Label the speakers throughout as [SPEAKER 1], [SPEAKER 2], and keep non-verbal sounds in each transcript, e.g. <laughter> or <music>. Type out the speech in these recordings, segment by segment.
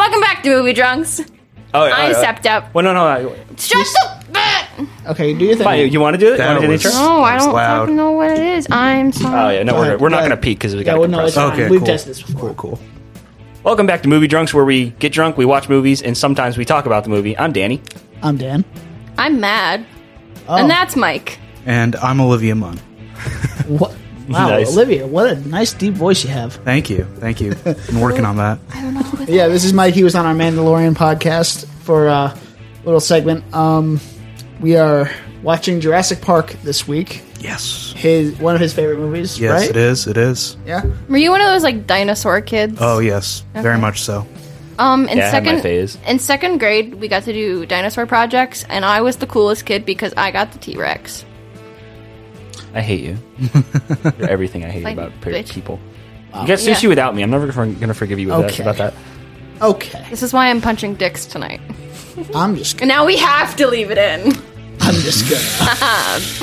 [SPEAKER 1] the movie drunks.
[SPEAKER 2] Oh, yeah,
[SPEAKER 1] I
[SPEAKER 2] oh, yeah.
[SPEAKER 1] stepped up.
[SPEAKER 2] Well, no, no, no.
[SPEAKER 1] Shut up!
[SPEAKER 3] Okay, do your thing.
[SPEAKER 2] Fine, you want to do it? You want to do nature?
[SPEAKER 1] No, Oh, I
[SPEAKER 4] That's
[SPEAKER 1] don't
[SPEAKER 4] loud.
[SPEAKER 1] fucking know what it is. I'm
[SPEAKER 2] Oh
[SPEAKER 1] sorry.
[SPEAKER 2] yeah, no,
[SPEAKER 3] Go
[SPEAKER 2] we're,
[SPEAKER 3] ahead,
[SPEAKER 2] we're
[SPEAKER 3] go
[SPEAKER 2] not going to
[SPEAKER 3] ahead.
[SPEAKER 2] peek because we
[SPEAKER 3] Yeah,
[SPEAKER 2] got
[SPEAKER 3] well,
[SPEAKER 2] to
[SPEAKER 3] no, it's
[SPEAKER 2] compress.
[SPEAKER 3] fine.
[SPEAKER 4] Okay,
[SPEAKER 3] We've
[SPEAKER 4] cool.
[SPEAKER 3] tested this before.
[SPEAKER 4] Cool, cool.
[SPEAKER 2] Welcome back to Movie Drunks, where we get drunk, we watch movies, and sometimes we talk about the movie. I'm Danny.
[SPEAKER 3] I'm Dan.
[SPEAKER 1] I'm mad.
[SPEAKER 3] Oh,
[SPEAKER 1] And that's Mike.
[SPEAKER 4] And I'm Olivia Munn.
[SPEAKER 3] what? Wow,
[SPEAKER 2] Nice.
[SPEAKER 3] Olivia, what a nice deep voice you have.
[SPEAKER 4] Thank you, thank you. Been working on that.
[SPEAKER 3] Yeah, this is Mike. He was on our Mandalorian podcast for a little segment. Um, we are watching Jurassic Park this week.
[SPEAKER 4] Yes,
[SPEAKER 3] His one of his favorite movies,
[SPEAKER 4] yes,
[SPEAKER 3] right?
[SPEAKER 4] it is. It is.
[SPEAKER 3] Yeah.
[SPEAKER 1] Were you one of those like dinosaur kids?
[SPEAKER 4] Oh yes, very
[SPEAKER 1] Okay.
[SPEAKER 4] much so.
[SPEAKER 1] Um, in
[SPEAKER 2] Yeah, I had my
[SPEAKER 1] second
[SPEAKER 2] phase.
[SPEAKER 1] in second grade, we got to do dinosaur projects, and I was the coolest kid because I got the T Rex.
[SPEAKER 2] I hate you. <laughs> You're everything I hate
[SPEAKER 1] Fine,
[SPEAKER 2] about pe-
[SPEAKER 1] bitch.
[SPEAKER 2] people. You got sushi
[SPEAKER 1] Yeah.
[SPEAKER 2] without me. I'm never going to forgive you with that-
[SPEAKER 3] Okay.
[SPEAKER 2] about that.
[SPEAKER 3] Okay.
[SPEAKER 1] This is why I'm punching dicks tonight.
[SPEAKER 3] I'm just.
[SPEAKER 1] And now we have to leave it in,
[SPEAKER 3] I'm just
[SPEAKER 4] <laughs>
[SPEAKER 3] gonna.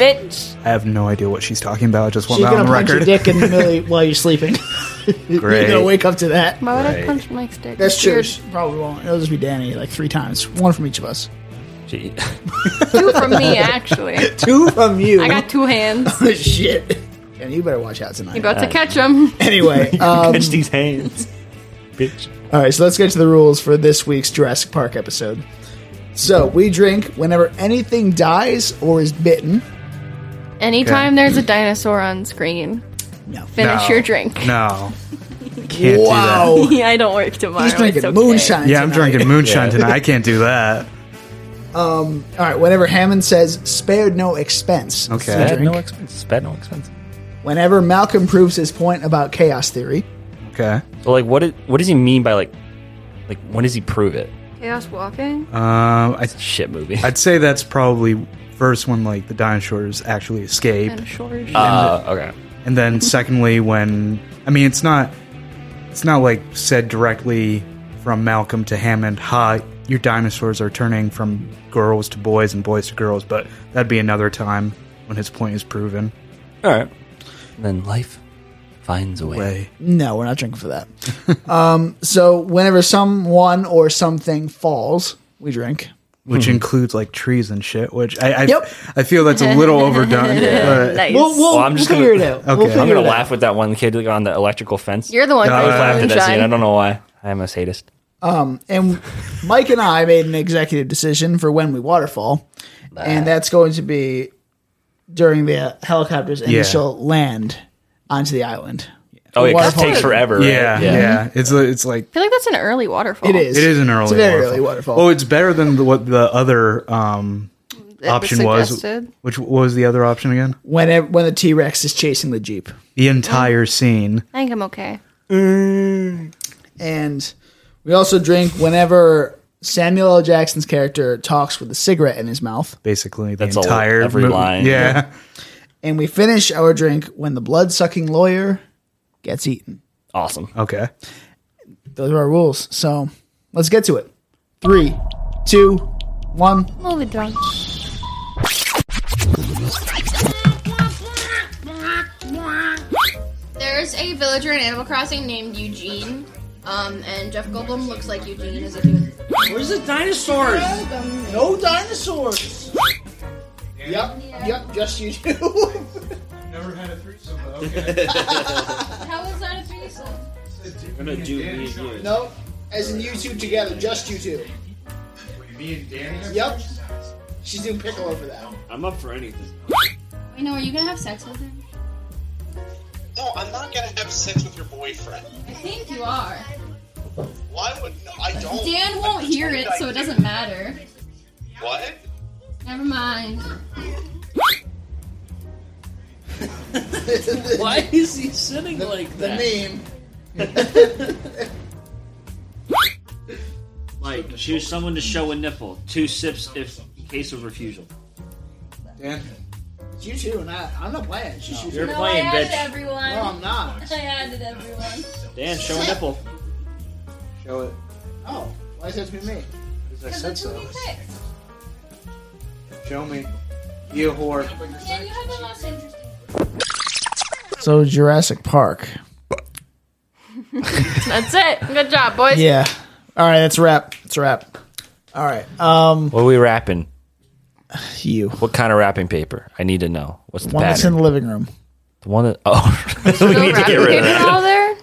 [SPEAKER 1] bitch.
[SPEAKER 4] I have no idea what she's talking about. I just want
[SPEAKER 3] She's
[SPEAKER 4] that on
[SPEAKER 3] gonna
[SPEAKER 4] the
[SPEAKER 3] punch your
[SPEAKER 4] record. <laughs>
[SPEAKER 3] dick in the middle while you're sleeping. <laughs>
[SPEAKER 4] Great.
[SPEAKER 3] You're gonna wake up to that.
[SPEAKER 1] Why would I
[SPEAKER 2] Right.
[SPEAKER 1] punch Mike's dick?
[SPEAKER 3] That's true.
[SPEAKER 1] Weird.
[SPEAKER 3] She Probably won't. It'll just be Danny like three times, one from each of us.
[SPEAKER 2] Gee. <laughs>
[SPEAKER 1] Two from
[SPEAKER 3] <laughs>
[SPEAKER 1] me, actually.
[SPEAKER 3] Two from you.
[SPEAKER 1] I got two
[SPEAKER 2] <laughs>
[SPEAKER 1] hands.
[SPEAKER 3] shit. And you better watch out tonight.
[SPEAKER 1] You're
[SPEAKER 2] Uh,
[SPEAKER 1] about to catch him.
[SPEAKER 3] <laughs> anyway, um,
[SPEAKER 2] Catch these hands, <laughs> bitch.
[SPEAKER 3] all right. So let's get to the rules for this week's Jurassic Park episode. So we drink whenever anything dies or is bitten.
[SPEAKER 1] Anytime there's a dinosaur on screen,
[SPEAKER 3] No.
[SPEAKER 1] finish
[SPEAKER 4] No.
[SPEAKER 1] your drink.
[SPEAKER 4] No, can't do that.
[SPEAKER 3] Wow.
[SPEAKER 1] Yeah, I don't work tomorrow.
[SPEAKER 3] He's drinking
[SPEAKER 1] it's okay.
[SPEAKER 3] moonshine.
[SPEAKER 4] Yeah, I'm
[SPEAKER 3] tonight.
[SPEAKER 4] drinking moonshine
[SPEAKER 2] Yeah.
[SPEAKER 4] tonight. I can't do that.
[SPEAKER 3] All right. Whenever Hammond says "spared no expense,"
[SPEAKER 4] Okay.
[SPEAKER 3] it's a
[SPEAKER 2] Bad
[SPEAKER 3] drink.
[SPEAKER 2] no expense. It's Bad no expense.
[SPEAKER 3] Whenever Malcolm proves his point about chaos theory,
[SPEAKER 4] Okay.
[SPEAKER 2] So like, what? It, what does he mean by like? Like, when does he prove it?
[SPEAKER 1] Chaos walking.
[SPEAKER 4] Um, I,
[SPEAKER 2] Shit movie.
[SPEAKER 4] I'd say that's probably first when like the dinosaurs actually escape.
[SPEAKER 1] Dinosaurs.
[SPEAKER 2] Uh, okay.
[SPEAKER 4] and then secondly when i mean it's not it's not like said directly from malcolm to hammond ha your dinosaurs are turning from girls to boys and boys to girls but that'd be another time when his point is proven
[SPEAKER 2] All right. Then life finds a way.
[SPEAKER 4] way
[SPEAKER 3] no, we're not drinking for <laughs> that. um, so whenever someone or something falls, we drink. Hmm.
[SPEAKER 4] which includes like trees and shit which i I,
[SPEAKER 3] Yep.
[SPEAKER 4] I feel that's a little overdone but
[SPEAKER 1] nice.
[SPEAKER 3] We'll, we'll,
[SPEAKER 2] Well, I'm just
[SPEAKER 3] we'll
[SPEAKER 2] gonna-
[SPEAKER 3] figure it out. We'll
[SPEAKER 4] Okay. I'm
[SPEAKER 3] figure
[SPEAKER 2] I'm gonna
[SPEAKER 3] it out.
[SPEAKER 2] laugh with that one kid on the electrical fence.
[SPEAKER 1] You're the one
[SPEAKER 4] No,
[SPEAKER 1] who
[SPEAKER 4] I
[SPEAKER 2] laughed
[SPEAKER 1] moonshine.
[SPEAKER 2] at that scene. I don't know why. I'm a sadist.
[SPEAKER 3] And Mike and I made an executive decision for when we waterfall, and that's going to be during the helicopter's initial land onto the island.
[SPEAKER 2] Oh, yeah, 'cause it
[SPEAKER 3] Waterfall.
[SPEAKER 2] takes forever. right?
[SPEAKER 4] yeah, yeah it's a, it's like
[SPEAKER 1] I feel like that's an early waterfall.
[SPEAKER 3] It is.
[SPEAKER 4] it is an early
[SPEAKER 3] It's a very
[SPEAKER 4] waterfall.
[SPEAKER 3] early waterfall.
[SPEAKER 4] oh it's better than the, what the other um
[SPEAKER 1] It
[SPEAKER 4] option was
[SPEAKER 1] suggested.
[SPEAKER 4] which what was the other option again
[SPEAKER 3] when it, when the T Rex is chasing the jeep,
[SPEAKER 4] the entire scene
[SPEAKER 1] I think I'm okay.
[SPEAKER 3] and we also drink whenever Samuel L. Jackson's character talks with a cigarette in his mouth,
[SPEAKER 4] basically the
[SPEAKER 2] That's all-
[SPEAKER 4] entire
[SPEAKER 2] every line.
[SPEAKER 4] Yeah,
[SPEAKER 3] and we finish our drink when the blood sucking lawyer gets eaten.
[SPEAKER 2] Awesome.
[SPEAKER 4] <laughs> okay.
[SPEAKER 3] Those are our rules. So let's get to it. Three, two, one.
[SPEAKER 1] Movie drunk. There's a villager in Animal Crossing named Eugene. Um, and Jeff Goldblum looks like Eugene as if he was.
[SPEAKER 3] Where's the dinosaurs? No dinosaurs. Yep, yep, just you <laughs> two.
[SPEAKER 4] Never had a threesome, but okay.
[SPEAKER 1] How was that a threesome?
[SPEAKER 3] no, as in you two together, just you two.
[SPEAKER 4] Me and Danny.
[SPEAKER 3] Yep. She's doing piccolo for that.
[SPEAKER 5] I'm up for anything.
[SPEAKER 1] Wait, no, are you gonna have sex with him?
[SPEAKER 6] No, I'm not gonna have sex with your boyfriend.
[SPEAKER 1] I think you are.
[SPEAKER 6] Why would no, I don't?
[SPEAKER 1] Dan won't hear it, so it doesn't matter.
[SPEAKER 6] What?
[SPEAKER 1] Never mind.
[SPEAKER 5] Why is he sitting like
[SPEAKER 3] The
[SPEAKER 5] that?
[SPEAKER 3] meme.
[SPEAKER 5] Like, choose someone to show a nipple. Two sips if in case of refusal.
[SPEAKER 3] It's you two, and I, I'm not playing. She's you two.
[SPEAKER 5] You're playing, bitch.
[SPEAKER 1] everyone.
[SPEAKER 3] No, I'm not.
[SPEAKER 1] I added everyone.
[SPEAKER 5] Dan, show a nipple.
[SPEAKER 4] Show it.
[SPEAKER 3] Oh, why does it have to be me?
[SPEAKER 4] I said so. Show me. You whore.
[SPEAKER 1] Dan, you have the most interesting.
[SPEAKER 3] So Jurassic Park.
[SPEAKER 1] That's it. Good job, boys.
[SPEAKER 3] Yeah. All right, that's a wrap. That's a wrap. All right, uh,
[SPEAKER 7] What are we wrapping?
[SPEAKER 3] you.
[SPEAKER 7] What kind of wrapping paper? I need to know. What's the
[SPEAKER 3] One that's in
[SPEAKER 7] pattern?
[SPEAKER 3] the living room.
[SPEAKER 7] the one that oh, we need to get rid of that.
[SPEAKER 1] all there.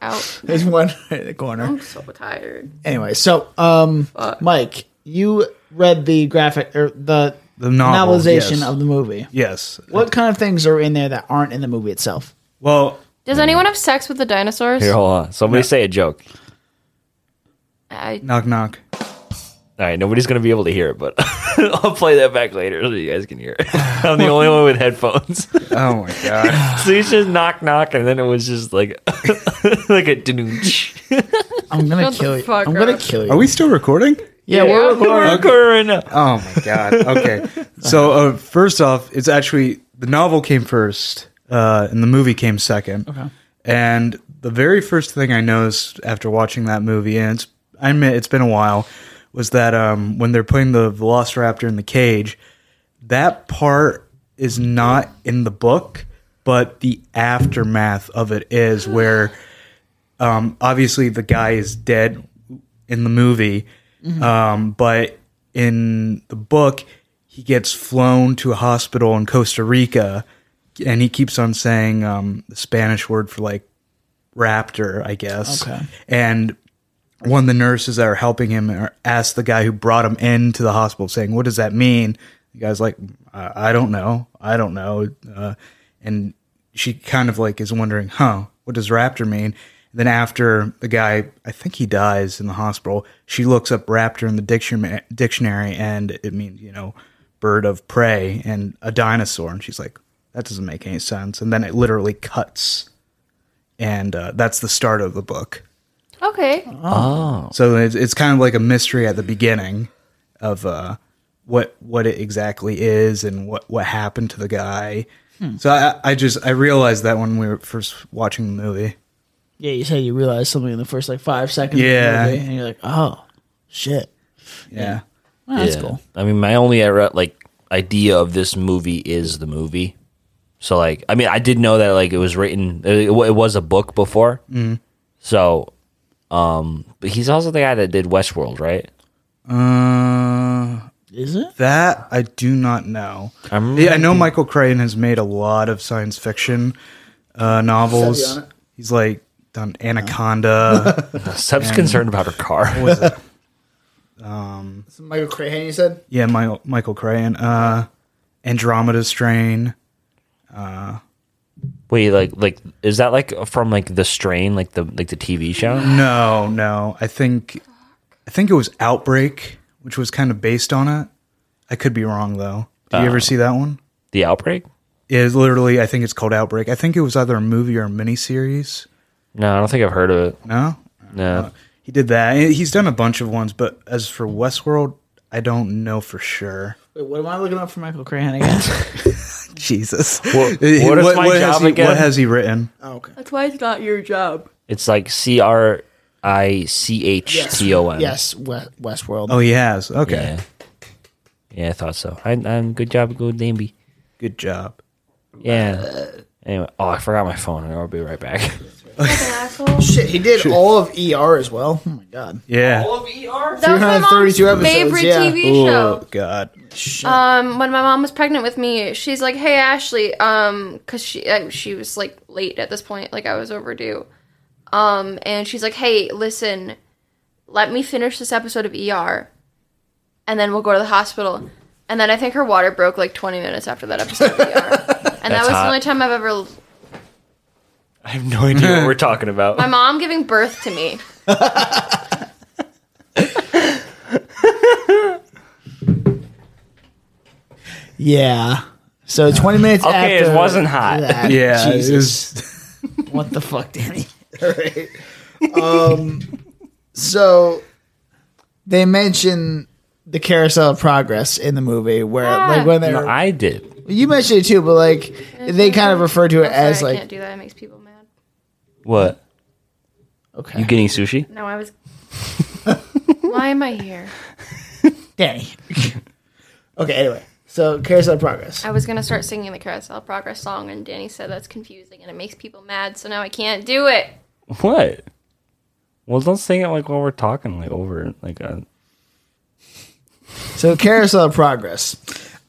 [SPEAKER 1] Out.
[SPEAKER 3] There's one <laughs> right in the corner.
[SPEAKER 1] I'm so tired.
[SPEAKER 3] Anyway, so um, Mike, you read the graphic or the,
[SPEAKER 4] The novel,
[SPEAKER 3] novelization
[SPEAKER 4] yes.
[SPEAKER 3] of the movie.
[SPEAKER 4] Yes.
[SPEAKER 3] What kind of things are in there that aren't in the movie itself?
[SPEAKER 4] Well,
[SPEAKER 1] Does anyone have sex with the dinosaurs?
[SPEAKER 7] Here, hold on. Somebody say a joke.
[SPEAKER 1] I,
[SPEAKER 4] knock knock.
[SPEAKER 7] All right, nobody's gonna be able to hear it, but I'll play that back later so you guys can hear it. I'm the only one with headphones,
[SPEAKER 4] Oh my <laughs> god.
[SPEAKER 7] so it's just knock knock, and then it was just like like a denoonch.
[SPEAKER 3] I'm gonna
[SPEAKER 1] Shut the
[SPEAKER 3] kill you.
[SPEAKER 1] fuck
[SPEAKER 3] I'm gonna
[SPEAKER 1] up.
[SPEAKER 3] kill you.
[SPEAKER 4] Are we still recording?
[SPEAKER 3] yeah, we're recording.
[SPEAKER 7] Right now.
[SPEAKER 4] Oh my god. Okay. so uh, first off, it's actually the novel came first, uh, and the movie came second. Okay. And the very first thing I noticed after watching that movie, and it's, I admit it's been a while, was that um, when they're putting the Velociraptor in the cage, that part is not in the book, but the aftermath of it is where um, obviously the guy is dead in the movie, um, but in the book, he gets flown to a hospital in Costa Rica, and he keeps on saying um, the Spanish word for like raptor, I guess.
[SPEAKER 3] Okay.
[SPEAKER 4] And one of the nurses that are helping him are- asked the guy who brought him into the hospital, saying, "What does that mean?" The guy's like, "I, I don't know, I don't know," uh, and she kind of like is wondering, "Huh, what does raptor mean?" then after the guy, I think he dies in the hospital, she looks up raptor in the dictionary, dictionary, and it means you know bird of prey and a dinosaur, and she's like, "That doesn't make any sense." And then it literally cuts, and uh, that's the start of the book.
[SPEAKER 1] okay.
[SPEAKER 4] So it's, it's kind of like a mystery at the beginning of uh, what what it exactly is and what, what happened to the guy.
[SPEAKER 3] Hmm.
[SPEAKER 4] So I, I just I realized that when we were first watching the movie.
[SPEAKER 3] Yeah, you say you realize something in the first like five seconds.
[SPEAKER 4] Yeah.
[SPEAKER 3] of the movie, and you're like, oh shit,
[SPEAKER 4] Yeah.
[SPEAKER 3] Well, that's
[SPEAKER 7] Yeah.
[SPEAKER 3] cool.
[SPEAKER 7] I mean, my only uh, like idea of this movie is the movie. So like, I mean, I did know that like it was written. It, it wa- it was a book before.
[SPEAKER 3] Mm-hmm.
[SPEAKER 7] So, um, but he's also the guy that did Westworld, right? <laughs>
[SPEAKER 4] Uh,
[SPEAKER 3] Is it?
[SPEAKER 4] that I do not know.
[SPEAKER 7] I'm-
[SPEAKER 4] yeah, I know Michael Crichton has made a lot of science fiction uh, novels.
[SPEAKER 3] on it?
[SPEAKER 4] He's like done Anaconda.
[SPEAKER 3] <laughs>
[SPEAKER 7] Seb's concerned about her car.
[SPEAKER 4] what was it?
[SPEAKER 3] Michael Crahan, you said.
[SPEAKER 4] Yeah, Michael Michael Crichton. Uh, Andromeda Strain.
[SPEAKER 7] Wait, like, like, is that like from like the Strain, like the like the TV show?
[SPEAKER 4] No, no. I think I think it was Outbreak, which was kind of based on it. I could be wrong though. Did you
[SPEAKER 7] Ah.
[SPEAKER 4] ever see that one?
[SPEAKER 7] The Outbreak?
[SPEAKER 4] It is literally I think it's called Outbreak. I think it was either a movie or a miniseries.
[SPEAKER 7] No, I don't think I've heard of it.
[SPEAKER 4] No?
[SPEAKER 7] No,
[SPEAKER 4] He did that. And He's done a bunch of ones, but as for Westworld, I don't know for sure. <laughs>
[SPEAKER 3] Wait, what am I looking up for Michael Crahan again?
[SPEAKER 4] Jesus.
[SPEAKER 7] What- what is my
[SPEAKER 4] has
[SPEAKER 7] job
[SPEAKER 4] he,
[SPEAKER 7] again?
[SPEAKER 4] What has he written?
[SPEAKER 3] oh, okay.
[SPEAKER 1] That's why it's not your job.
[SPEAKER 7] it's like C R I C H T O N.
[SPEAKER 3] Yes, we- Westworld.
[SPEAKER 4] Oh, he has. Okay.
[SPEAKER 7] Yeah. Yeah, I thought so. I, I'm good job, good namby.
[SPEAKER 4] Good job.
[SPEAKER 7] Yeah.
[SPEAKER 2] Uh,
[SPEAKER 7] Anyway, oh, I forgot my phone. I'll be right
[SPEAKER 2] <laughs>
[SPEAKER 7] back.
[SPEAKER 3] Shit, he did all of ER as well. Oh my god.
[SPEAKER 4] Yeah.
[SPEAKER 1] That was my mom's
[SPEAKER 3] 332 episodes,
[SPEAKER 1] favorite
[SPEAKER 3] yeah.
[SPEAKER 1] TV
[SPEAKER 4] Oh
[SPEAKER 1] show.
[SPEAKER 4] God.
[SPEAKER 1] Um, when my mom was pregnant with me, she's like, "Hey Ashley," um, because she I, she was like late at this point, like I was overdue. Um, and she's like, "Hey, listen, let me finish this episode of ER, and then we'll go to the hospital." And then I think her water broke like 20 minutes after that episode of
[SPEAKER 3] <laughs>
[SPEAKER 1] ER, and that
[SPEAKER 7] That's
[SPEAKER 1] was
[SPEAKER 7] hot.
[SPEAKER 1] the only time I've ever
[SPEAKER 7] I have no idea what we're talking about.
[SPEAKER 1] my mom giving birth to me.
[SPEAKER 3] Yeah. So 20 minutes
[SPEAKER 7] Okay, it
[SPEAKER 3] after
[SPEAKER 7] wasn't hot.
[SPEAKER 3] <laughs> that.
[SPEAKER 4] Yeah. it
[SPEAKER 3] Jesus.
[SPEAKER 4] was-
[SPEAKER 3] <laughs> What the fuck, Danny? All <laughs> right. Um, so they mention the carousel of progress in the movie where
[SPEAKER 1] Ah.
[SPEAKER 3] like when they're
[SPEAKER 7] No, I did.
[SPEAKER 3] you mentioned it too but like they kind of refer to it
[SPEAKER 1] Sorry,
[SPEAKER 3] as
[SPEAKER 1] I
[SPEAKER 3] like
[SPEAKER 1] can't do that; it makes people mad.
[SPEAKER 7] What?
[SPEAKER 3] okay
[SPEAKER 7] You getting sushi?
[SPEAKER 1] No, I
[SPEAKER 3] <laughs>
[SPEAKER 1] was. Why am I here?
[SPEAKER 3] Danny <laughs> okay anyway so carousel of progress
[SPEAKER 1] I was gonna start singing the Carousel Progress song, and Danny said that's confusing and it makes people mad, so now I can't do it.
[SPEAKER 7] What?
[SPEAKER 2] Well, don't sing it like while we're talking, like over, like uh,
[SPEAKER 3] So Carousel of Progress.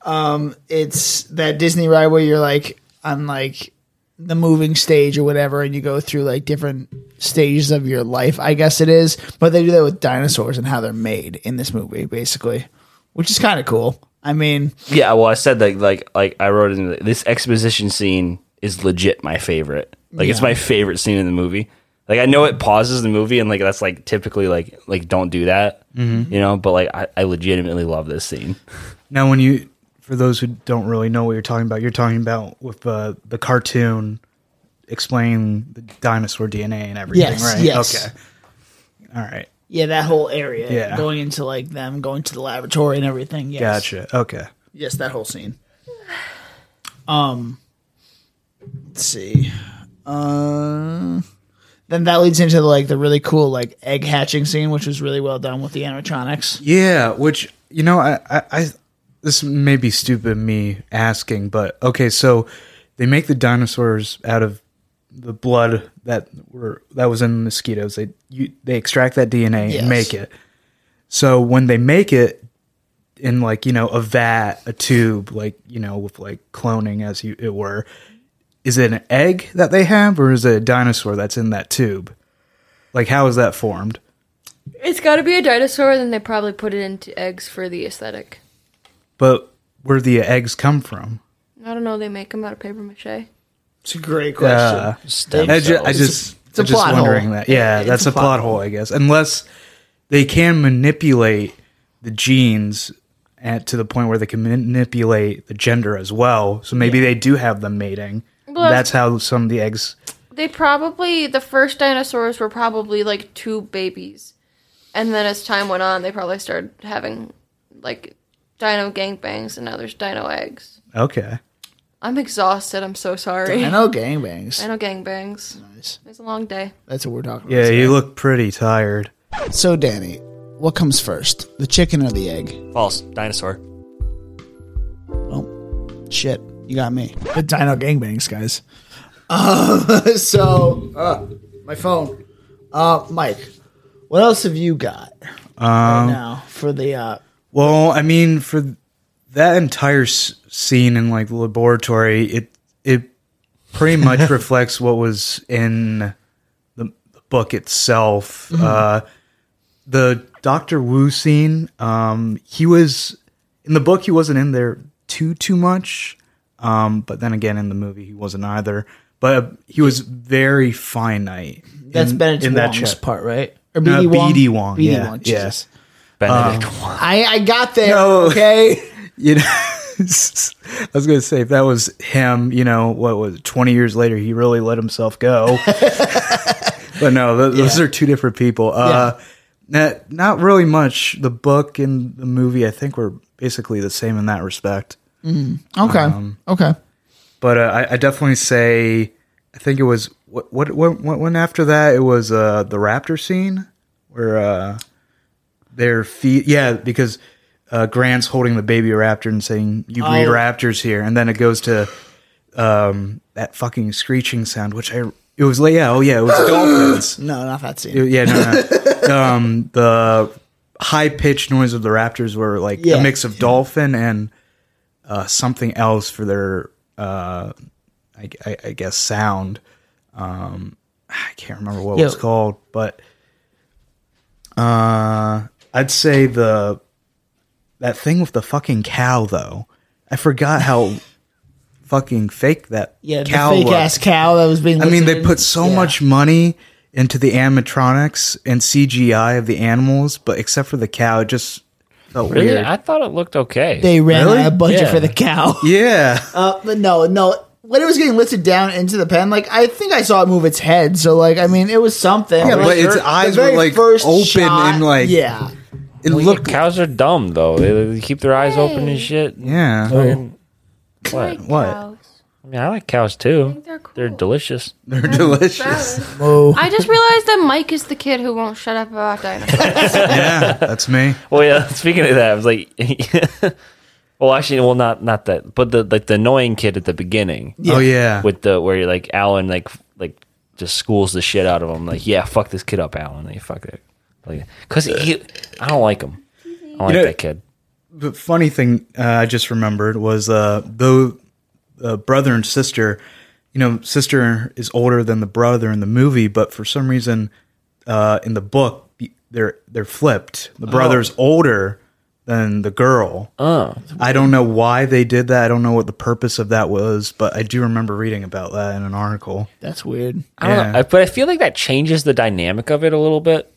[SPEAKER 3] Um, it's that Disney ride where you're like on like the moving stage or whatever, and you go through like different stages of your life. I guess it is, but they do that with dinosaurs and how they're made in this movie, basically, which is kind of cool. I mean,
[SPEAKER 2] Yeah, well, I said like like like I wrote in this exposition scene is legit my favorite. Like it's my favorite scene in the movie. Like I know it pauses the movie and like that's like typically like like don't do that, you know. But like I, I legitimately love this scene.
[SPEAKER 4] Now, when you, for those who don't really know what you're talking about, you're talking about with uh, the cartoon explaining the dinosaur DNA and everything,
[SPEAKER 3] Yes,
[SPEAKER 4] right?
[SPEAKER 3] yes.
[SPEAKER 4] Okay. All right.
[SPEAKER 3] yeah, that whole area,
[SPEAKER 4] Yeah.
[SPEAKER 3] going into like them going to the laboratory and everything. Yes.
[SPEAKER 4] Gotcha. Okay.
[SPEAKER 3] Yes, that whole scene. Um, let's see. Uh, then that leads into like the really cool like egg hatching scene, which was really well done with the animatronics.
[SPEAKER 4] Yeah, which you know, I, I, I this may be stupid me asking, but okay, so they make the dinosaurs out of the blood that were that was in mosquitoes. They you, they extract that DNA
[SPEAKER 3] Yes.
[SPEAKER 4] and make it. So when they make it in like you know a vat, a tube, like you know with like cloning as you it were, is it an egg that they have or is it a dinosaur that's in that tube? Like how is that formed?
[SPEAKER 1] It's got to be a dinosaur, then they probably put it into eggs for the aesthetic.
[SPEAKER 4] But where do the eggs come from?
[SPEAKER 1] I don't know. They make them out of paper mache.
[SPEAKER 3] It's a great
[SPEAKER 4] Yeah.
[SPEAKER 2] Stem
[SPEAKER 4] I just, I
[SPEAKER 2] cells.
[SPEAKER 4] just,
[SPEAKER 3] It's a
[SPEAKER 4] I'm just
[SPEAKER 3] plot
[SPEAKER 4] wondering
[SPEAKER 3] hole.
[SPEAKER 4] that. Yeah,
[SPEAKER 3] It's
[SPEAKER 4] that's
[SPEAKER 3] a
[SPEAKER 4] a,
[SPEAKER 3] plot
[SPEAKER 4] plot hole, I guess. Unless they can manipulate the genes at, to the point where they can manipulate the gender as well. So maybe they do have them mating.
[SPEAKER 1] Well,
[SPEAKER 4] that's how some of the eggs.
[SPEAKER 1] They probably the first dinosaurs were probably like two babies, and then as time went on, they probably started having like dino gangbangs, and now there's dino eggs.
[SPEAKER 4] Okay.
[SPEAKER 1] I'm exhausted. I'm so sorry.
[SPEAKER 3] I
[SPEAKER 1] Dino,
[SPEAKER 3] know gangbangs.
[SPEAKER 1] gangbangs. It's a long day.
[SPEAKER 3] That's what we're talking
[SPEAKER 4] Yeah,
[SPEAKER 3] about.
[SPEAKER 4] you look pretty tired.
[SPEAKER 3] So Danny, what comes first, the chicken or the egg?
[SPEAKER 2] false dinosaur.
[SPEAKER 3] Well, shit, you got me. The dino gangbangs, guys. Um, <laughs> so, uh, my phone. Uh, Mike, what else have you got
[SPEAKER 4] Um,
[SPEAKER 3] right now for the uh,
[SPEAKER 4] Well, I mean, for that entire s- scene in like the laboratory, it it pretty much reflects what was in the, the book itself. Uh, the Doctor Wu scene, um, he was in the book. He wasn't in there too too much, um, but then again, in the movie, he wasn't either. But he was very finite.
[SPEAKER 3] that's
[SPEAKER 4] in,
[SPEAKER 3] Benedict
[SPEAKER 4] in that
[SPEAKER 3] Wong's
[SPEAKER 4] chap-
[SPEAKER 3] part, right? Or
[SPEAKER 4] No, BD
[SPEAKER 3] Wong?
[SPEAKER 4] Wong,
[SPEAKER 3] BD
[SPEAKER 4] yeah,
[SPEAKER 3] Wong,
[SPEAKER 4] yeah.
[SPEAKER 3] Jesus.
[SPEAKER 2] Benedict.
[SPEAKER 3] I, I got there,
[SPEAKER 4] No.
[SPEAKER 3] okay?
[SPEAKER 4] <laughs> you know i was going to say if that was him you know what was it, 20 years later he really let himself go but no th- those are two different people uh not, not really much the book and the movie i think were basically the same in that respect
[SPEAKER 3] Okay,
[SPEAKER 4] Um,
[SPEAKER 3] okay.
[SPEAKER 4] but uh, I, I definitely say i think it was what what what, what went after that it was uh the raptor scene where uh their feet yeah because uh, Grant's holding the baby raptor and saying, "You breed
[SPEAKER 3] Oh.
[SPEAKER 4] raptors here," and then it goes to um, that fucking screeching sound, which I it was like, yeah, oh yeah, it was dolphins.
[SPEAKER 3] No, not that scene.
[SPEAKER 4] It- yeah, no, no.
[SPEAKER 3] <laughs>
[SPEAKER 4] um, the high pitched noise of the raptors were like
[SPEAKER 3] Yeah.
[SPEAKER 4] a mix of dolphin and uh, something else for their, uh, I, I, I guess, sound. Um, I can't remember what it
[SPEAKER 3] Yeah.
[SPEAKER 4] was called, but uh, I'd say the that thing with the fucking cow though. I
[SPEAKER 3] <laughs>
[SPEAKER 4] forgot how fucking fake that
[SPEAKER 3] yeah, the
[SPEAKER 4] cow
[SPEAKER 3] fake
[SPEAKER 4] looked.
[SPEAKER 3] ass cow that was being.
[SPEAKER 4] I mean, they
[SPEAKER 3] lifted.
[SPEAKER 4] put so
[SPEAKER 3] Yeah.
[SPEAKER 4] much money into the animatronics and CGI of the animals, but except for the cow, it just felt
[SPEAKER 2] Really,
[SPEAKER 4] weird.
[SPEAKER 2] I thought it looked okay.
[SPEAKER 3] They ran
[SPEAKER 4] Really?
[SPEAKER 3] out of budget
[SPEAKER 2] Yeah.
[SPEAKER 3] for the cow. <laughs>
[SPEAKER 4] yeah,
[SPEAKER 3] Uh, but no, no. When it was getting lifted down into the pen, like I think I saw it move its head. So like I mean, it was something.
[SPEAKER 4] Yeah,
[SPEAKER 3] Like,
[SPEAKER 4] but its
[SPEAKER 3] the
[SPEAKER 4] eyes were,
[SPEAKER 3] very
[SPEAKER 4] like,
[SPEAKER 3] first
[SPEAKER 4] open and, like-
[SPEAKER 3] yeah.
[SPEAKER 4] it
[SPEAKER 2] look.
[SPEAKER 4] looked.
[SPEAKER 2] Cows are dumb though. They, they keep their eyes open and shit.
[SPEAKER 4] Yeah,
[SPEAKER 2] Fucking-
[SPEAKER 1] I
[SPEAKER 2] What?
[SPEAKER 1] like
[SPEAKER 4] What?
[SPEAKER 1] cows.
[SPEAKER 2] I mean, I like cows too.
[SPEAKER 1] They're cool.
[SPEAKER 2] They're delicious.
[SPEAKER 4] <laughs> they're
[SPEAKER 1] <laughs>
[SPEAKER 4] delicious.
[SPEAKER 1] Valid.
[SPEAKER 3] Whoa.
[SPEAKER 1] I just realized that Mike is the kid who won't shut up
[SPEAKER 2] <laughs>
[SPEAKER 1] about dinosaurs.
[SPEAKER 4] yeah, that's me.
[SPEAKER 2] Well, yeah. <laughs> Speaking of that, I was like, <laughs> well, actually, well, not not that, but the like the annoying kid at the beginning
[SPEAKER 4] Oh yeah,
[SPEAKER 2] with the where you're like Alan like f- like just schools the shit out of him. Like, yeah, fuck this kid up, Alan. Like, fuck it. Like, cause he, I don't like him. I don't like
[SPEAKER 4] know-
[SPEAKER 2] that kid.
[SPEAKER 4] The funny thing uh, I just remembered was uh, though uh, brother and sister, you know, sister is older than the brother in the movie, but for some reason uh, in the book they're they're flipped. The brother's older than the girl.
[SPEAKER 2] Oh,
[SPEAKER 4] I don't know why they did that. I don't know what the purpose of that was, but I do remember reading about that in an article.
[SPEAKER 3] That's weird.
[SPEAKER 2] I don't
[SPEAKER 4] Yeah.
[SPEAKER 2] know. I, but I feel like that changes the dynamic of it a little bit.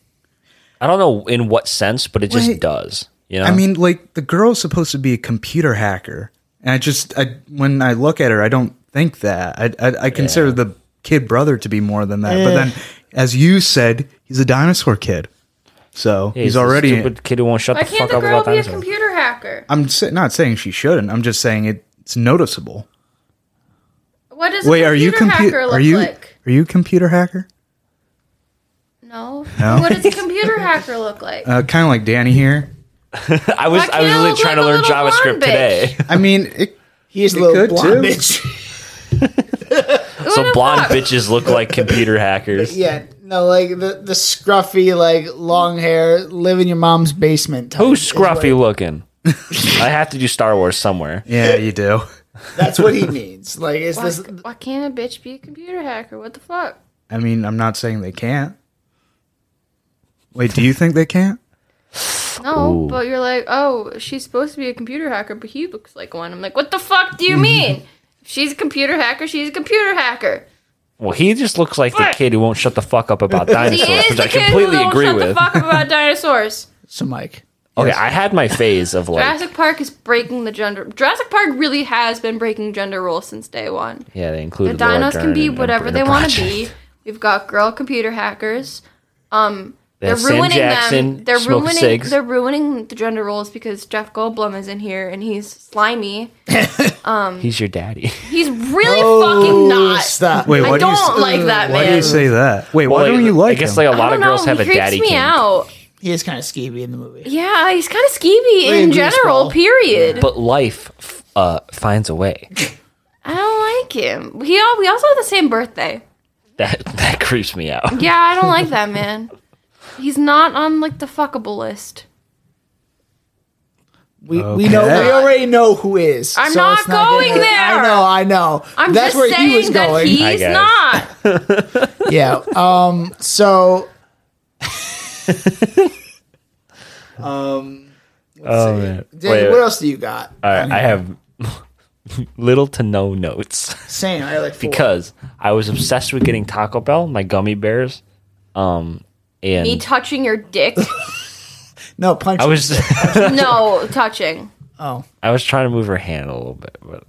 [SPEAKER 2] I don't know in what sense, but it just
[SPEAKER 4] Wait.
[SPEAKER 2] does. You know,
[SPEAKER 4] I mean, like the girl's supposed to be a computer hacker, and I just I when I look at her, I don't think that. I I, I consider the kid brother to be more than that. But
[SPEAKER 3] Eh.
[SPEAKER 4] then, as you said, he's a dinosaur kid, so
[SPEAKER 2] Yeah,
[SPEAKER 4] he's,
[SPEAKER 2] the
[SPEAKER 4] already.
[SPEAKER 2] stupid kid who won't shut
[SPEAKER 1] Why
[SPEAKER 2] the fuck
[SPEAKER 1] can't the
[SPEAKER 2] up
[SPEAKER 1] girl
[SPEAKER 2] about
[SPEAKER 1] be a
[SPEAKER 2] dinosaurs.
[SPEAKER 1] computer hacker?
[SPEAKER 4] I'm sa- not saying she shouldn't. I'm just saying it, it's noticeable.
[SPEAKER 1] What does
[SPEAKER 4] Wait,
[SPEAKER 1] a
[SPEAKER 4] are you
[SPEAKER 1] computer
[SPEAKER 4] computer?
[SPEAKER 1] hacker look
[SPEAKER 4] Are you
[SPEAKER 1] like?
[SPEAKER 4] are you a computer hacker?
[SPEAKER 1] No.
[SPEAKER 4] No?
[SPEAKER 1] What does a computer hacker look like?
[SPEAKER 4] Uh, kind of like Danny here.
[SPEAKER 2] I was
[SPEAKER 1] Why
[SPEAKER 2] I was
[SPEAKER 1] can't it
[SPEAKER 2] literally
[SPEAKER 1] look
[SPEAKER 2] trying
[SPEAKER 1] like
[SPEAKER 2] to
[SPEAKER 1] a
[SPEAKER 2] learn
[SPEAKER 1] little
[SPEAKER 2] JavaScript
[SPEAKER 1] blonde
[SPEAKER 2] today.
[SPEAKER 4] I mean, it,
[SPEAKER 3] He's a
[SPEAKER 4] It
[SPEAKER 3] little
[SPEAKER 4] could,
[SPEAKER 3] blonde
[SPEAKER 4] too.
[SPEAKER 3] bitch.
[SPEAKER 2] <laughs> so blonde bitches look like computer
[SPEAKER 3] <laughs> <laughs>
[SPEAKER 2] hackers.
[SPEAKER 3] yeah, no, like the the scruffy, like long hair, live in your mom's basement. Type
[SPEAKER 2] Who's
[SPEAKER 3] is
[SPEAKER 2] scruffy
[SPEAKER 3] what-
[SPEAKER 2] looking? <laughs> I have to do Star Wars somewhere.
[SPEAKER 4] <laughs> yeah, you do.
[SPEAKER 3] that's what he means. Like, is
[SPEAKER 1] Why,
[SPEAKER 3] this?
[SPEAKER 1] why can't a bitch be a computer hacker? What the fuck?
[SPEAKER 4] I mean, I'm not saying they can't. Wait, do you think they can't?
[SPEAKER 1] No,
[SPEAKER 2] Ooh.
[SPEAKER 1] but you're like, oh, she's supposed to be a computer hacker, but he looks like one. I'm like, what the fuck
[SPEAKER 2] Mm-hmm.
[SPEAKER 1] do you mean? If she's a computer hacker, she's a computer hacker.
[SPEAKER 2] Well, he just looks like the
[SPEAKER 1] What?
[SPEAKER 2] kid who won't shut the fuck up
[SPEAKER 4] <laughs>
[SPEAKER 2] about
[SPEAKER 1] He
[SPEAKER 2] dinosaurs,
[SPEAKER 1] is
[SPEAKER 2] which
[SPEAKER 1] the
[SPEAKER 2] I
[SPEAKER 1] kid
[SPEAKER 2] completely
[SPEAKER 1] who don't
[SPEAKER 2] agree
[SPEAKER 1] shut the
[SPEAKER 2] with.
[SPEAKER 1] fuck up
[SPEAKER 2] <laughs>
[SPEAKER 1] about dinosaurs.
[SPEAKER 3] So, Mike,
[SPEAKER 2] Okay, I had my phase of like,
[SPEAKER 1] Jurassic Park is breaking the gender. Jurassic Park really has been breaking gender roles since day one.
[SPEAKER 2] yeah, they
[SPEAKER 1] The
[SPEAKER 2] included Laura
[SPEAKER 1] dinos
[SPEAKER 2] Dern
[SPEAKER 1] can be
[SPEAKER 2] in- in
[SPEAKER 1] whatever
[SPEAKER 2] the
[SPEAKER 1] they want to
[SPEAKER 2] project.
[SPEAKER 1] be. We've got girl computer hackers. Um,
[SPEAKER 2] They
[SPEAKER 1] they're
[SPEAKER 2] have Sam
[SPEAKER 1] ruining
[SPEAKER 2] Jackson
[SPEAKER 1] them. They're
[SPEAKER 2] smoking
[SPEAKER 1] ruining.
[SPEAKER 2] cigs.
[SPEAKER 1] They're ruining the gender roles because Jeff Goldblum is in here and he's slimy.
[SPEAKER 2] He's your daddy.
[SPEAKER 1] He's really fucking not.
[SPEAKER 3] Oh, stop.
[SPEAKER 4] Wait,
[SPEAKER 1] I
[SPEAKER 4] why do you,
[SPEAKER 1] don't
[SPEAKER 4] s-
[SPEAKER 1] like that
[SPEAKER 4] why
[SPEAKER 1] man.
[SPEAKER 4] do you say that? Wait, <laughs> why
[SPEAKER 2] Well,
[SPEAKER 4] don't
[SPEAKER 2] like,
[SPEAKER 4] you like
[SPEAKER 2] I guess
[SPEAKER 4] him?
[SPEAKER 2] like a
[SPEAKER 1] I
[SPEAKER 2] lot
[SPEAKER 1] don't
[SPEAKER 2] of girls
[SPEAKER 1] know,
[SPEAKER 2] have a
[SPEAKER 1] he creeps
[SPEAKER 2] daddy
[SPEAKER 1] me
[SPEAKER 2] kink.
[SPEAKER 1] out.
[SPEAKER 3] he is kind of skeevy in the movie.
[SPEAKER 1] Yeah, he's kind of skeevy in
[SPEAKER 3] Gooseball.
[SPEAKER 1] general. Period.
[SPEAKER 2] But life f- uh, finds a way.
[SPEAKER 1] I don't like him. He all we also have the same birthday.
[SPEAKER 2] That <laughs> that creeps me out.
[SPEAKER 1] Yeah, I don't like that man. He's not on like the fuckable list.
[SPEAKER 3] We, we know
[SPEAKER 4] Okay.
[SPEAKER 3] we already know who is.
[SPEAKER 1] I'm
[SPEAKER 3] so
[SPEAKER 1] not
[SPEAKER 3] it's not
[SPEAKER 1] going
[SPEAKER 3] gonna- I
[SPEAKER 1] there.
[SPEAKER 3] know, I know.
[SPEAKER 1] I'm
[SPEAKER 3] That's
[SPEAKER 1] just
[SPEAKER 3] where
[SPEAKER 1] saying
[SPEAKER 3] he was
[SPEAKER 1] that
[SPEAKER 3] going.
[SPEAKER 1] he's
[SPEAKER 2] Hi, guys.
[SPEAKER 1] not.
[SPEAKER 3] yeah. Um. So. <laughs> um.
[SPEAKER 2] Oh man.
[SPEAKER 3] Dave,
[SPEAKER 2] Wait, Uh,
[SPEAKER 3] what else do you got?
[SPEAKER 2] all right, I have <laughs> little to no notes.
[SPEAKER 3] Same. I had like four.
[SPEAKER 2] <laughs> because I was obsessed with getting Taco Bell, my gummy bears, um, and
[SPEAKER 1] Me touching your dick?
[SPEAKER 3] no punch.
[SPEAKER 2] I was <laughs>
[SPEAKER 1] no, touching.
[SPEAKER 3] oh,
[SPEAKER 2] I was trying to move her hand a little bit, but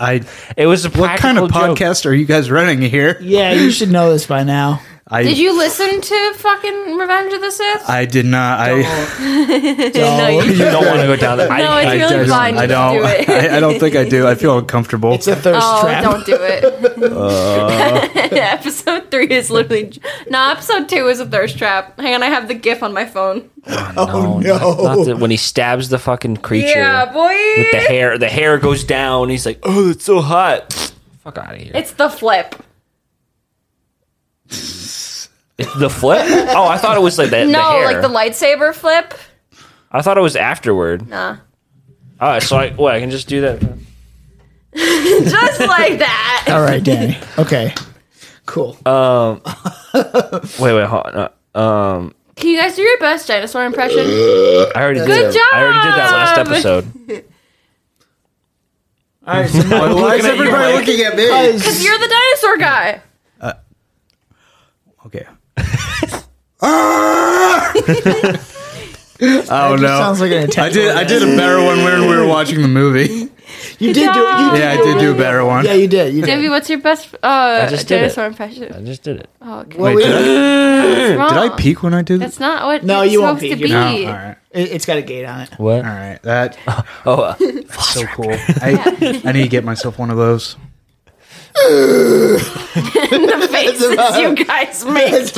[SPEAKER 4] I,
[SPEAKER 2] it was a
[SPEAKER 4] what kind of
[SPEAKER 2] practical joke.
[SPEAKER 4] podcast are you guys running here?
[SPEAKER 3] yeah. You should know this by
[SPEAKER 2] <laughs>
[SPEAKER 3] now.
[SPEAKER 4] I
[SPEAKER 1] Did you listen to fucking Revenge of the Sith? <laughs>
[SPEAKER 4] I did not.
[SPEAKER 3] Oh.
[SPEAKER 4] <laughs> I
[SPEAKER 1] no, you
[SPEAKER 2] You don't want to go down that.
[SPEAKER 1] No,
[SPEAKER 2] I,
[SPEAKER 1] it's
[SPEAKER 2] I,
[SPEAKER 1] really
[SPEAKER 4] I
[SPEAKER 1] You're
[SPEAKER 4] don't.
[SPEAKER 1] fine,
[SPEAKER 4] I
[SPEAKER 1] just do
[SPEAKER 4] don't.
[SPEAKER 1] it.
[SPEAKER 4] <laughs> I, I don't think I do. I feel uncomfortable.
[SPEAKER 3] It's a thirst
[SPEAKER 1] Oh,
[SPEAKER 3] trap. Uh.
[SPEAKER 1] don't do
[SPEAKER 3] <laughs>
[SPEAKER 1] it. episode three is literally. No, episode two is a thirst trap. Hang on, I have the GIF on my phone.
[SPEAKER 2] no,
[SPEAKER 3] no.
[SPEAKER 2] not- not the- when he stabs the fucking creature
[SPEAKER 1] Yeah, boy.
[SPEAKER 2] with the hair, the hair goes down. He's like, "Oh, it's so hot." Fuck out of here.
[SPEAKER 1] It's the flip.
[SPEAKER 2] It's the flip. Oh, I thought it was like that.
[SPEAKER 1] No,
[SPEAKER 2] hair.
[SPEAKER 1] like the lightsaber flip.
[SPEAKER 2] I thought it was afterward.
[SPEAKER 1] Nah.
[SPEAKER 2] All right, so I what? I can just do that.
[SPEAKER 1] Just <laughs> like that.
[SPEAKER 3] All right, Danny. Okay. Cool.
[SPEAKER 2] Uh, Wait, wait, hold on. Uh, um,
[SPEAKER 1] Can you guys do your best dinosaur impression?
[SPEAKER 2] I already did.
[SPEAKER 1] Good
[SPEAKER 2] that. I already did that last
[SPEAKER 1] job!
[SPEAKER 2] episode.
[SPEAKER 3] All right. So
[SPEAKER 2] <laughs>
[SPEAKER 3] now
[SPEAKER 4] Why is everybody looking at me?
[SPEAKER 1] Because you're the dinosaur guy.
[SPEAKER 2] <laughs>
[SPEAKER 4] Okay. oh no!
[SPEAKER 2] Oh,
[SPEAKER 3] sounds
[SPEAKER 1] <laughs>
[SPEAKER 3] like an
[SPEAKER 4] I did. I did a better one when we were watching the
[SPEAKER 2] <laughs>
[SPEAKER 4] movie. <laughs>
[SPEAKER 3] You did do. You did
[SPEAKER 4] Yeah, I did do a better one.
[SPEAKER 3] Yeah, you did. You
[SPEAKER 1] Davey,
[SPEAKER 3] did.
[SPEAKER 1] what's your best uh,
[SPEAKER 2] just did it.
[SPEAKER 1] dinosaur
[SPEAKER 2] I
[SPEAKER 1] impression?
[SPEAKER 2] just did it.
[SPEAKER 1] Oh, okay.
[SPEAKER 3] Well,
[SPEAKER 4] Wait,
[SPEAKER 3] we- <laughs>
[SPEAKER 2] <laughs>
[SPEAKER 4] did I,
[SPEAKER 1] What's wrong?
[SPEAKER 4] did I peek when I did?
[SPEAKER 1] That's not what
[SPEAKER 3] No,
[SPEAKER 1] it's
[SPEAKER 3] you won't
[SPEAKER 1] supposed to
[SPEAKER 3] peek.
[SPEAKER 1] be.
[SPEAKER 4] No. All right.
[SPEAKER 3] It, it's got a gate on it.
[SPEAKER 2] What?
[SPEAKER 4] All right. That.
[SPEAKER 2] <laughs> Oh, uh,
[SPEAKER 4] so cool.
[SPEAKER 2] <laughs>
[SPEAKER 4] I, I need to get myself one of those.
[SPEAKER 1] The faces you guys <laughs> make.
[SPEAKER 3] <laughs> That's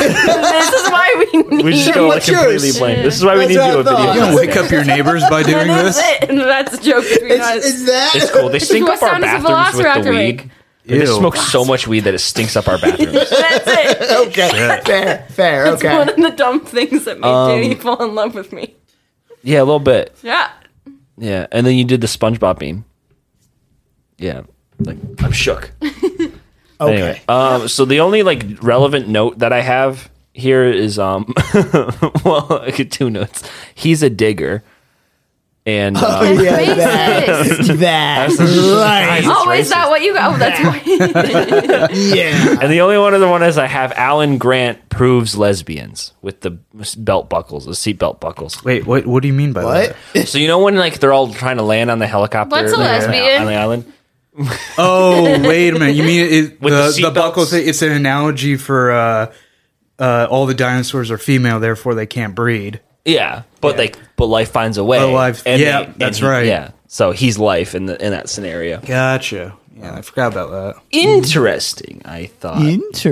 [SPEAKER 3] about it.
[SPEAKER 1] this is why we need
[SPEAKER 2] we just go like
[SPEAKER 3] what's
[SPEAKER 2] completely
[SPEAKER 3] yours?
[SPEAKER 2] blank. This is why we
[SPEAKER 3] That's
[SPEAKER 2] need to
[SPEAKER 3] what
[SPEAKER 2] do
[SPEAKER 3] I
[SPEAKER 2] a video.
[SPEAKER 3] thought.
[SPEAKER 4] You
[SPEAKER 3] You
[SPEAKER 4] gonna
[SPEAKER 3] gonna
[SPEAKER 2] podcast.
[SPEAKER 4] wake up your neighbors by doing
[SPEAKER 1] That is
[SPEAKER 4] this?
[SPEAKER 1] it. And that's a joke between
[SPEAKER 3] It's,
[SPEAKER 1] us.
[SPEAKER 3] it's that.
[SPEAKER 2] It's cool. They
[SPEAKER 3] <laughs>
[SPEAKER 1] It's
[SPEAKER 2] sync
[SPEAKER 1] what
[SPEAKER 2] up our
[SPEAKER 1] sound does a
[SPEAKER 2] bathrooms with the
[SPEAKER 1] velociraptor
[SPEAKER 2] wig.
[SPEAKER 1] make?
[SPEAKER 2] They
[SPEAKER 4] Ew.
[SPEAKER 2] smoke so much weed that it stinks up our bathrooms.
[SPEAKER 1] That's it.
[SPEAKER 3] Okay, fair, fair.
[SPEAKER 1] It's
[SPEAKER 3] okay,
[SPEAKER 1] one of the dumb things that made Danny fall in love with me.
[SPEAKER 2] <laughs> yeah, a little bit.
[SPEAKER 1] Yeah.
[SPEAKER 2] Yeah, and then you did the SpongeBob meme. Yeah, like I'm shook.
[SPEAKER 3] okay.
[SPEAKER 2] Anyway, um, so the only like relevant note that I have here is um, <laughs> well, okay, two notes. He's a digger, and <laughs> uh,
[SPEAKER 3] Oh, Yeah,
[SPEAKER 1] Racist.
[SPEAKER 2] <laughs>
[SPEAKER 3] That's right.
[SPEAKER 1] Oh, is that what you got? Oh, that's why.
[SPEAKER 3] Yeah.
[SPEAKER 2] and the only one other one is I have Alan Grant proves lesbians with the belt buckles, the seat belt buckles.
[SPEAKER 4] Wait, what? What do you mean by
[SPEAKER 3] What?
[SPEAKER 4] that?
[SPEAKER 2] So you know when like they're all trying to land on the helicopter
[SPEAKER 1] What's a
[SPEAKER 2] like, on the-
[SPEAKER 1] lesbian?
[SPEAKER 2] on the island?
[SPEAKER 4] Oh, wait a minute. You mean it, the,
[SPEAKER 2] With the
[SPEAKER 4] the,
[SPEAKER 2] seatbelts.
[SPEAKER 4] buckle thing? It's an analogy for uh, uh, all the dinosaurs are female, therefore they can't breed.
[SPEAKER 2] Yeah, but like, but life finds a way.
[SPEAKER 4] But life- yeah,
[SPEAKER 2] and
[SPEAKER 4] that's
[SPEAKER 2] he-
[SPEAKER 4] right.
[SPEAKER 2] Yeah, so he's life in the in that scenario.
[SPEAKER 4] Gotcha. Yeah, I forgot about that.
[SPEAKER 2] Interesting, I thought.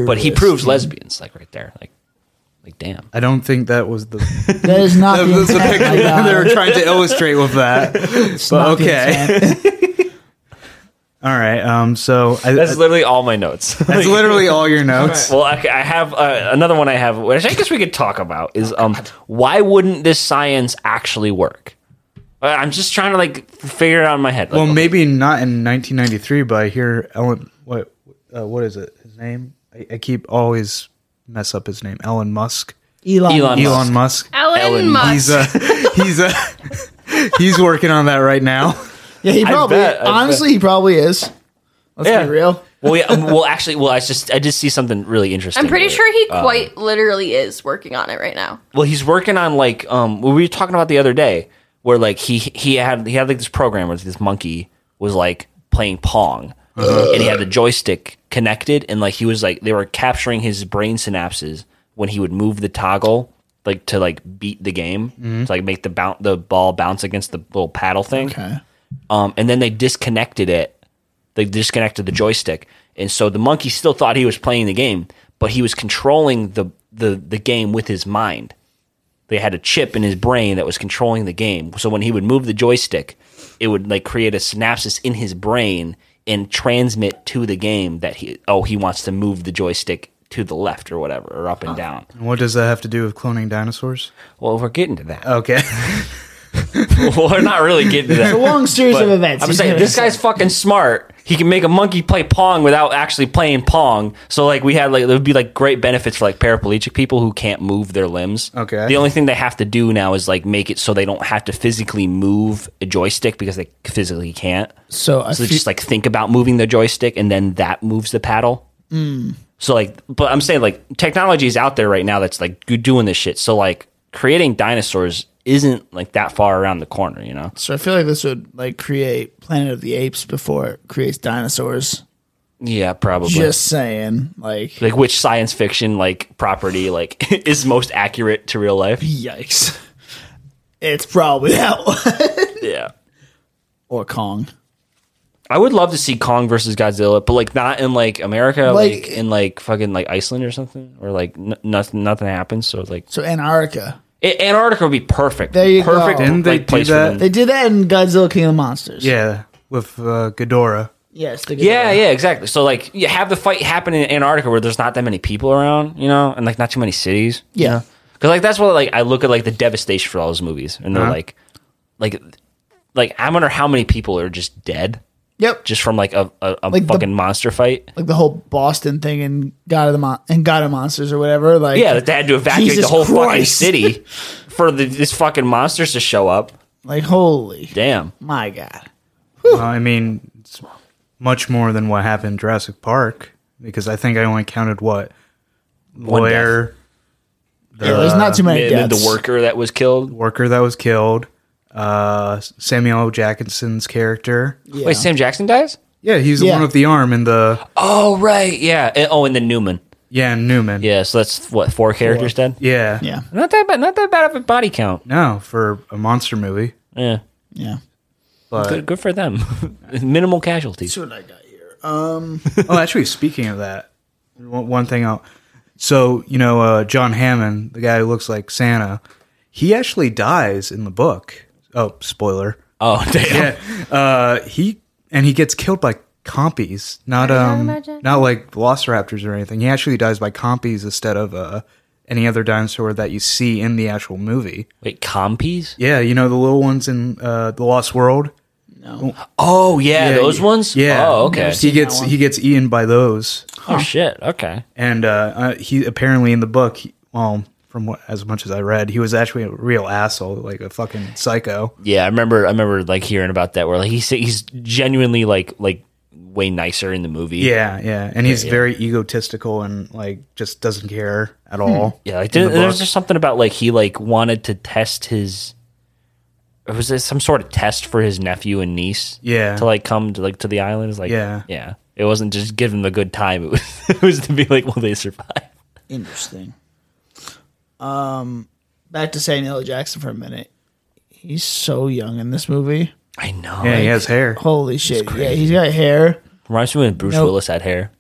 [SPEAKER 2] But he proves lesbians, like right there, like, like damn.
[SPEAKER 4] I don't think that
[SPEAKER 3] <laughs>
[SPEAKER 4] was the,
[SPEAKER 3] That is not
[SPEAKER 4] that
[SPEAKER 3] the
[SPEAKER 4] was the
[SPEAKER 3] intent, Oh my
[SPEAKER 4] picture
[SPEAKER 3] God.
[SPEAKER 4] they were trying to illustrate
[SPEAKER 3] <laughs>
[SPEAKER 4] with that.
[SPEAKER 3] It's not the
[SPEAKER 4] okay.
[SPEAKER 3] intent.
[SPEAKER 4] <laughs> All right. Um. So I,
[SPEAKER 2] That's literally all my notes. <laughs>
[SPEAKER 4] that's literally all your notes.
[SPEAKER 2] well, I, I have uh, another one. I have, which I guess we could talk about, is um, why wouldn't this science actually work? Uh, I'm just trying to like figure it out in my head. Like,
[SPEAKER 4] Well, maybe not in 1993, but I hear Ellen. What? Uh, what is it? His name? I, I keep always mess up his name. Elon Musk.
[SPEAKER 3] Elon.
[SPEAKER 2] Elon
[SPEAKER 3] Musk.
[SPEAKER 4] Elon Musk.
[SPEAKER 1] Alan
[SPEAKER 2] Ellen,
[SPEAKER 1] Musk.
[SPEAKER 4] He's uh, <laughs> he's uh, <laughs> he's working on that right now.
[SPEAKER 3] Yeah, he probably.
[SPEAKER 2] bet, I
[SPEAKER 3] honestly, he probably is. Let's
[SPEAKER 2] Yeah.
[SPEAKER 3] be real.
[SPEAKER 2] well, yeah, um, well, actually, well, I just I just see something really interesting.
[SPEAKER 1] I'm pretty
[SPEAKER 2] with it.
[SPEAKER 1] sure he quite literally is working on it right now.
[SPEAKER 2] Well, he's working on like um, what we were talking about the other day, where like he he had he had like this program where this monkey was like playing pong, and he had the joystick connected, and like he was like they were capturing his brain synapses when he would move the toggle like to like beat the game, to like make the boun the ball bounce against the little paddle thing.
[SPEAKER 3] Okay.
[SPEAKER 2] Um, and then they disconnected it. They disconnected the joystick, and so the monkey still thought he was playing the game, but he was controlling the the the game with his mind. They had a chip in his brain that was controlling the game. So when he would move the joystick, it would like create a synapses in his brain and transmit to the game that he oh he wants to move the joystick to the left or whatever or up and down.
[SPEAKER 4] What does that have to do with cloning dinosaurs?
[SPEAKER 2] Well, we're getting to that.
[SPEAKER 4] Okay.
[SPEAKER 2] <laughs>
[SPEAKER 4] <laughs>
[SPEAKER 2] we're not really getting to that.
[SPEAKER 3] A long series of events.
[SPEAKER 2] I'm
[SPEAKER 3] He's
[SPEAKER 2] saying
[SPEAKER 3] gonna-
[SPEAKER 2] this guy's fucking smart. He can make a monkey play pong without actually playing pong. So like we had like there would be like great benefits for like paraplegic people who can't move their limbs.
[SPEAKER 4] Okay.
[SPEAKER 2] The only thing they have to do now is like make it so they don't have to physically move a joystick because they physically can't.
[SPEAKER 3] So, I
[SPEAKER 2] So they
[SPEAKER 3] feel-
[SPEAKER 2] just like think about moving the joystick and then that moves the paddle. So like, but I'm saying like technology is out there right now that's like good doing this shit. So like creating dinosaurs isn't like that far around the corner, you know?
[SPEAKER 3] so I feel like this would like create Planet of the Apes before it creates dinosaurs.
[SPEAKER 2] Yeah, probably.
[SPEAKER 3] Just saying, like
[SPEAKER 2] like which science fiction like property like <laughs> is most accurate to real life
[SPEAKER 3] yikes. It's probably that one.
[SPEAKER 2] yeah
[SPEAKER 3] or Kong.
[SPEAKER 2] i would love to see kong versus godzilla but like not in like america like,
[SPEAKER 3] Like-
[SPEAKER 2] in like fucking like iceland or something or like n- nothing nothing happens so like
[SPEAKER 3] So Antarctica.
[SPEAKER 2] A- antarctica would be perfect
[SPEAKER 3] There you go.
[SPEAKER 2] perfect
[SPEAKER 4] Didn't they do
[SPEAKER 2] like, place for
[SPEAKER 4] that?
[SPEAKER 2] them.
[SPEAKER 3] They did that in Godzilla King of the Monsters.
[SPEAKER 4] yeah, with uh, Ghidorah.
[SPEAKER 3] Yes. the
[SPEAKER 2] yeah
[SPEAKER 3] Godzilla.
[SPEAKER 2] yeah exactly so like you have the fight happen in antarctica where there's not that many people around you know and like not too many cities
[SPEAKER 3] Yeah.
[SPEAKER 2] Because like that's what like I look at like the devastation for all those movies, and they're
[SPEAKER 4] Uh-huh.
[SPEAKER 2] like, like, like I wonder how many people are just dead
[SPEAKER 3] Yep.
[SPEAKER 2] just from like a a, a
[SPEAKER 3] Like the-
[SPEAKER 2] fucking monster fight.
[SPEAKER 3] like the whole Boston thing and God of the Mon- and God of Monsters or whatever. Like
[SPEAKER 2] Yeah, that they had to evacuate
[SPEAKER 3] Jesus
[SPEAKER 2] the whole fucking
[SPEAKER 3] Christ.
[SPEAKER 2] city
[SPEAKER 3] <laughs>
[SPEAKER 2] for the, these fucking monsters to show up.
[SPEAKER 3] like holy
[SPEAKER 2] Damn.
[SPEAKER 3] my God.
[SPEAKER 4] Well, I mean, it's much more than what happened in Jurassic Park because I think I only counted what lawyer
[SPEAKER 3] Yeah, there's not too many
[SPEAKER 2] The, the- the
[SPEAKER 3] deaths.
[SPEAKER 2] worker that was killed.
[SPEAKER 4] worker that was killed, uh, Samuel L. Jackson's character.
[SPEAKER 3] Yeah.
[SPEAKER 2] Wait, Sam Jackson dies?
[SPEAKER 4] Yeah, he's the
[SPEAKER 3] Yeah.
[SPEAKER 4] one with the arm and the
[SPEAKER 2] Oh right, yeah. And- oh, and then Newman.
[SPEAKER 4] yeah and Newman.
[SPEAKER 2] Yeah, so that's what four characters dead.
[SPEAKER 4] yeah,
[SPEAKER 3] yeah,
[SPEAKER 2] Not that bad. Not that bad of a body count.
[SPEAKER 4] No, for a monster movie,
[SPEAKER 2] Yeah,
[SPEAKER 3] yeah.
[SPEAKER 4] but
[SPEAKER 2] good, good for them. <laughs> Minimal casualties.
[SPEAKER 3] That's what I got here. Um,
[SPEAKER 4] oh, actually, speaking of that, one, one thing out. So you know, uh, John Hammond, the guy who looks like Santa, he actually dies in the book. Oh, spoiler.
[SPEAKER 2] Oh <laughs> damn.
[SPEAKER 4] Yeah, uh, he and he gets killed by compies, not
[SPEAKER 1] you
[SPEAKER 4] um,
[SPEAKER 1] talking about, Jen?
[SPEAKER 4] not like velociraptors or anything. He actually dies by compies instead of uh, any other dinosaur that you see in the actual movie.
[SPEAKER 2] Wait, compies?
[SPEAKER 4] Yeah, you know the little ones in uh, the Lost World.
[SPEAKER 2] Oh yeah,
[SPEAKER 4] Yeah,
[SPEAKER 2] those
[SPEAKER 4] yeah.
[SPEAKER 2] ones.
[SPEAKER 4] Yeah.
[SPEAKER 2] Oh okay.
[SPEAKER 4] He gets
[SPEAKER 3] one.
[SPEAKER 4] he gets eaten by those.
[SPEAKER 2] Oh shit. Okay.
[SPEAKER 4] and uh, uh, he apparently in the book, he, well, from what, as much as I read, he was actually a real asshole, like a fucking psycho.
[SPEAKER 2] Yeah, I remember. I remember like hearing about that where like he's he's genuinely like like way nicer in the movie.
[SPEAKER 4] Yeah, yeah, and he's very egotistical and like just doesn't care at all.
[SPEAKER 2] Hmm. Yeah, like
[SPEAKER 4] in
[SPEAKER 2] there,
[SPEAKER 4] the
[SPEAKER 2] there was
[SPEAKER 4] book.
[SPEAKER 2] just something about like he like wanted to test his. Or was it some sort of test for his nephew and niece?
[SPEAKER 4] Yeah.
[SPEAKER 2] to like come to like to the island. It's like
[SPEAKER 4] Yeah.
[SPEAKER 2] yeah. It wasn't just give them a good time. It was <laughs> it was to be like, will they survive?
[SPEAKER 3] Interesting. Um, back to Samuel L. Jackson for a minute. He's so young in this movie.
[SPEAKER 2] I know.
[SPEAKER 4] yeah, he
[SPEAKER 2] like,
[SPEAKER 4] has hair.
[SPEAKER 3] Holy shit! Yeah, he's got hair.
[SPEAKER 2] Reminds me when Bruce
[SPEAKER 3] Nope.
[SPEAKER 2] Willis had hair.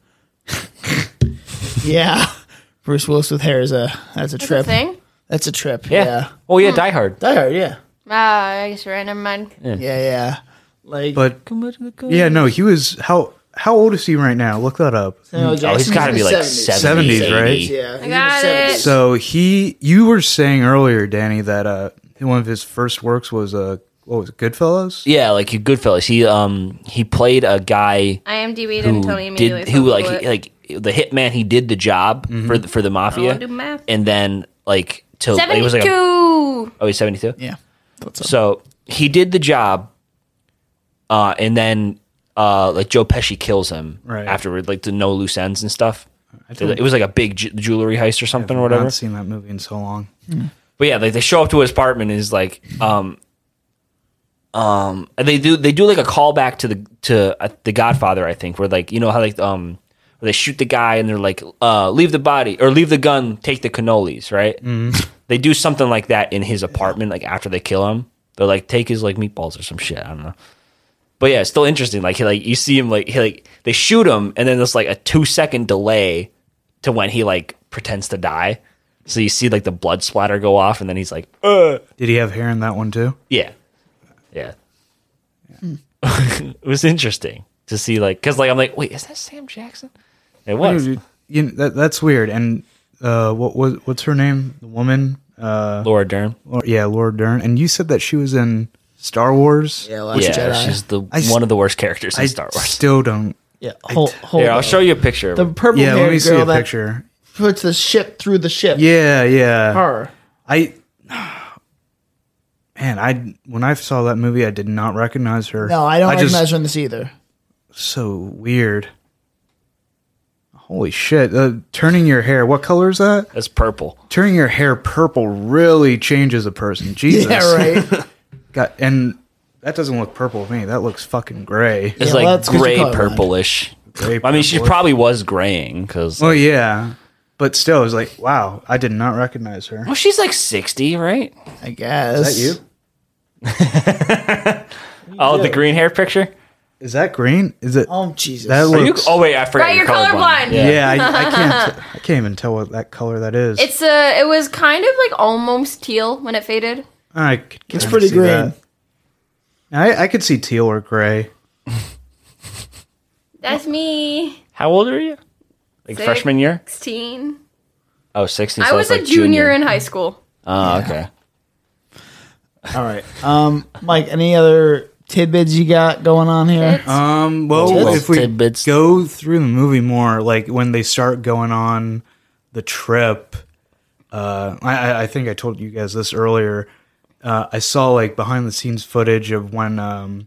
[SPEAKER 3] Yeah, <laughs> Bruce Willis with hair is a that's a
[SPEAKER 1] That's
[SPEAKER 3] trip.
[SPEAKER 1] a thing?
[SPEAKER 3] That's a trip. Yeah.
[SPEAKER 2] Yeah.
[SPEAKER 3] yeah.
[SPEAKER 2] Oh yeah, Die Hard.
[SPEAKER 3] Die Hard. Yeah.
[SPEAKER 1] Ah, I guess you're right. Never mind.
[SPEAKER 3] Yeah. Yeah. Like
[SPEAKER 4] But yeah, no, he was how how old is he right now? Look that up.
[SPEAKER 3] Samuel L.
[SPEAKER 2] Oh, he's
[SPEAKER 3] Jackson's
[SPEAKER 2] got to
[SPEAKER 3] in
[SPEAKER 2] be
[SPEAKER 3] his
[SPEAKER 2] like
[SPEAKER 4] 70s,
[SPEAKER 2] 70s, 80s.
[SPEAKER 4] right?
[SPEAKER 3] Yeah. he's in his
[SPEAKER 1] got
[SPEAKER 3] 70s.
[SPEAKER 1] it.
[SPEAKER 4] So he, you were saying earlier, Danny, that uh, one of his first works was uh, what was it, Goodfellas?
[SPEAKER 2] Yeah, like he- Goodfellas. He um he played a guy
[SPEAKER 1] IMDb
[SPEAKER 2] who
[SPEAKER 1] didn't tell me immediately.
[SPEAKER 2] did
[SPEAKER 1] so
[SPEAKER 2] who like
[SPEAKER 1] Google
[SPEAKER 2] he-
[SPEAKER 1] it.
[SPEAKER 2] like the hitman. He did the job
[SPEAKER 3] Mm-hmm.
[SPEAKER 2] for the, for the mafia,
[SPEAKER 1] wanna Oh, do math.
[SPEAKER 2] and then like till like, it was like a,
[SPEAKER 1] 72.
[SPEAKER 2] oh he's seventy two.
[SPEAKER 3] Yeah. Thought so.
[SPEAKER 2] So he did the job, uh, and then uh like Joe Pesci kills him
[SPEAKER 4] Right.
[SPEAKER 2] afterward, like the no loose ends and stuff.
[SPEAKER 4] don't-
[SPEAKER 2] It was like a big ju- jewelry heist or something or
[SPEAKER 4] I've
[SPEAKER 2] whatever.
[SPEAKER 4] not seen that movie in so long.
[SPEAKER 2] But yeah, like they show up to his apartment and is like, um, um, and they do they do like a callback to the to uh, the Godfather, I think, where like you know how like um, where they shoot the guy and they're like, uh, leave the body or leave the gun, take the cannolis, right? They do something like that in his apartment, like after they kill him, they're like, take his like meatballs or some shit, I don't know. But yeah, it's still interesting. Like he like you see him like he like they shoot him and then there's like a two second delay to when he like pretends to die. So you see like the blood splatter go off, and then he's like, "Uh,
[SPEAKER 4] Did he have hair in that one too?
[SPEAKER 2] "Yeah, yeah." it was interesting to see, like, because like I'm like, "Wait, is that Sam Jackson?" It was
[SPEAKER 4] Dude, you know, that, that's weird. And uh, what was what's her name? The woman? Uh,
[SPEAKER 2] Laura Dern.
[SPEAKER 4] Lau- yeah, Laura Dern. And you said that she was in Star Wars.
[SPEAKER 3] Yeah. Last
[SPEAKER 2] Yeah,
[SPEAKER 3] Jedi.
[SPEAKER 2] she's the
[SPEAKER 4] I s-
[SPEAKER 2] one of the worst characters in
[SPEAKER 4] I
[SPEAKER 2] Star Wars.
[SPEAKER 4] still don't.
[SPEAKER 3] yeah. Hold. hold
[SPEAKER 2] <laughs> Here, I'll
[SPEAKER 3] up.
[SPEAKER 2] show you a picture. of
[SPEAKER 3] the
[SPEAKER 2] her.
[SPEAKER 3] purple
[SPEAKER 4] Yeah,
[SPEAKER 3] haired
[SPEAKER 4] let me see
[SPEAKER 3] girl
[SPEAKER 4] a
[SPEAKER 3] that
[SPEAKER 4] picture.
[SPEAKER 3] puts the ship through the ship.
[SPEAKER 4] Yeah, yeah.
[SPEAKER 3] Her.
[SPEAKER 4] I man, I when I saw that movie, I did not recognize her.
[SPEAKER 3] No, I don't
[SPEAKER 4] just-
[SPEAKER 3] recognize her in this
[SPEAKER 4] <laughs>
[SPEAKER 3] either.
[SPEAKER 4] So weird. Holy shit! Uh, turning your hair. What color is that?
[SPEAKER 2] That's purple.
[SPEAKER 4] Turning your hair purple really changes a person.
[SPEAKER 3] <laughs>
[SPEAKER 4] Jesus.
[SPEAKER 3] Yeah.
[SPEAKER 4] <laughs>
[SPEAKER 3] Right.
[SPEAKER 4] God, and that doesn't look purple to me. That looks fucking gray.
[SPEAKER 3] Yeah,
[SPEAKER 2] It's
[SPEAKER 3] well,
[SPEAKER 2] like
[SPEAKER 3] that's 'cause you're
[SPEAKER 2] gray
[SPEAKER 3] colorblind.
[SPEAKER 2] purplish.
[SPEAKER 4] Gray
[SPEAKER 2] I mean, she
[SPEAKER 4] purple.
[SPEAKER 2] probably was graying because
[SPEAKER 4] Well, yeah, but still, it's like, wow, I did not recognize her.
[SPEAKER 2] well, she's like sixty, right?
[SPEAKER 3] I guess.
[SPEAKER 4] Is that you?
[SPEAKER 2] Oh, the green hair picture.
[SPEAKER 4] Is that green? Is it?
[SPEAKER 3] Oh Jesus.
[SPEAKER 4] That
[SPEAKER 2] Are you?
[SPEAKER 4] Looks-
[SPEAKER 2] Oh wait, I forgot.
[SPEAKER 1] Right, you're colorblind.
[SPEAKER 2] Yeah.
[SPEAKER 4] yeah, I, I can't. t- I can't even tell what that color that is.
[SPEAKER 1] It's a. It was kind of like almost teal when it faded.
[SPEAKER 4] I could
[SPEAKER 3] It's
[SPEAKER 4] kinda
[SPEAKER 3] pretty
[SPEAKER 4] see
[SPEAKER 3] green.
[SPEAKER 4] that. I, I could see teal or gray.
[SPEAKER 1] That's me.
[SPEAKER 2] How old are you? Like
[SPEAKER 1] Six.
[SPEAKER 2] freshman year?
[SPEAKER 1] 16.
[SPEAKER 2] Oh, 60.
[SPEAKER 1] I
[SPEAKER 2] so
[SPEAKER 1] was
[SPEAKER 2] it's
[SPEAKER 1] a
[SPEAKER 2] like
[SPEAKER 1] junior, in high school.
[SPEAKER 2] Oh, <laughs> okay.
[SPEAKER 3] All right. Um, Mike, any other tidbits you got going on here?
[SPEAKER 4] Um, well,
[SPEAKER 2] Little
[SPEAKER 4] if we
[SPEAKER 2] tidbits.
[SPEAKER 4] go through the movie more, like when they start going on the trip, uh, I- I, I think I told you guys this earlier. Uh, I saw like behind the scenes footage of when um,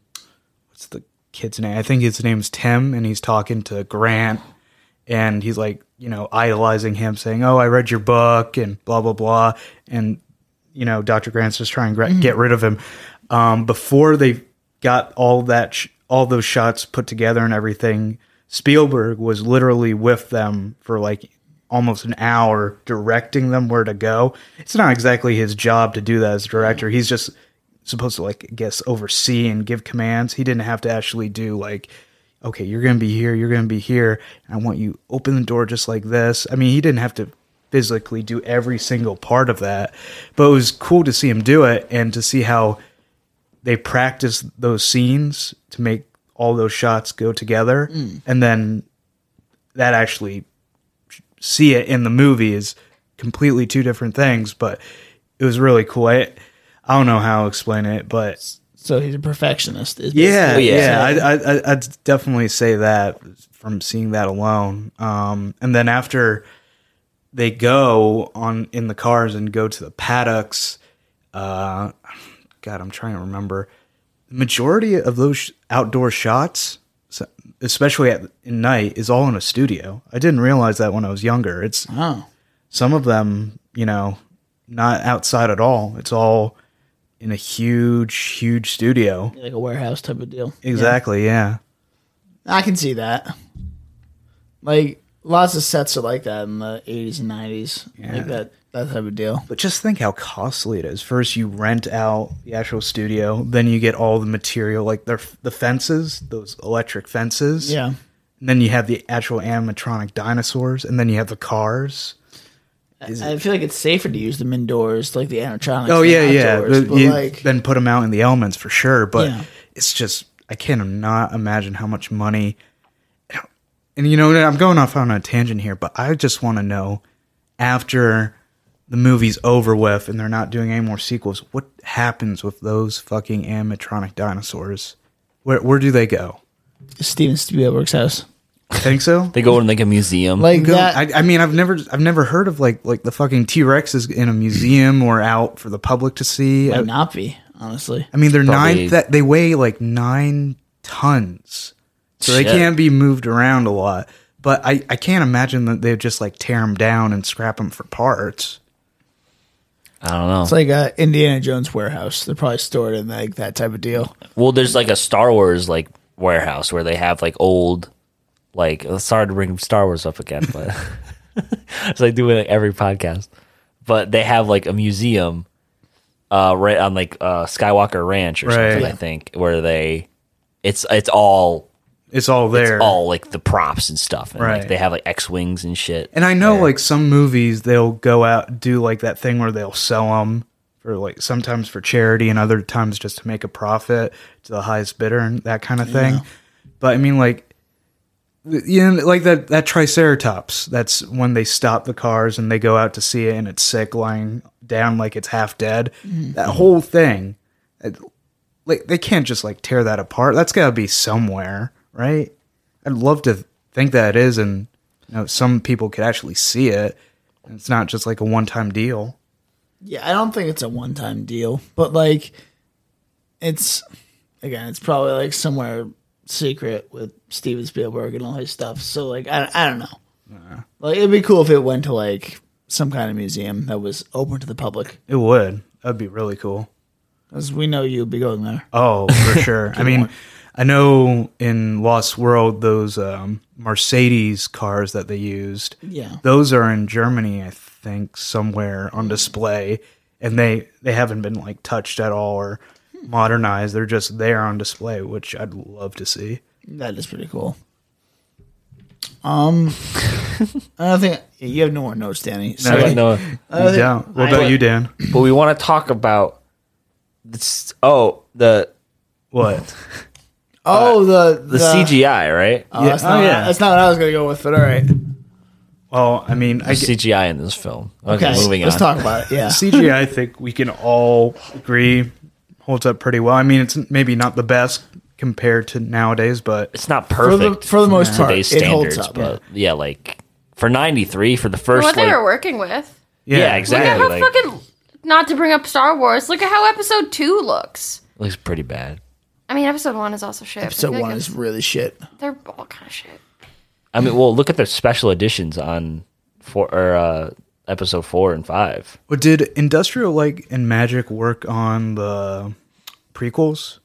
[SPEAKER 4] what's the kid's name? I think his name's Tim, and he's talking to Grant, and he's like, you know, idolizing him, saying, "Oh, I read your book," and blah blah blah, and you know, Dr. Grant's just trying to get rid of him. Um, before they got all that, sh- all those shots put together and everything, Spielberg was literally with them for like almost an hour, directing them where to go. It's not exactly his job to do that as a director. He's just supposed to like, I guess, oversee and give commands. He didn't have to actually do like, okay, you're going to be here, you're going to be here. And I want you open the door just like this. I mean, he didn't have to physically do every single part of that, but it was cool to see him do it and to see how they practiced those scenes to make all those shots go together, and then that actually see it in the movie is completely two different things. But it was really cool. I, I don't know how to explain it, but
[SPEAKER 3] So he's a perfectionist. is
[SPEAKER 4] yeah,
[SPEAKER 2] Well, yeah.
[SPEAKER 4] yeah. I, I, I, I'd definitely say that from seeing that alone. Um, and then after they go on in the cars and go to the paddocks, uh, God, I'm trying to remember. The majority of those sh- outdoor shots, so- especially at in night, is all in a studio. I didn't realize that when I was younger. It's
[SPEAKER 3] Oh.
[SPEAKER 4] some of them, you know, not outside at all. It's all in a huge, huge studio.
[SPEAKER 3] Like a warehouse type of deal.
[SPEAKER 4] Exactly. Yeah.
[SPEAKER 3] I can see that. Like lots of sets are like that in the eighties and nineties. Like that that type of deal.
[SPEAKER 4] But just think how costly it is. First, you rent out the actual studio, then you get all the material, like their the fences, those electric fences.
[SPEAKER 3] Yeah.
[SPEAKER 4] And then you have the actual animatronic dinosaurs, and then you have the cars.
[SPEAKER 3] I feel like it's safer to use them indoors, like the animatronics.
[SPEAKER 4] Oh
[SPEAKER 3] than
[SPEAKER 4] yeah, yeah.
[SPEAKER 3] outdoors,
[SPEAKER 4] But
[SPEAKER 3] But
[SPEAKER 4] you
[SPEAKER 3] like,
[SPEAKER 4] then put them out in the elements for sure. But
[SPEAKER 3] Yeah.
[SPEAKER 4] it's just I can't not imagine how much money. And you know, I'm going off on a tangent here, but I just want to know after the movie's over with and they're not doing any more sequels, what happens with those fucking animatronic dinosaurs? Where where do they go?
[SPEAKER 3] Steven Spielberg's house,
[SPEAKER 4] Think so?
[SPEAKER 2] They go in like a museum.
[SPEAKER 3] like
[SPEAKER 4] Go-
[SPEAKER 3] that.
[SPEAKER 4] I, I mean, I've never, I've never heard of like, like the fucking T Rex is in a museum or out for the public to see. I-
[SPEAKER 3] might not be honestly.
[SPEAKER 4] I mean, they're
[SPEAKER 2] Probably-
[SPEAKER 4] nine. That they weigh like nine tons, so they
[SPEAKER 2] Shit.
[SPEAKER 4] can't be moved around a lot. But I, I can't imagine that they would just like tear them down and scrap them for parts.
[SPEAKER 2] I don't know.
[SPEAKER 3] It's like a Indiana Jones warehouse. They're probably stored in like that type of deal.
[SPEAKER 2] Well, there's like a Star Wars like warehouse where they have like old, like sorry to bring Star Wars up again, but <laughs> as I do in like, every podcast, but they have like a museum, uh, right on like uh Skywalker Ranch or something,
[SPEAKER 4] Right.
[SPEAKER 2] I think, where they, it's it's all
[SPEAKER 4] It's all there.
[SPEAKER 2] all like the props and stuff, and
[SPEAKER 4] Right.
[SPEAKER 2] like they have like X wings and shit.
[SPEAKER 4] and I know like some movies they'll go out do like that thing where they'll sell them for like sometimes for charity and other times just to make a profit to the highest bidder and that kind of thing. But I mean like. You know, like that that triceratops. That's when they stop the cars and they go out to see it, and it's sick, lying down like it's half dead. That whole thing, it- like they can't just like tear that apart. That's got to be somewhere, right? I'd love to think that it is, and you know, some people could actually see it. And it's not just like a one-time deal.
[SPEAKER 3] Yeah, I don't think it's a one time deal, but like it's again, it's probably like somewhere secret with Steven Spielberg and all his stuff. So like I, I don't know. Like it'd be cool if it went to like some kind of museum that was open to the public.
[SPEAKER 4] It would. That'd be really cool.
[SPEAKER 3] Cuz we know you'd be going there.
[SPEAKER 4] Oh, for sure. I mean, I know in Lost World those um, Mercedes cars that they used.
[SPEAKER 3] Yeah.
[SPEAKER 4] those are in Germany, I think, somewhere on display, and they they haven't been like touched at all or modernized. They're just there on display, which I'd love to see.
[SPEAKER 3] That is pretty cool. Um <laughs> I don't think you have no more notes, Danny. So
[SPEAKER 2] I
[SPEAKER 3] like,
[SPEAKER 7] uh,
[SPEAKER 2] don't know.
[SPEAKER 4] You don't. What about you, Dan?
[SPEAKER 2] but we want to talk about this. Oh, the
[SPEAKER 4] What?
[SPEAKER 3] Oh the
[SPEAKER 2] the CGI, right?
[SPEAKER 3] Oh, that's,
[SPEAKER 4] Yeah.
[SPEAKER 3] not,
[SPEAKER 4] Oh, yeah.
[SPEAKER 3] that's not what I was gonna go with, but all right.
[SPEAKER 4] Well, I mean, I
[SPEAKER 2] There's
[SPEAKER 4] g-
[SPEAKER 2] CGI in this film. Okay,
[SPEAKER 3] Okay,
[SPEAKER 2] moving
[SPEAKER 3] let's
[SPEAKER 2] on.
[SPEAKER 3] talk about it. Yeah,
[SPEAKER 4] CGI. I think we can all agree holds up pretty well. I mean, it's maybe not the best compared to nowadays, but
[SPEAKER 2] it's not
[SPEAKER 3] for the
[SPEAKER 2] perfect
[SPEAKER 3] for the most part,
[SPEAKER 2] today's
[SPEAKER 3] it holds
[SPEAKER 2] standards,
[SPEAKER 3] up.
[SPEAKER 2] but yeah. like for '93 for the first
[SPEAKER 1] what they
[SPEAKER 2] like-
[SPEAKER 1] were working with.
[SPEAKER 4] yeah,
[SPEAKER 2] yeah,
[SPEAKER 1] Look at
[SPEAKER 2] exactly.
[SPEAKER 1] how
[SPEAKER 2] like,
[SPEAKER 1] fucking. Not to bring up Star Wars, look at how Episode Two looks.
[SPEAKER 2] looks pretty bad.
[SPEAKER 1] I mean, Episode One is also shit. but I
[SPEAKER 3] Episode
[SPEAKER 1] feel like
[SPEAKER 3] one is
[SPEAKER 1] it's-
[SPEAKER 3] really shit.
[SPEAKER 1] They're all kind of shit.
[SPEAKER 2] I mean, well, look at the special editions on four or uh, episode four and five.
[SPEAKER 4] But did Industrial Light and Magic work on the prequels?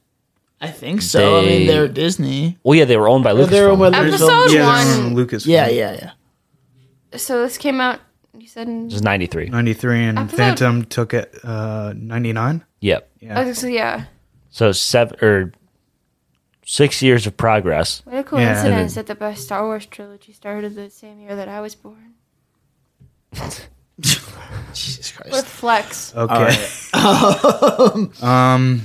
[SPEAKER 3] I think so. I mean,
[SPEAKER 2] They-
[SPEAKER 3] they're Disney.
[SPEAKER 2] Well, yeah, they were owned by Lucasfilm.
[SPEAKER 3] They're whether it's
[SPEAKER 1] Episode
[SPEAKER 3] on-
[SPEAKER 1] one.
[SPEAKER 4] Yeah, they were on Lucas.
[SPEAKER 3] Yeah, yeah, yeah.
[SPEAKER 1] So this came out. You said in,
[SPEAKER 2] It was '93.
[SPEAKER 4] Ninety-three and
[SPEAKER 1] Episode-
[SPEAKER 4] Phantom took it uh, ninety-nine.
[SPEAKER 2] Yep.
[SPEAKER 1] I was gonna say, yeah.
[SPEAKER 2] So seven or six years of progress.
[SPEAKER 1] What a
[SPEAKER 4] Yeah,
[SPEAKER 1] coincidence that the best Star Wars trilogy started the same year that I was born.
[SPEAKER 3] <laughs> Jesus
[SPEAKER 1] What
[SPEAKER 3] Christ.
[SPEAKER 1] a flex.
[SPEAKER 4] Okay.
[SPEAKER 3] All right.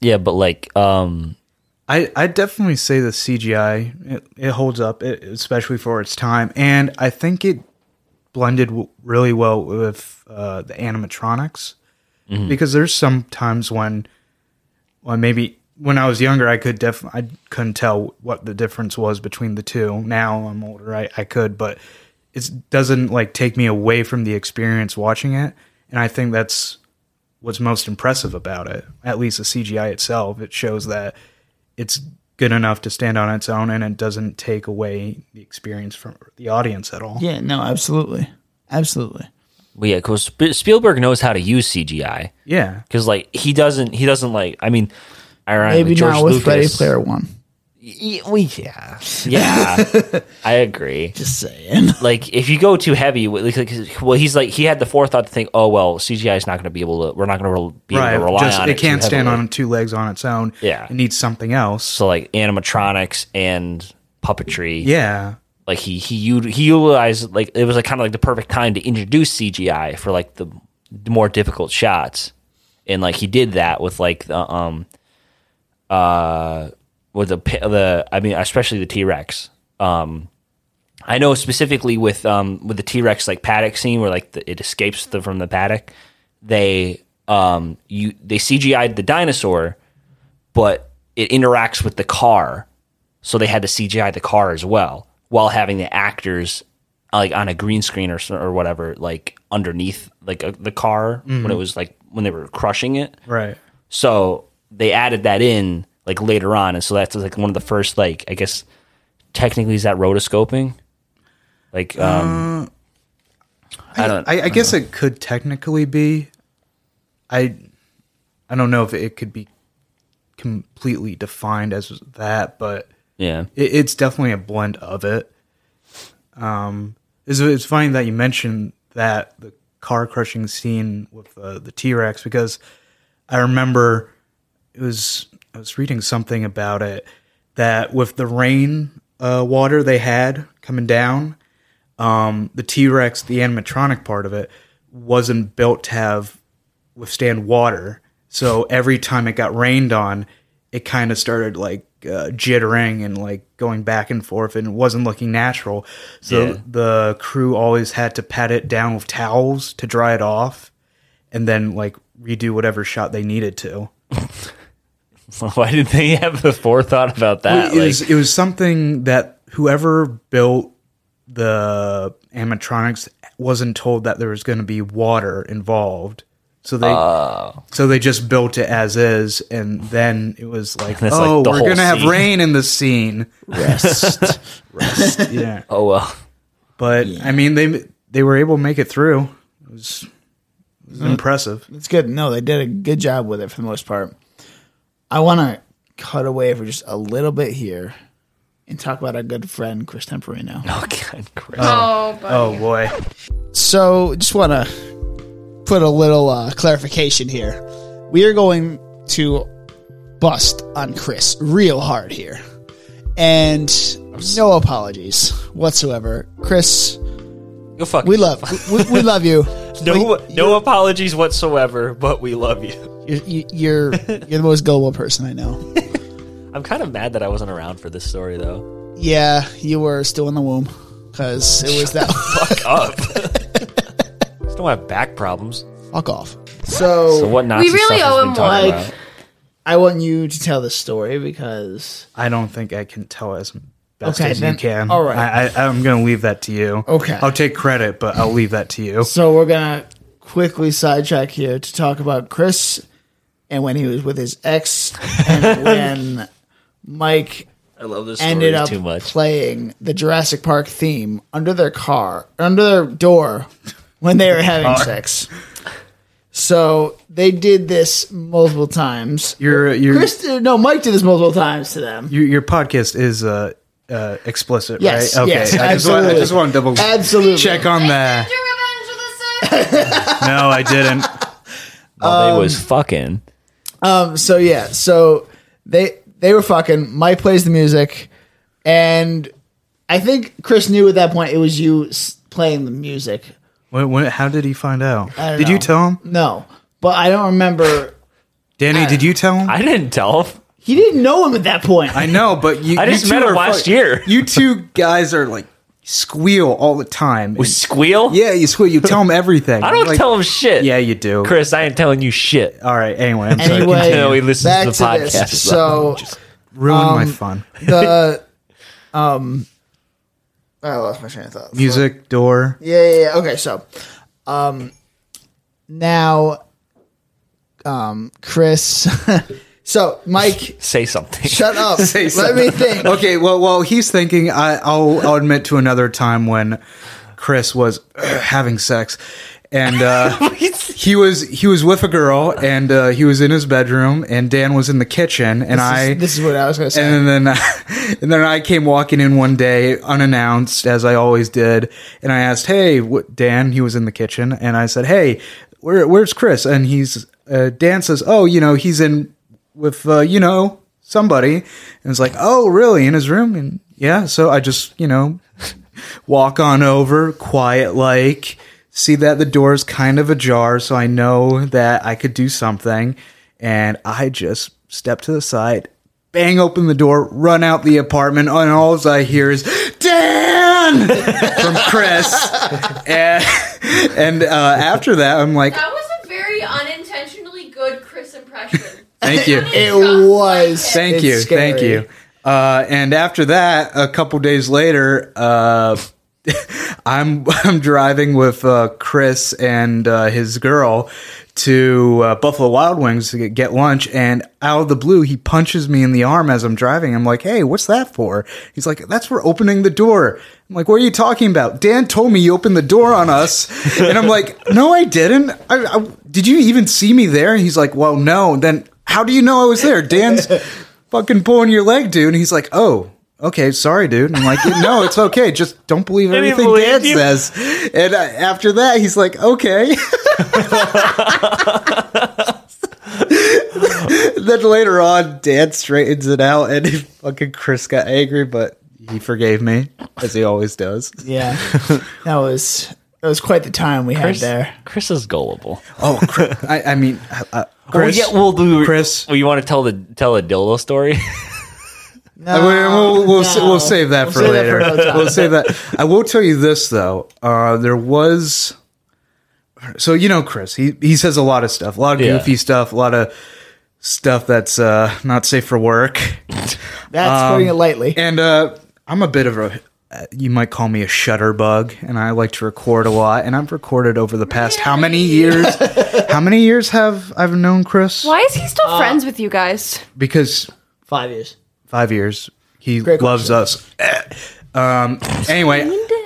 [SPEAKER 2] Yeah, but like, um,
[SPEAKER 4] I I definitely say the CGI it, it holds up, it, especially for its time, and I think it blended w- really well with uh, the animatronics because there's some times when, well, maybe when I was younger, I could def I couldn't tell what the difference was between the two. Now I'm older, I I could, but it doesn't like take me away from the experience watching it, and I think that's what's most impressive about it. At least the CGI itself, it shows that it's good enough to stand on its own and it doesn't take away the experience from the audience at all.
[SPEAKER 3] Yeah, no, absolutely, absolutely.
[SPEAKER 2] Well, yeah, because Spielberg knows how to use CGI
[SPEAKER 4] Yeah.
[SPEAKER 2] because like he doesn't he doesn't like I mean, ironically,
[SPEAKER 3] Maybe
[SPEAKER 2] George
[SPEAKER 3] not with
[SPEAKER 2] Lucas,
[SPEAKER 3] Ready Player One.
[SPEAKER 2] Y- well, yeah, yeah, I agree.
[SPEAKER 3] Just saying.
[SPEAKER 2] like if you go too heavy, with- like, like, well, he's like he had the forethought to think, oh well, CGI is not going to be able to, we're not going to be able to rely
[SPEAKER 4] Just,
[SPEAKER 2] on
[SPEAKER 4] it,
[SPEAKER 2] it.
[SPEAKER 4] can't
[SPEAKER 2] too
[SPEAKER 4] stand
[SPEAKER 2] heavily.
[SPEAKER 4] on two legs on its own.
[SPEAKER 2] Yeah.
[SPEAKER 4] It needs something else.
[SPEAKER 2] So like animatronics and puppetry,
[SPEAKER 4] yeah.
[SPEAKER 2] like he he ut- he utilized like it was like kind of like the perfect time to introduce CGI for like the the more difficult shots, and like he did that with like the um uh with the pi- the I mean especially the T Rex um. I know specifically with um, with the T Rex like paddock scene where like the, it escapes the, from the paddock, they um, you they CGI'd the dinosaur, but it interacts with the car, so they had to CGI the car as well while having the actors like on a green screen or s- or whatever like underneath like uh, the car when it was like when they were crushing it.
[SPEAKER 4] Right.
[SPEAKER 2] So they added that in like later on, and so that's like one of the first like I guess technically is that rotoscoping, like um, I don't
[SPEAKER 4] I, I guess it could technically be. I I don't know if it could be completely defined as that, but
[SPEAKER 2] yeah
[SPEAKER 4] it, it's definitely a blend of it. Um, it's, it's funny that you mentioned that the car crushing scene with uh, the T Rex because I remember it was I was reading something about it that with the rain uh, water they had coming down, um, the T Rex, the animatronic part of it, wasn't built to have withstand water. So every time it got rained on, it kind of started like uh, jittering and like going back and forth and it wasn't looking natural. So
[SPEAKER 2] Yeah.
[SPEAKER 4] the crew always had to pat it down with towels to dry it off and then like redo whatever shot they needed to.
[SPEAKER 2] <laughs> why did they have the forethought about that?
[SPEAKER 4] it,
[SPEAKER 2] like,
[SPEAKER 4] was, it was something that whoever built the animatronics wasn't told that there was going to be water involved. So they
[SPEAKER 2] Oh.
[SPEAKER 4] so they just built it as is, and then it was like,
[SPEAKER 2] That's like
[SPEAKER 4] oh,
[SPEAKER 2] the
[SPEAKER 4] we're
[SPEAKER 2] whole
[SPEAKER 4] gonna have
[SPEAKER 2] scene.
[SPEAKER 4] rain in the
[SPEAKER 2] <laughs>
[SPEAKER 4] scene.
[SPEAKER 3] <laughs> Rest.
[SPEAKER 4] yeah,
[SPEAKER 2] oh well, <laughs>
[SPEAKER 4] but I mean they they were able to make it through. It was, it
[SPEAKER 3] Mm-hmm.
[SPEAKER 4] was impressive.
[SPEAKER 3] <laughs> it's good. No, they did a good job with it for the most part. I want to cut away for just a little bit here and talk about our good friend Chris Temperino.
[SPEAKER 2] oh god, Chris.
[SPEAKER 1] Oh, but
[SPEAKER 4] Oh boy,
[SPEAKER 3] So, just want to put a little uh, clarification here. We are going to bust on Chris real hard here. And no apologies whatsoever. Chris,
[SPEAKER 2] go fuck.
[SPEAKER 3] we love we, we love you. <laughs>
[SPEAKER 2] no no apologies whatsoever, but we love you.
[SPEAKER 3] You're, you- you're you're the most gullible person I know.
[SPEAKER 2] I'm kind of mad that I wasn't around for this story though.
[SPEAKER 3] Yeah, you were still in the womb cuz it was that
[SPEAKER 2] Fuck up. Just don't have back problems.
[SPEAKER 3] fuck off. <laughs> So,
[SPEAKER 2] So what Nazi
[SPEAKER 1] We really
[SPEAKER 2] stuff has
[SPEAKER 1] owe
[SPEAKER 2] been
[SPEAKER 1] him
[SPEAKER 2] talking
[SPEAKER 3] one.
[SPEAKER 2] about?
[SPEAKER 3] I want you to tell the story because
[SPEAKER 4] I don't think I can tell as best
[SPEAKER 3] Okay,
[SPEAKER 4] as
[SPEAKER 3] then-
[SPEAKER 4] you can.
[SPEAKER 3] all right.
[SPEAKER 4] I, I, I'm gonna leave that to you.
[SPEAKER 3] Okay.
[SPEAKER 4] I'll take credit, but I'll leave that to you.
[SPEAKER 3] So we're gonna quickly sidetrack here to talk about Chris and when he was with his ex and
[SPEAKER 2] <laughs>
[SPEAKER 3] when Mike
[SPEAKER 2] I love this story
[SPEAKER 3] ended up
[SPEAKER 2] too much.
[SPEAKER 3] playing the Jurassic Park theme under their car, under their door when they were having sex. So they did this multiple times.
[SPEAKER 4] You're you're
[SPEAKER 3] Chris, did, no, Mike did this multiple times to them.
[SPEAKER 4] Your, your podcast is uh, uh, explicit,
[SPEAKER 3] Yes,
[SPEAKER 4] right? Okay.
[SPEAKER 3] yes,
[SPEAKER 4] I, just want, I
[SPEAKER 3] absolutely.
[SPEAKER 4] just want to double
[SPEAKER 3] Absolutely.
[SPEAKER 4] check on
[SPEAKER 2] <laughs>
[SPEAKER 4] that. No, I didn't.
[SPEAKER 2] While Oh, they was fucking.
[SPEAKER 3] Um, so yeah, so they they were fucking. Mike plays the music, and I think Chris knew at that point it was you s- playing the music.
[SPEAKER 4] When, when, how did he find out?
[SPEAKER 3] don't
[SPEAKER 4] Did
[SPEAKER 3] know.
[SPEAKER 4] you tell him?
[SPEAKER 3] No, but I don't remember.
[SPEAKER 4] Danny, did you tell him?
[SPEAKER 2] I didn't tell him.
[SPEAKER 3] He didn't know him at that point.
[SPEAKER 4] I know, but you.
[SPEAKER 2] I
[SPEAKER 4] you
[SPEAKER 2] just
[SPEAKER 4] two
[SPEAKER 2] met him
[SPEAKER 4] are
[SPEAKER 2] last
[SPEAKER 4] fu-
[SPEAKER 2] year.
[SPEAKER 4] <laughs> You two guys are like squeal all the time.
[SPEAKER 2] We
[SPEAKER 4] And-
[SPEAKER 2] <laughs> squeal?
[SPEAKER 4] yeah, you squeal. You tell him everything.
[SPEAKER 2] I don't
[SPEAKER 4] Like-
[SPEAKER 2] tell him shit.
[SPEAKER 4] Yeah, you do.
[SPEAKER 2] Chris, I ain't telling you shit.
[SPEAKER 4] All right. Anyway, I'm sorry.
[SPEAKER 3] Anyway,
[SPEAKER 2] No, he listens
[SPEAKER 3] back
[SPEAKER 2] to the
[SPEAKER 3] this.
[SPEAKER 2] podcast.
[SPEAKER 3] So
[SPEAKER 4] Ruin my
[SPEAKER 3] um,
[SPEAKER 4] fun.
[SPEAKER 3] the um, I lost my train of thought.
[SPEAKER 4] Music door.
[SPEAKER 3] Yeah, yeah, yeah. Okay, so um, now, um, Chris. <laughs> so Mike,
[SPEAKER 2] Say something.
[SPEAKER 3] shut <laughs> up.
[SPEAKER 4] Say
[SPEAKER 3] Let me
[SPEAKER 4] something.
[SPEAKER 3] think.
[SPEAKER 4] <laughs> Okay. Well, while he's thinking, I, I'll, I'll admit to another time when Chris was uh, having sex, and
[SPEAKER 3] <laughs>
[SPEAKER 4] uh, he was he was with a girl, and uh, he was in his bedroom, and Dan was in the kitchen, and I
[SPEAKER 3] This, is what I was gonna say.
[SPEAKER 4] And then, and then <laughs> I came walking in one day unannounced, as I always did, and I asked, "Hey, what, Dan?" He was in the kitchen, and I said, "Hey, where, where's Chris?" And he's uh, Dan says, "Oh, you know, he's in with uh, you know somebody," and it's like, "Oh, really? In his room?" And yeah, so I just you know <laughs> walk on over, quiet like, see that the door's kind of ajar, so I know that I could do something. And I just step to the side, bang open the door, run out the apartment, and all I hear is Dan from Chris. <laughs> and and uh, after that, I'm like,
[SPEAKER 1] That was a very unintentionally good Chris impression.
[SPEAKER 4] thank you.
[SPEAKER 3] it was.
[SPEAKER 4] Thank
[SPEAKER 3] It's
[SPEAKER 4] you.
[SPEAKER 3] scary.
[SPEAKER 4] Thank you. Uh, and after that, a couple days later, uh, <laughs> I'm <laughs> I'm driving with uh, Chris and uh, his girl to uh, Buffalo Wild Wings to get lunch, and out of the blue, he punches me in the arm as I'm driving. I'm like, "Hey, what's that for?" He's like, "That's for opening the door." I'm like, "What are you talking about?" Dan told me you opened the door
[SPEAKER 3] <laughs>
[SPEAKER 4] on us, and I'm like, "No, I didn't. I, I, did you even see me there?" And he's like, "Well, no." Then how do you know I was there? Dan's fucking pulling your leg, dude. And he's like, "Oh." Okay, sorry, dude. And I'm like, no, it's okay. Just don't
[SPEAKER 2] <laughs>
[SPEAKER 4] believe
[SPEAKER 2] didn't
[SPEAKER 4] everything
[SPEAKER 2] believe
[SPEAKER 4] Dan
[SPEAKER 2] you.
[SPEAKER 4] says. And uh, after that, he's like, okay. <laughs> then later on, Dan straightens it out, and fucking Chris got angry, but he forgave me, as he always does.
[SPEAKER 3] Yeah, that was that was quite the time we
[SPEAKER 2] Chris,
[SPEAKER 3] had there.
[SPEAKER 2] Chris is gullible.
[SPEAKER 4] Oh, Chris, I, I mean, uh, Chris.
[SPEAKER 2] well, yeah, well, we were-
[SPEAKER 4] Chris.
[SPEAKER 2] well, Oh, you want to tell the tell a dildo
[SPEAKER 7] <laughs>
[SPEAKER 2] story?
[SPEAKER 3] No,
[SPEAKER 4] I mean, Uh, we'll, we'll, sa-
[SPEAKER 3] no.
[SPEAKER 4] we'll save that
[SPEAKER 3] We'll
[SPEAKER 4] for
[SPEAKER 3] save that for
[SPEAKER 4] later.
[SPEAKER 3] another time.
[SPEAKER 4] we'll save that. I will tell you this though. Uh, there was, so you know, Chris. He he says a lot of stuff, a lot of
[SPEAKER 2] Yeah.
[SPEAKER 4] goofy stuff, a lot of stuff that's uh, not safe for work.
[SPEAKER 3] That's putting it lightly.
[SPEAKER 4] And uh, I'm a bit of a, uh, you might call me a shutter bug, and I like to record a lot. And I've recorded over the past how many
[SPEAKER 3] <laughs>
[SPEAKER 4] years? how many years have I've known
[SPEAKER 1] <laughs>
[SPEAKER 4] Chris?
[SPEAKER 1] Why is he still friends with you guys?
[SPEAKER 4] Because
[SPEAKER 3] Five years.
[SPEAKER 4] five years. He
[SPEAKER 3] Great
[SPEAKER 4] loves us. Eh. Um, anyway,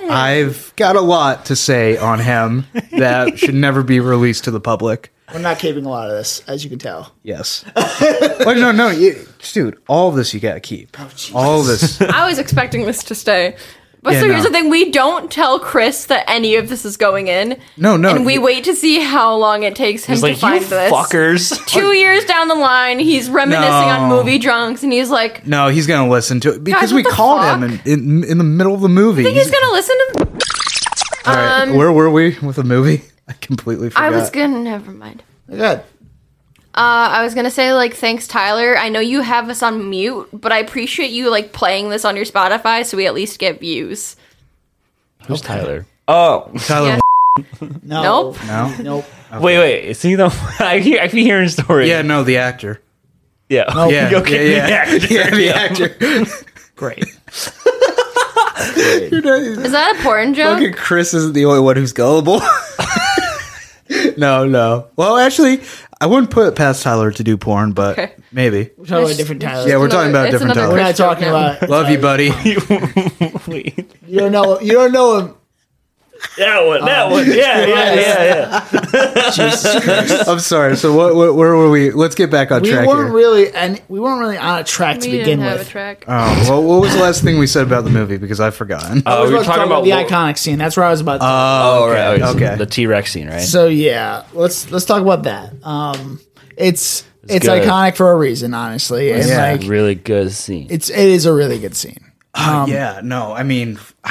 [SPEAKER 4] I've got a lot to say on him that
[SPEAKER 1] <laughs>
[SPEAKER 4] should never be released to the public.
[SPEAKER 3] We're not keeping a lot of this, as you can tell.
[SPEAKER 4] Yes. Wait, no, no, you, dude. All of this you gotta keep.
[SPEAKER 1] Oh,
[SPEAKER 4] all of this.
[SPEAKER 1] I was expecting this to stay. But
[SPEAKER 4] Yeah,
[SPEAKER 1] so here's
[SPEAKER 4] no.
[SPEAKER 1] the thing: we don't tell Chris that any of this is going in.
[SPEAKER 4] No, no.
[SPEAKER 1] and we
[SPEAKER 4] you-
[SPEAKER 1] wait to see how long it takes him
[SPEAKER 2] He's
[SPEAKER 1] to
[SPEAKER 2] like, you
[SPEAKER 1] find this.
[SPEAKER 2] fuckers.
[SPEAKER 1] Two years down the line, he's reminiscing on
[SPEAKER 4] No.
[SPEAKER 1] movie drunks, and he's like,
[SPEAKER 4] No, he's gonna listen to it because
[SPEAKER 1] Guys,
[SPEAKER 4] we
[SPEAKER 1] what the
[SPEAKER 4] called him in, in in the middle of the movie.
[SPEAKER 1] "I think he's gonna listen to."
[SPEAKER 4] All right,
[SPEAKER 1] um,
[SPEAKER 4] where were we with the movie? I completely forgot.
[SPEAKER 1] I was gonna. Never mind.
[SPEAKER 3] Good.
[SPEAKER 1] Uh, I was gonna say like, thanks, Tyler. I know you have us on mute, but I appreciate you like playing this on your Spotify, so we at least get views.
[SPEAKER 2] Who's Tyler? Oh,
[SPEAKER 4] Tyler. <laughs>
[SPEAKER 1] Yeah.
[SPEAKER 3] No.
[SPEAKER 1] Nope.
[SPEAKER 4] No.
[SPEAKER 3] Nope.
[SPEAKER 2] wait, wait. See, though, <laughs> I hear, I keep hearing stories.
[SPEAKER 4] Yeah, no, the actor.
[SPEAKER 2] yeah,
[SPEAKER 4] Yeah,
[SPEAKER 2] Oh, Okay,
[SPEAKER 4] yeah, yeah.
[SPEAKER 2] <laughs> the actor.
[SPEAKER 4] yeah, the actor.
[SPEAKER 3] Great.
[SPEAKER 1] Is that a porn joke?
[SPEAKER 4] Fucking Chris isn't the only one who's gullible. <laughs> no, no. Well, actually, I wouldn't put it past Tyler to do porn, but
[SPEAKER 1] Okay.
[SPEAKER 4] maybe.
[SPEAKER 3] We're talking about different Tyler.
[SPEAKER 4] Yeah, we're
[SPEAKER 1] It's
[SPEAKER 4] talking
[SPEAKER 1] another-
[SPEAKER 4] about a different
[SPEAKER 1] it's another
[SPEAKER 4] Tyler.
[SPEAKER 3] We're not
[SPEAKER 1] Chris joke
[SPEAKER 3] talking
[SPEAKER 1] now.
[SPEAKER 3] about. <laughs>
[SPEAKER 4] <laughs> Love you, buddy.
[SPEAKER 2] Wait.
[SPEAKER 3] You don't know. You don't know him.
[SPEAKER 2] that one, that
[SPEAKER 7] Uh,
[SPEAKER 2] one. Yeah, yeah, yeah,
[SPEAKER 7] <laughs>
[SPEAKER 2] yeah.
[SPEAKER 3] Jesus Christ.
[SPEAKER 4] I'm sorry. So, what, what, where were we? Let's get back on
[SPEAKER 3] We
[SPEAKER 4] track
[SPEAKER 3] weren't
[SPEAKER 4] here.
[SPEAKER 3] really, and we weren't really on a track
[SPEAKER 1] we
[SPEAKER 3] to
[SPEAKER 1] didn't
[SPEAKER 3] begin
[SPEAKER 1] have
[SPEAKER 3] with.
[SPEAKER 1] a track.
[SPEAKER 4] oh, well, what was the last thing we said about the movie? Because I've forgotten.
[SPEAKER 3] Uh,
[SPEAKER 2] Oh,
[SPEAKER 3] we were talking about the
[SPEAKER 2] what-
[SPEAKER 3] iconic scene. That's where I was about. To
[SPEAKER 2] Oh, right.
[SPEAKER 4] okay,
[SPEAKER 2] Okay.
[SPEAKER 4] okay.
[SPEAKER 2] The T Rex scene, right?
[SPEAKER 3] So yeah, let's let's talk about that. Um, it's it's,
[SPEAKER 2] good.
[SPEAKER 3] iconic for a reason, honestly, and
[SPEAKER 4] Yeah.
[SPEAKER 3] like
[SPEAKER 2] really good scene.
[SPEAKER 3] it's it is a really good scene. Um,
[SPEAKER 4] yeah, no, I mean, <sighs>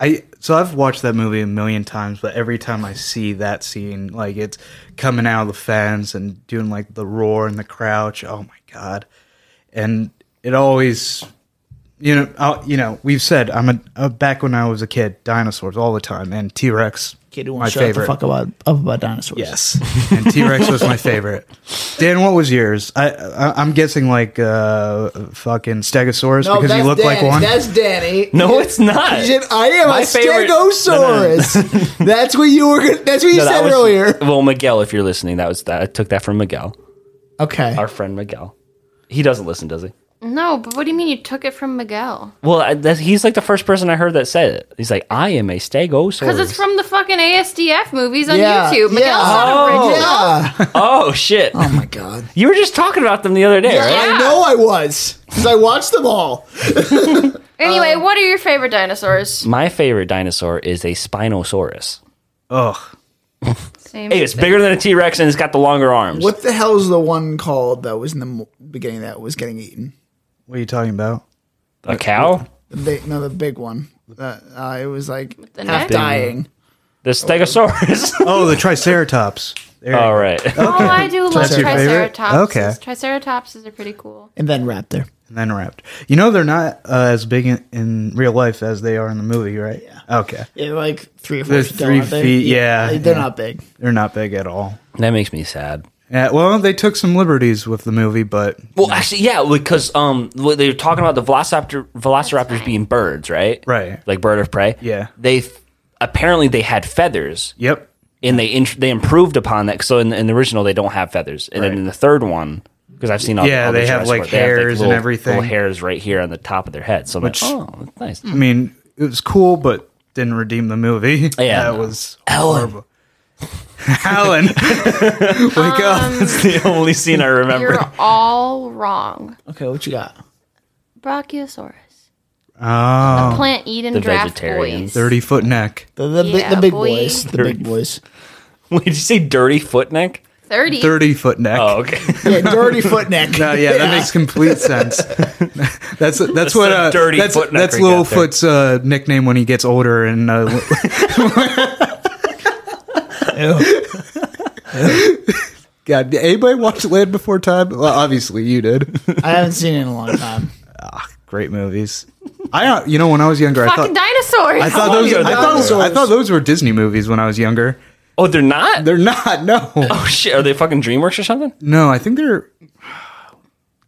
[SPEAKER 4] I so I've watched that movie a million times, but every time I see that scene, like it's coming out of the fence and doing like the roar and the crouch. Oh my god! and it always, you know, i you know, we've said I'm a, uh back when I was a kid, dinosaurs all the time, and T Rex,
[SPEAKER 3] Kid who
[SPEAKER 4] my
[SPEAKER 3] won't shut up the
[SPEAKER 4] favorite.
[SPEAKER 3] fuck about, up about dinosaurs. <laughs>
[SPEAKER 4] Yes, <laughs> and T Rex was my favorite. Dan, what was yours? I, I I'm guessing like uh, fucking Stegosaurus
[SPEAKER 3] No,
[SPEAKER 4] because
[SPEAKER 3] that's
[SPEAKER 4] you look
[SPEAKER 3] Danny.
[SPEAKER 4] like one.
[SPEAKER 3] That's Danny.
[SPEAKER 7] No, it's not.
[SPEAKER 3] He said, I am
[SPEAKER 7] My
[SPEAKER 3] a
[SPEAKER 7] favorite-
[SPEAKER 3] stegosaurus. that's what you were. gonna- That's what you
[SPEAKER 7] No, that
[SPEAKER 3] said
[SPEAKER 7] was-
[SPEAKER 3] earlier.
[SPEAKER 7] Well, Miguel, if you're listening, that was that. I took that from Miguel,
[SPEAKER 3] Okay.
[SPEAKER 7] our friend Miguel. He doesn't listen, does he?
[SPEAKER 1] No, but what do you mean you took it from Miguel?
[SPEAKER 7] Well, I, that's, he's like the first person I heard that said it. He's like, I am a stegosaurus.
[SPEAKER 1] Because it's from the fucking ASDF movies on
[SPEAKER 3] Yeah,
[SPEAKER 1] YouTube. Miguel's
[SPEAKER 3] yeah. Uh,
[SPEAKER 1] not
[SPEAKER 7] Oh.
[SPEAKER 1] original.
[SPEAKER 3] Yeah.
[SPEAKER 7] oh shit!
[SPEAKER 3] Oh my god.
[SPEAKER 7] You were just talking about them the other day, right?
[SPEAKER 3] <laughs> I know I was because I watched them all.
[SPEAKER 1] Anyway,
[SPEAKER 3] um,
[SPEAKER 1] what are your favorite dinosaurs?
[SPEAKER 7] My favorite dinosaur is a Spinosaurus.
[SPEAKER 4] Ugh.
[SPEAKER 1] Same.
[SPEAKER 7] Hey, it's bigger than a T Rex and it's got the longer arms.
[SPEAKER 3] What the hell is the one called that was in the mo- beginning that was getting eaten?
[SPEAKER 4] What are you talking about?
[SPEAKER 7] A cow?
[SPEAKER 3] The big, no, the big one. That uh, it was like
[SPEAKER 1] the
[SPEAKER 3] half
[SPEAKER 1] neck?
[SPEAKER 3] dying.
[SPEAKER 7] The
[SPEAKER 4] <laughs>
[SPEAKER 7] Stegosaurus.
[SPEAKER 4] Oh, the Triceratops. There
[SPEAKER 7] All right. <laughs>
[SPEAKER 1] Oh, I do love
[SPEAKER 4] That's your favorite?
[SPEAKER 1] triceratops. Okay.
[SPEAKER 4] Okay.
[SPEAKER 1] Triceratopses are pretty cool.
[SPEAKER 3] And then raptor.
[SPEAKER 4] and then wrapped. You know they're not uh, as big in, in real life as they are in the movie, right? Yeah. Okay.
[SPEAKER 3] Yeah, they're like three or four
[SPEAKER 4] They're
[SPEAKER 3] feet. tall,
[SPEAKER 4] three
[SPEAKER 3] aren't they?
[SPEAKER 4] feet, yeah,
[SPEAKER 3] Like, they're
[SPEAKER 4] yeah.
[SPEAKER 3] not big.
[SPEAKER 4] They're not big at all.
[SPEAKER 7] that makes me sad.
[SPEAKER 4] Yeah, well, they took some liberties with the movie, but
[SPEAKER 7] Well, actually, yeah, because um, what they were talking about the Velociraptor, Velociraptors being birds, right?
[SPEAKER 4] Right.
[SPEAKER 7] Like bird of prey.
[SPEAKER 4] Yeah.
[SPEAKER 7] They f- apparently they had feathers,
[SPEAKER 4] yep.
[SPEAKER 7] and they int- they improved upon that. So in, in the original, they don't have feathers, and
[SPEAKER 4] Right.
[SPEAKER 7] then in the third one, because I've seen all
[SPEAKER 4] Yeah,
[SPEAKER 7] all
[SPEAKER 4] they have,
[SPEAKER 7] Jurassic
[SPEAKER 4] like,
[SPEAKER 7] Park,
[SPEAKER 4] hairs and
[SPEAKER 7] little-
[SPEAKER 4] everything.
[SPEAKER 7] little hairs right here on the top of their head. So I'm
[SPEAKER 4] Which-
[SPEAKER 7] like, oh, that's nice.
[SPEAKER 4] I mean, it was cool, but didn't redeem the movie.
[SPEAKER 7] <laughs> Yeah,
[SPEAKER 4] that
[SPEAKER 7] no.
[SPEAKER 4] was
[SPEAKER 7] Ellen.
[SPEAKER 4] horrible. <laughs> Alan, <laughs> wake up!
[SPEAKER 7] It's <laughs> the only scene I remember.
[SPEAKER 1] You're all wrong.
[SPEAKER 3] Okay, what you got?
[SPEAKER 1] Brachiosaurus.
[SPEAKER 4] Oh,
[SPEAKER 1] Plant eating
[SPEAKER 7] The
[SPEAKER 1] draft
[SPEAKER 7] vegetarians.
[SPEAKER 1] boys.
[SPEAKER 4] thirty foot neck,
[SPEAKER 3] The, the, big-
[SPEAKER 1] Yeah,
[SPEAKER 3] the big
[SPEAKER 1] boy.
[SPEAKER 3] boys. The big boys.
[SPEAKER 7] <laughs> Wait, did you say dirty foot neck?
[SPEAKER 1] 30.
[SPEAKER 4] thirty foot neck.
[SPEAKER 7] Oh, okay.
[SPEAKER 3] Yeah, dirty foot neck.
[SPEAKER 4] No, yeah, that makes complete sense. <laughs> That's that's, what
[SPEAKER 7] a
[SPEAKER 4] uh,
[SPEAKER 7] dirty
[SPEAKER 4] that's,
[SPEAKER 7] foot neck
[SPEAKER 4] that's
[SPEAKER 7] we got there.
[SPEAKER 4] Littlefoot's uh, nickname when he gets older and uh, <laughs>
[SPEAKER 3] Ew.
[SPEAKER 4] God, did anybody watch Land Before Time? Well, obviously you did.
[SPEAKER 3] I haven't seen it in a long time.
[SPEAKER 4] Great movies. I don't- you know when I was younger, I
[SPEAKER 1] fucking
[SPEAKER 4] thought
[SPEAKER 1] dinosaurs.
[SPEAKER 4] I thought
[SPEAKER 7] How
[SPEAKER 4] those
[SPEAKER 7] long
[SPEAKER 4] I
[SPEAKER 7] ago
[SPEAKER 4] thought,
[SPEAKER 3] dinosaurs?
[SPEAKER 4] I thought those were Disney movies when I was younger.
[SPEAKER 7] <laughs> Oh, they're not.
[SPEAKER 4] They're not. No,
[SPEAKER 7] oh shit, are they fucking DreamWorks or something?
[SPEAKER 4] no. I think they're.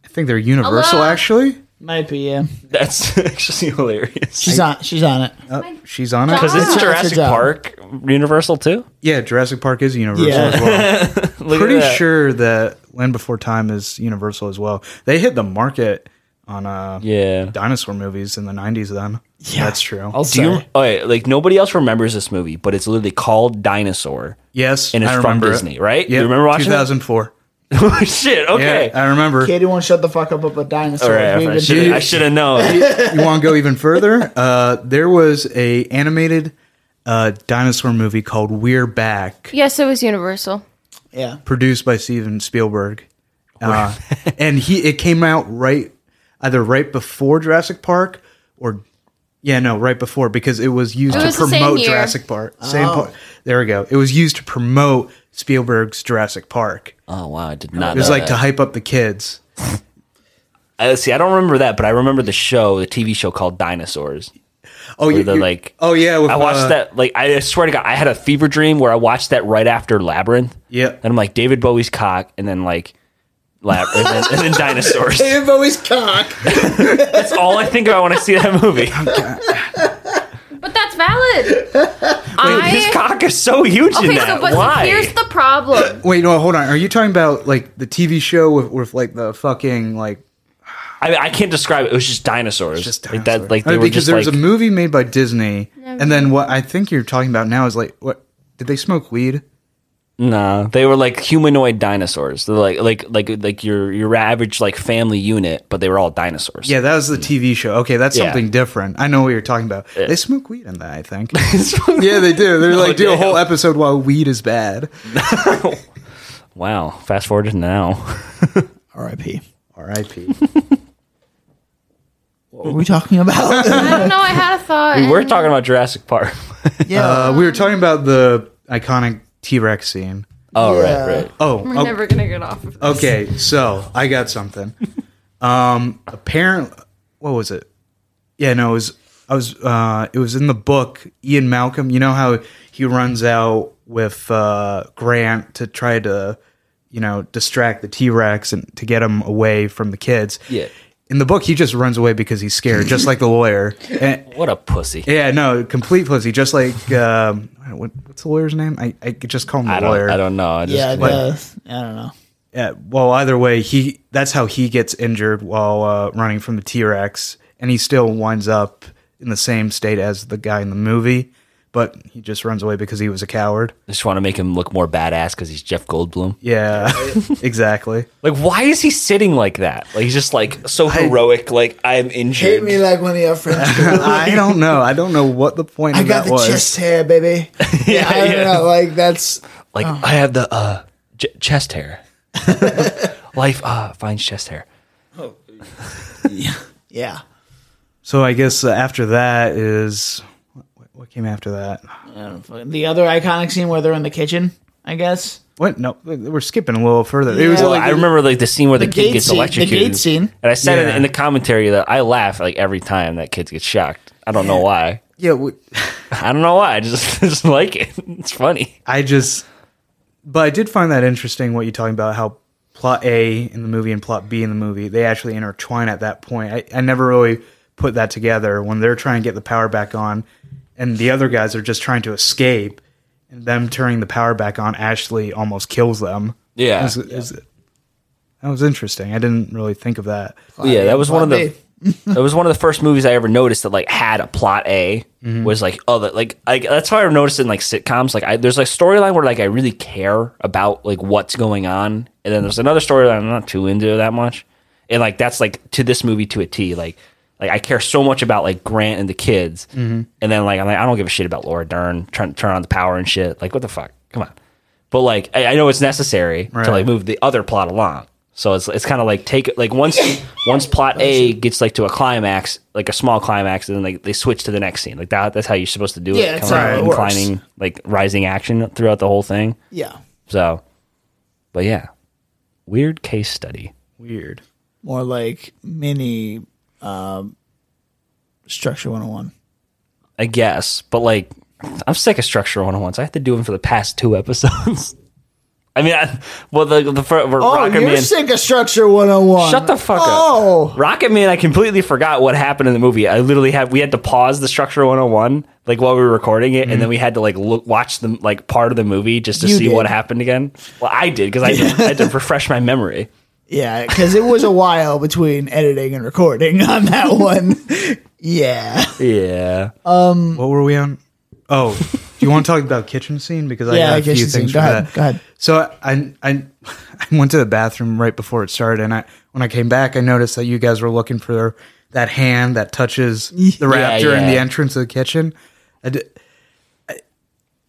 [SPEAKER 4] I think they're Universal.
[SPEAKER 1] Hello?
[SPEAKER 4] Actually,
[SPEAKER 3] Might be, yeah.
[SPEAKER 7] That's <laughs> actually hilarious.
[SPEAKER 3] She's on she's on it.
[SPEAKER 4] Oh, she's on it.
[SPEAKER 7] Because
[SPEAKER 1] That's
[SPEAKER 7] it's
[SPEAKER 1] your
[SPEAKER 7] Jurassic
[SPEAKER 3] job.
[SPEAKER 7] Park Universal too.
[SPEAKER 4] Yeah, Jurassic Park is Universal
[SPEAKER 3] Yeah.
[SPEAKER 4] as well.
[SPEAKER 7] <laughs> Look at
[SPEAKER 4] Pretty
[SPEAKER 7] that.
[SPEAKER 4] sure that Land Before Time is Universal as well. They hit the market on uh
[SPEAKER 7] Yeah.
[SPEAKER 4] dinosaur movies in the '90s. Then yeah, that's true.
[SPEAKER 3] I'll
[SPEAKER 7] Do you?
[SPEAKER 3] say.
[SPEAKER 7] Oh, yeah, like nobody else remembers this movie, but it's literally called Dinosaur. <laughs>
[SPEAKER 4] yes,
[SPEAKER 7] And it's
[SPEAKER 4] I
[SPEAKER 7] from
[SPEAKER 4] remember it.
[SPEAKER 7] Disney, right? You
[SPEAKER 4] Yeah,
[SPEAKER 7] remember watching that?
[SPEAKER 4] 2004.
[SPEAKER 7] Oh shit. Okay.
[SPEAKER 4] Yeah, I remember.
[SPEAKER 3] Katie won't shut the fuck up about dinosaurs.
[SPEAKER 7] All right.
[SPEAKER 3] We've
[SPEAKER 7] I
[SPEAKER 3] been-
[SPEAKER 7] should I should
[SPEAKER 1] <laughs>
[SPEAKER 7] have known.
[SPEAKER 4] you want to go
[SPEAKER 7] <laughs>
[SPEAKER 4] even further? Uh, there was a animated uh, dinosaur movie called We're Back,
[SPEAKER 1] yes, it was Universal.
[SPEAKER 3] yeah.
[SPEAKER 4] produced by Steven Spielberg, uh, <laughs> and he it came out right either right before Jurassic Park or yeah no right before because it was used
[SPEAKER 1] It
[SPEAKER 4] to
[SPEAKER 1] was the same
[SPEAKER 4] promote
[SPEAKER 1] year.
[SPEAKER 4] Jurassic Park. Same
[SPEAKER 7] Oh.
[SPEAKER 4] part. There we go. It was used to promote Spielberg's Jurasic Park.
[SPEAKER 7] oh wow, I did not.
[SPEAKER 4] It was
[SPEAKER 7] know
[SPEAKER 4] like to
[SPEAKER 7] that.
[SPEAKER 4] hype up the kids.
[SPEAKER 7] Uh, see, I don't remember that, but I remember the show, the TV show called Dinosaurs.
[SPEAKER 4] Oh
[SPEAKER 7] Where
[SPEAKER 4] yeah,
[SPEAKER 7] they're like-
[SPEAKER 4] oh yeah. With,
[SPEAKER 7] I watched
[SPEAKER 4] uh,
[SPEAKER 7] that. Like I swear to God, I had a fever dream where I watched that right after Labyrinth.
[SPEAKER 4] Yeah.
[SPEAKER 7] And I'm like David Bowie's cock, and then like. Lab- and, then, <laughs> and then dinosaurs.
[SPEAKER 3] David Bowie's cock.
[SPEAKER 7] That's all I think about when I see that <laughs> movie.
[SPEAKER 1] But that's valid. I,
[SPEAKER 7] His cock is so huge in
[SPEAKER 1] okay,
[SPEAKER 7] that.
[SPEAKER 1] so but
[SPEAKER 7] Why?
[SPEAKER 1] here's the problem.
[SPEAKER 4] Wait, no, hold on. Are you talking about like the TV show with, with like the fucking like
[SPEAKER 7] I mean, I can't describe it. It was just dinosaurs.
[SPEAKER 4] just
[SPEAKER 7] Like that. Like they
[SPEAKER 4] I mean,
[SPEAKER 7] were
[SPEAKER 4] because
[SPEAKER 7] just
[SPEAKER 4] there was
[SPEAKER 7] like.
[SPEAKER 4] a movie made by Disney, and then what I think you're talking about now is like what did they smoke weed?
[SPEAKER 7] Nah, they were like humanoid dinosaurs. They're like like like like your your average like family unit, but they were all dinosaurs.
[SPEAKER 4] Yeah, that was the TV show. Okay, that's
[SPEAKER 7] Mm. Yeah.
[SPEAKER 4] something different. I know what you're talking about. They smoke weed in that, I
[SPEAKER 7] <laughs>
[SPEAKER 4] think. yeah, they do.
[SPEAKER 7] Oh,
[SPEAKER 4] They're like do a whole episode while weed is bad.
[SPEAKER 7] Wow. Fast forward to now. <laughs>
[SPEAKER 3] R.I.P.
[SPEAKER 4] R.I.P.
[SPEAKER 3] What were we
[SPEAKER 7] <laughs>
[SPEAKER 3] talking about?
[SPEAKER 1] I don't know. I had a thought.
[SPEAKER 7] We
[SPEAKER 1] and-
[SPEAKER 7] were talking about Jurassic Park.
[SPEAKER 3] yeah.
[SPEAKER 4] uh, we were talking about the iconic T Rex scene.
[SPEAKER 7] oh
[SPEAKER 3] Yeah.
[SPEAKER 7] right, right.
[SPEAKER 4] Oh,
[SPEAKER 1] We're
[SPEAKER 4] oh,
[SPEAKER 1] never gonna get off of this.
[SPEAKER 4] okay. So I got something. Um, apparently, what was it? Yeah, no, it was. I was. Uh, it was in the book. Ian Malcolm. You know how he runs out with uh, Grant to try to, you know, distract the T Rex and to get him away from the kids.
[SPEAKER 2] Yeah.
[SPEAKER 4] In the book, he just runs away because he's scared, just like the
[SPEAKER 2] <laughs>
[SPEAKER 4] lawyer. And,
[SPEAKER 2] What a pussy.
[SPEAKER 4] yeah, no, complete pussy. Just like um, what, what's the lawyer's name? I, I could just call him the
[SPEAKER 2] I
[SPEAKER 4] lawyer.
[SPEAKER 2] don't, I don't know. I just,
[SPEAKER 3] Yeah, the, I don't know.
[SPEAKER 4] Yeah, Uh, well, either way, he that's how he gets injured while uh, running from the T Rex, and he still winds up in the same state as the guy in the movie, but he just runs away because he was a coward.
[SPEAKER 2] I just want to make him look more badass because he's Jeff Goldblum.
[SPEAKER 4] Yeah, <laughs> exactly.
[SPEAKER 2] Like, why is he sitting like that? Like, he's just like so heroic. Like, I'm
[SPEAKER 3] Hate
[SPEAKER 2] injured.
[SPEAKER 3] me like one of your <laughs> friends. do.
[SPEAKER 4] I don't know. I don't know what the point
[SPEAKER 3] I
[SPEAKER 4] of
[SPEAKER 3] got
[SPEAKER 4] that
[SPEAKER 3] the
[SPEAKER 4] was.
[SPEAKER 3] chest hair,
[SPEAKER 2] <laughs>
[SPEAKER 3] baby. yeah, I don't
[SPEAKER 2] yeah.
[SPEAKER 3] know. Like that's
[SPEAKER 2] like, I have the uh j- chest hair. <laughs> Life uh finds chest hair.
[SPEAKER 3] yeah.
[SPEAKER 4] So I guess uh, after that is what, what came after that?
[SPEAKER 3] The other iconic scene where they're in the kitchen, I guess.
[SPEAKER 4] What? No, we're skipping a little further. It was
[SPEAKER 3] Yeah,
[SPEAKER 2] Well,
[SPEAKER 3] like
[SPEAKER 2] I
[SPEAKER 3] the-
[SPEAKER 2] remember like the scene where the,
[SPEAKER 3] gate
[SPEAKER 2] kid gets
[SPEAKER 3] scene- the
[SPEAKER 2] electrocuted.
[SPEAKER 3] gate scene.
[SPEAKER 2] And I said
[SPEAKER 4] Yeah.
[SPEAKER 2] it in the commentary that I laugh like every time that kid gets shocked. I don't know why.
[SPEAKER 4] yeah. We,
[SPEAKER 2] I don't know why. I just, <laughs> just like it. It's funny.
[SPEAKER 4] I just, but I did find that interesting what you're talking about how plot A in the movie and plot B in the movie they actually intertwine at that point. I, I never really put that together when they're trying to get the power back on, and the other guys are just trying to escape, and them turning the power back on actually almost kills them.
[SPEAKER 2] Yeah.
[SPEAKER 4] It was- it was- that was interesting. I didn't really think of that.
[SPEAKER 2] yeah, that was one of
[SPEAKER 3] Plot
[SPEAKER 2] the that was one of the first movies I ever noticed that like had a plot A was like oh that like I, that's how I noticed in like sitcoms like I, there's like storyline where like I really care about like what's going on and then there's another storyline I'm not too into that much and like that's like to this movie to a T like like I care so much about like Grant and the kids and then like I'm like I don't give a shit about Laura Dern trying to turn on the power and shit like what the fuck come on but like I, I know it's necessary
[SPEAKER 4] Right.
[SPEAKER 2] to like move the other plot along. So it's it's kind of like take like once once plot A gets like to a climax, like a small climax, and then like they switch to the next scene. Like that that's how you're supposed to do it.
[SPEAKER 3] Yeah, that's
[SPEAKER 2] Kinda
[SPEAKER 4] how
[SPEAKER 2] like
[SPEAKER 4] it
[SPEAKER 3] works.
[SPEAKER 2] inclining like rising action throughout the whole thing.
[SPEAKER 3] Yeah.
[SPEAKER 2] So, but yeah, weird case study.
[SPEAKER 4] Weird.
[SPEAKER 3] More like mini um, structure 101.
[SPEAKER 2] I guess, but like, I'm sick of structure one on ones. I have to do them for the past two <laughs> episodes. I mean, I, well, the the for, for
[SPEAKER 3] Oh,
[SPEAKER 2] Rocket
[SPEAKER 3] you're
[SPEAKER 2] Man,
[SPEAKER 3] sick of structure 101.
[SPEAKER 2] Shut the fuck
[SPEAKER 3] Oh.
[SPEAKER 2] up. Rocket Man, I completely forgot what happened in the movie. I literally had we had to pause the structure 101 like while we were recording it
[SPEAKER 4] Mm.
[SPEAKER 2] and then we had to like look watch the like part of the movie just to
[SPEAKER 3] You
[SPEAKER 2] see what
[SPEAKER 3] did.
[SPEAKER 2] happened again. Well, I did cuz
[SPEAKER 3] <laughs>
[SPEAKER 2] I, had to refresh my memory.
[SPEAKER 3] Yeah, because it was a while between editing and recording on
[SPEAKER 2] <laughs>
[SPEAKER 3] that one. <laughs> yeah.
[SPEAKER 2] Yeah.
[SPEAKER 4] What were we on? Oh, do you want to talk about kitchen scene? Because I
[SPEAKER 3] Yeah,
[SPEAKER 4] have a few
[SPEAKER 3] kitchen
[SPEAKER 4] things
[SPEAKER 3] scene.
[SPEAKER 4] for
[SPEAKER 3] Go ahead,
[SPEAKER 4] that.
[SPEAKER 3] go ahead.
[SPEAKER 4] So I, I <laughs> I went to the bathroom right before it started, and I when I came back, I noticed that you guys were looking for that hand that
[SPEAKER 3] <laughs>
[SPEAKER 4] touches the raptor in
[SPEAKER 2] yeah.
[SPEAKER 4] the entrance of the kitchen. I, di- I-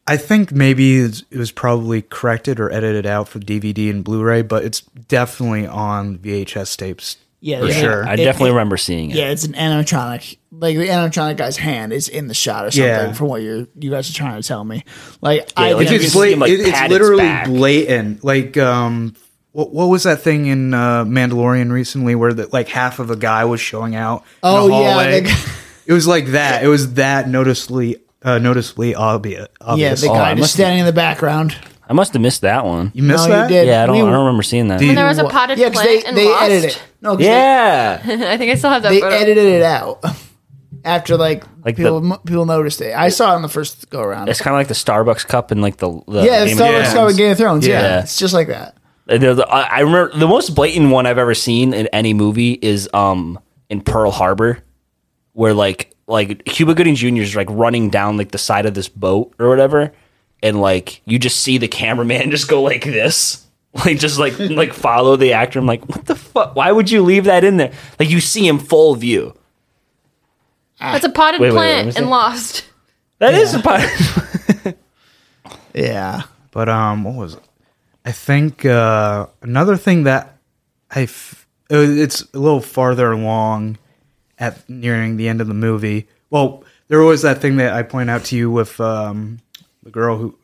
[SPEAKER 4] I think maybe it's- it was probably corrected or edited out for DVD and Blu-ray, but it's definitely on VHS tapes.
[SPEAKER 3] Yeah,
[SPEAKER 4] for
[SPEAKER 3] yeah.
[SPEAKER 4] sure.
[SPEAKER 2] I
[SPEAKER 3] It-
[SPEAKER 2] definitely
[SPEAKER 3] it-
[SPEAKER 2] remember seeing it.
[SPEAKER 3] Yeah, it's an animatronic. Like the animatronic guy's hand is in the shot or something.
[SPEAKER 4] Yeah.
[SPEAKER 3] From what you you guys are trying to tell me, like I
[SPEAKER 2] like
[SPEAKER 3] can
[SPEAKER 4] it's
[SPEAKER 2] you can
[SPEAKER 4] just
[SPEAKER 2] see
[SPEAKER 4] blat-
[SPEAKER 2] him, like,
[SPEAKER 4] it-
[SPEAKER 2] pat
[SPEAKER 4] it's
[SPEAKER 2] its
[SPEAKER 4] literally
[SPEAKER 2] back.
[SPEAKER 4] blatant. Like, um, what, what was that thing in uh, Mandalorian recently where that like half of a guy was showing out?
[SPEAKER 3] Oh,
[SPEAKER 4] in a
[SPEAKER 3] yeah,
[SPEAKER 4] hallway?
[SPEAKER 3] the guy-
[SPEAKER 4] it was like that. It was that noticeably uh, noticeably obvious.
[SPEAKER 3] yeah,
[SPEAKER 4] obvious.
[SPEAKER 3] the
[SPEAKER 2] I
[SPEAKER 3] guy just
[SPEAKER 2] must-
[SPEAKER 3] standing in the background.
[SPEAKER 2] I must have missed that one.
[SPEAKER 4] you missed
[SPEAKER 3] No, you
[SPEAKER 4] that.
[SPEAKER 3] did.
[SPEAKER 2] yeah, I don't
[SPEAKER 3] we-
[SPEAKER 2] I don't remember seeing that.
[SPEAKER 4] Did-
[SPEAKER 1] There was a
[SPEAKER 4] Wha-
[SPEAKER 1] potted
[SPEAKER 3] Yeah, because
[SPEAKER 1] plant
[SPEAKER 3] they
[SPEAKER 1] and
[SPEAKER 3] they
[SPEAKER 1] lost. uh,
[SPEAKER 3] edited it. No, 'cause
[SPEAKER 2] Yeah.
[SPEAKER 1] <laughs> I think I still have that
[SPEAKER 3] they, they
[SPEAKER 1] photo.
[SPEAKER 3] edited it out <laughs> after like,
[SPEAKER 2] Like the-
[SPEAKER 3] people mo- people noticed it. I saw it on the first go around.
[SPEAKER 2] It's kind of like the Starbucks cup and like the, the
[SPEAKER 3] Yeah,
[SPEAKER 2] Game
[SPEAKER 3] it's
[SPEAKER 2] of
[SPEAKER 3] Star Wars
[SPEAKER 2] Thrones.
[SPEAKER 3] Star Wars Game of Thrones. Yeah.
[SPEAKER 2] Yeah.
[SPEAKER 3] it's just like that.
[SPEAKER 2] The- the- I I remember the most blatant one I've ever seen in any movie is um in Pearl Harbor, where like like Cuba Gooding Jr. is like running down like the side of this boat or whatever, and like you just see the cameraman <laughs> just go like this, <laughs> like
[SPEAKER 4] <laughs>
[SPEAKER 2] just like like follow the actor. I'm like, what the fuck? Why would you leave that in there? Like you see him full view.
[SPEAKER 1] That's a potted
[SPEAKER 2] Wait, wait, wait, let
[SPEAKER 1] plant
[SPEAKER 2] me see.
[SPEAKER 1] and lost.
[SPEAKER 2] That is a part.
[SPEAKER 3] Yeah,
[SPEAKER 4] But um, what was it? I think uh, another thing that I f- uh, it's a little farther along at nearing the end of the movie. Well, there was that thing that I point out to you with um, the girl who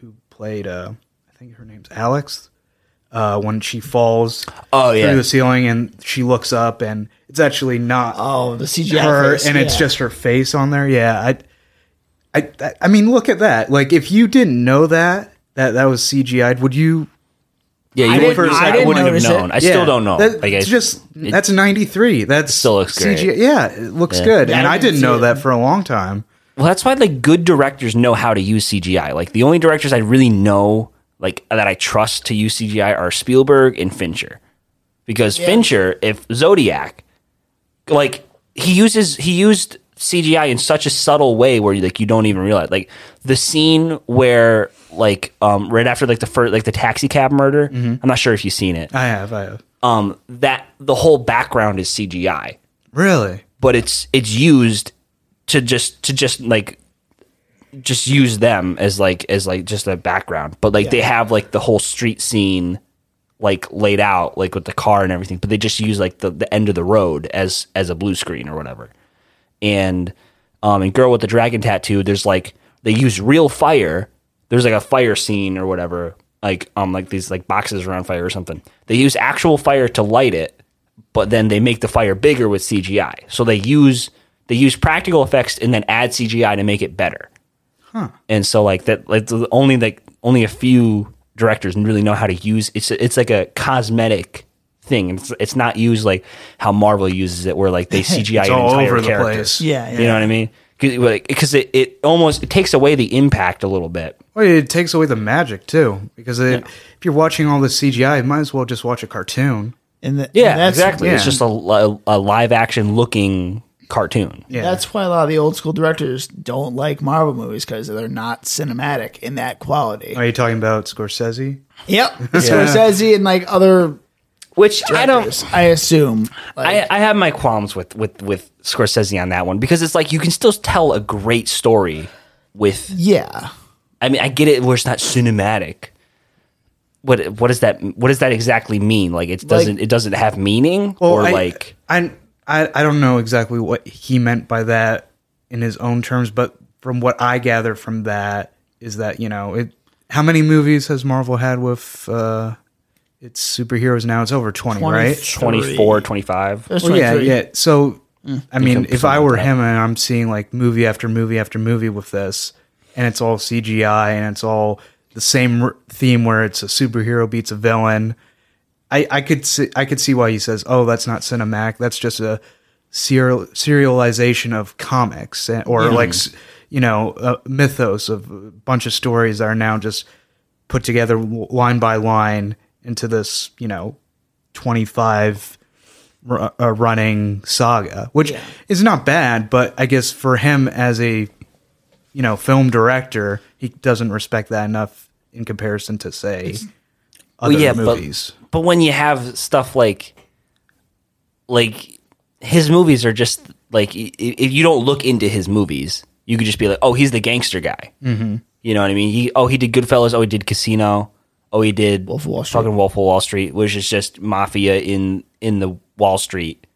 [SPEAKER 4] who played. Uh, I think her name's Alex. uh, when she falls
[SPEAKER 2] Oh, yeah.
[SPEAKER 4] through the ceiling and she looks up and it's actually not
[SPEAKER 3] Oh, the CGI
[SPEAKER 4] her
[SPEAKER 3] face,
[SPEAKER 4] and it's
[SPEAKER 3] yeah.
[SPEAKER 4] just her face on there. Yeah, I, I, that- I mean, look at that. Like, if you didn't know that that that was CGI'd, would you?
[SPEAKER 2] Yeah, you
[SPEAKER 3] didn't-
[SPEAKER 2] wouldn't,
[SPEAKER 3] I
[SPEAKER 2] I
[SPEAKER 3] didn't
[SPEAKER 2] wouldn't have
[SPEAKER 3] notice
[SPEAKER 2] known.
[SPEAKER 3] it.
[SPEAKER 2] I still
[SPEAKER 4] Yeah.
[SPEAKER 2] don't know.
[SPEAKER 4] That,
[SPEAKER 2] Like, I-
[SPEAKER 4] it's just
[SPEAKER 2] it-
[SPEAKER 4] that's ninety three. That's
[SPEAKER 2] still looks great.
[SPEAKER 4] CGI. Yeah, it looks
[SPEAKER 2] Yeah.
[SPEAKER 4] good.
[SPEAKER 3] Yeah,
[SPEAKER 4] and
[SPEAKER 3] I
[SPEAKER 4] I
[SPEAKER 3] didn't
[SPEAKER 4] didn't
[SPEAKER 3] see
[SPEAKER 4] know
[SPEAKER 3] it.
[SPEAKER 4] that for a long time.
[SPEAKER 2] Well, that's why like good directors know how to use CGI. Like the only directors I really know like that I trust to use CGI are Spielberg and Fincher. Because Fincher, if Zodiac, like he uses he used CGI in such a subtle way where like you don't even realize like the scene where like um right after like the first like the taxi cab murder. I'm not sure if you've seen it.
[SPEAKER 4] I have. I have.
[SPEAKER 2] Um that the whole background is CGI
[SPEAKER 4] Really?
[SPEAKER 2] but it's it's used to just to just like just use them as like as like just a background but like they have like the whole street scene like laid out like with the car and everything but they just use like the, the end of the road as as a blue screen or whatever and um and girl with the dragon tattoo there's like they use real fire there's like a fire scene or whatever like um like these like boxes around fire or something they use actual fire to light it but then they make the fire bigger with cgi so they use they use practical effects and then add cgi to make it better and so like that like the only like only a few directors really know how to use it's it's like a cosmetic thing it's, it's not used like how marvel uses it where like they
[SPEAKER 4] <laughs>
[SPEAKER 2] cgi
[SPEAKER 4] It's
[SPEAKER 2] an
[SPEAKER 4] all
[SPEAKER 2] entire
[SPEAKER 4] over the
[SPEAKER 2] character.
[SPEAKER 4] place.
[SPEAKER 3] Yeah, yeah.
[SPEAKER 2] you know what i mean because it, it almost it takes away the impact a little bit
[SPEAKER 4] Well, it takes away the magic too, because it, if you're watching all this CGI, you might as well just watch a cartoon.
[SPEAKER 3] And the,
[SPEAKER 2] yeah
[SPEAKER 3] that's,
[SPEAKER 2] exactly it's
[SPEAKER 4] yeah.
[SPEAKER 2] just a, li- a live action looking cartoon
[SPEAKER 4] Yeah,
[SPEAKER 3] That's why a lot of the old school directors don't like Marvel movies because they're not cinematic in that quality.
[SPEAKER 4] Are you talking about Scorsese?
[SPEAKER 3] Yep, Scorsese and like other
[SPEAKER 2] which i don't
[SPEAKER 3] directors, I assume.
[SPEAKER 2] I, I have my qualms with, with, with Scorsese on that one because it's like you can still tell a great story with
[SPEAKER 3] Yeah,
[SPEAKER 2] I mean, I get it where it's not cinematic. What what does that what does that exactly mean? Like it doesn't it doesn't have meaning or
[SPEAKER 4] I,
[SPEAKER 2] like
[SPEAKER 4] I, I I don't know exactly what he meant by that in his own terms, but from what I gather from that is that you know it. How many movies has Marvel had with uh, its superheroes now? It's over twenty, right?
[SPEAKER 2] 24, 25.
[SPEAKER 3] There's
[SPEAKER 4] Well, yeah,
[SPEAKER 3] 23.
[SPEAKER 4] yeah. So I mean,
[SPEAKER 2] can
[SPEAKER 4] if I
[SPEAKER 2] sum it
[SPEAKER 4] were
[SPEAKER 2] up.
[SPEAKER 4] him and I'm seeing like movie after movie after movie with this, and it's all CGI and it's all the same r- theme where it's a superhero beats a villain. I, I could see I could see why he says, "Oh, that's not cinematic. That's just a serial serialization of comics and, or like s- you know uh, mythos of a bunch of stories that are now just put together w- line by line into this you know twenty five r- uh, running saga, which is not bad. But I guess for him as a you know film director, he doesn't respect that enough in comparison to say other
[SPEAKER 2] yeah, but-
[SPEAKER 4] movies.
[SPEAKER 2] But when you have stuff like like his movies are just like i- i- if you don't look into his movies, you could just be like, oh, he's the gangster guy. Mm-hmm. You know what I mean? He oh he did Goodfellas. Oh, he did Casino. Oh, he did
[SPEAKER 3] Wolf of Wall Street.
[SPEAKER 2] Fucking Wolf of Wall Street, which is just mafia in in the Wall Street.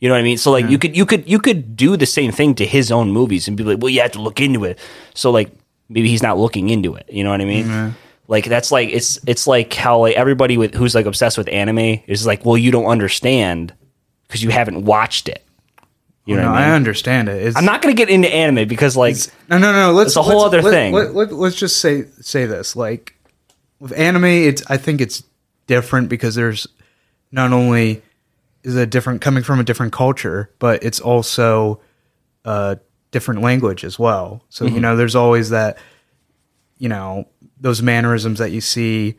[SPEAKER 2] You know what I mean? So like you could you could you could do the same thing to his own movies and be like, well, you have to look into it. So like maybe he's not looking into it. You know what I mean? Like that's like it's it's like how like everybody with who's like obsessed with anime is like, well, you don't understand because you haven't watched it. You know
[SPEAKER 4] no,
[SPEAKER 2] what I
[SPEAKER 4] I,
[SPEAKER 2] mean?
[SPEAKER 4] understand it. It's,
[SPEAKER 2] I'm not gonna get into anime because like
[SPEAKER 4] No, no, no. Let's.
[SPEAKER 2] It's a whole
[SPEAKER 4] let's-
[SPEAKER 2] other
[SPEAKER 4] let-
[SPEAKER 2] thing.
[SPEAKER 4] Let, let, us just say say this. Like with anime, it's. I think it's different because there's not only is it a different coming from a different culture, but it's also a different language as well. So
[SPEAKER 2] Mm-hmm.
[SPEAKER 4] you know, there's always that. You know those mannerisms that you see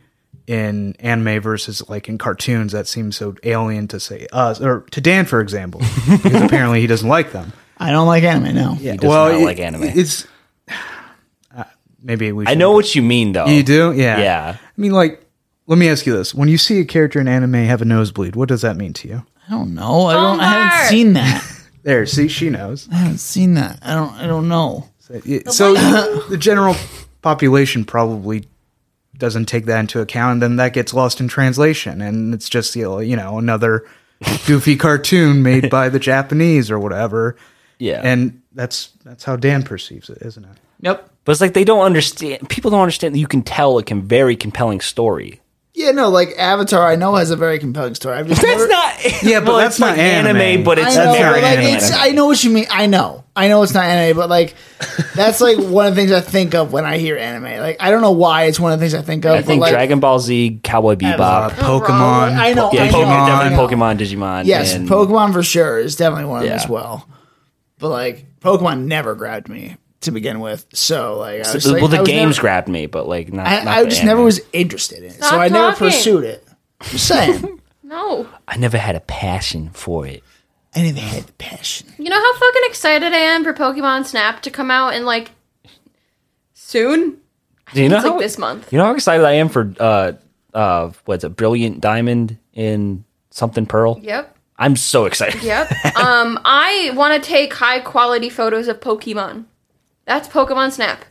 [SPEAKER 4] in anime versus like in cartoons that seem so alien to say us or to Dan for example
[SPEAKER 2] <laughs>
[SPEAKER 4] because apparently he doesn't like them.
[SPEAKER 3] I don't like anime. No, yeah.
[SPEAKER 2] does not like anime.
[SPEAKER 4] It's <sighs> uh, maybe we.
[SPEAKER 2] I
[SPEAKER 4] should-
[SPEAKER 2] know what you mean though.
[SPEAKER 4] you do. Yeah,
[SPEAKER 2] Yeah.
[SPEAKER 4] I mean, like, let me ask you this: When you see a character in anime have a nosebleed, what does that mean to you?
[SPEAKER 3] I don't know. I don't. I haven't
[SPEAKER 1] Homer!
[SPEAKER 3] seen that.
[SPEAKER 4] There, see,
[SPEAKER 3] <laughs>
[SPEAKER 4] she knows.
[SPEAKER 3] I haven't seen that. I don't. I don't know.
[SPEAKER 4] So, it- so the general population probably doesn't take that into account, and then that gets lost in translation, and it's just you know, you know another goofy cartoon made by
[SPEAKER 2] <laughs>
[SPEAKER 4] the Japanese or whatever.
[SPEAKER 2] Yeah.
[SPEAKER 4] and that's that's how Dan perceives it, isn't it?
[SPEAKER 3] Yep.
[SPEAKER 2] But it's like they don't understand. People don't understand that you can tell a com- very compelling story
[SPEAKER 3] Yeah, no, like Avatar, I know has a very compelling story. I've just
[SPEAKER 2] That's
[SPEAKER 3] never-
[SPEAKER 2] <laughs> not.
[SPEAKER 4] Yeah, but
[SPEAKER 2] well,
[SPEAKER 4] that's
[SPEAKER 2] it's like
[SPEAKER 4] not anime.
[SPEAKER 2] but it's
[SPEAKER 3] I know,
[SPEAKER 4] That's
[SPEAKER 3] but
[SPEAKER 4] not
[SPEAKER 3] like,
[SPEAKER 4] anime.
[SPEAKER 3] it's, I know what you mean. I know, I know it's not anime, but like, that's like one of the things I think of when I hear anime. Like, I don't know why it's one of the things I think of.
[SPEAKER 2] I think
[SPEAKER 3] but, like,
[SPEAKER 2] Dragon Ball Z, Cowboy
[SPEAKER 4] Uh,
[SPEAKER 2] Bebop,
[SPEAKER 4] Pokemon.
[SPEAKER 3] I know,
[SPEAKER 2] yeah,
[SPEAKER 3] I know,
[SPEAKER 2] Pokemon,
[SPEAKER 3] I know.
[SPEAKER 2] definitely Pokemon, Digimon.
[SPEAKER 3] Yes,
[SPEAKER 2] and-
[SPEAKER 3] Pokemon for sure is definitely one of them
[SPEAKER 2] Yeah.
[SPEAKER 3] as well. But like, Pokemon never grabbed me to begin with, so like, I was
[SPEAKER 2] The-
[SPEAKER 3] like,
[SPEAKER 2] well,
[SPEAKER 3] I
[SPEAKER 2] the
[SPEAKER 3] was
[SPEAKER 2] games
[SPEAKER 3] never-
[SPEAKER 2] grabbed me, but like not. not
[SPEAKER 3] I, I
[SPEAKER 2] the
[SPEAKER 3] just
[SPEAKER 2] anime.
[SPEAKER 3] never was interested in it, so
[SPEAKER 1] Stop
[SPEAKER 3] I never
[SPEAKER 1] talking.
[SPEAKER 3] pursued it.
[SPEAKER 1] <laughs>
[SPEAKER 3] I'm saying
[SPEAKER 1] No.
[SPEAKER 2] I never had a passion for it.
[SPEAKER 3] I never had the passion.
[SPEAKER 1] You know how fucking excited I am for Pokemon Snap to come out in like soon?
[SPEAKER 2] Do you know
[SPEAKER 1] It's
[SPEAKER 2] how
[SPEAKER 1] like this month.
[SPEAKER 2] You know how excited I am for uh uh what's it, Brilliant Diamond in something Pearl?
[SPEAKER 1] Yep.
[SPEAKER 2] I'm so excited. <laughs>
[SPEAKER 1] Yep. <laughs> um, I want to take high quality photos of Pokemon. That's Pokemon Snap.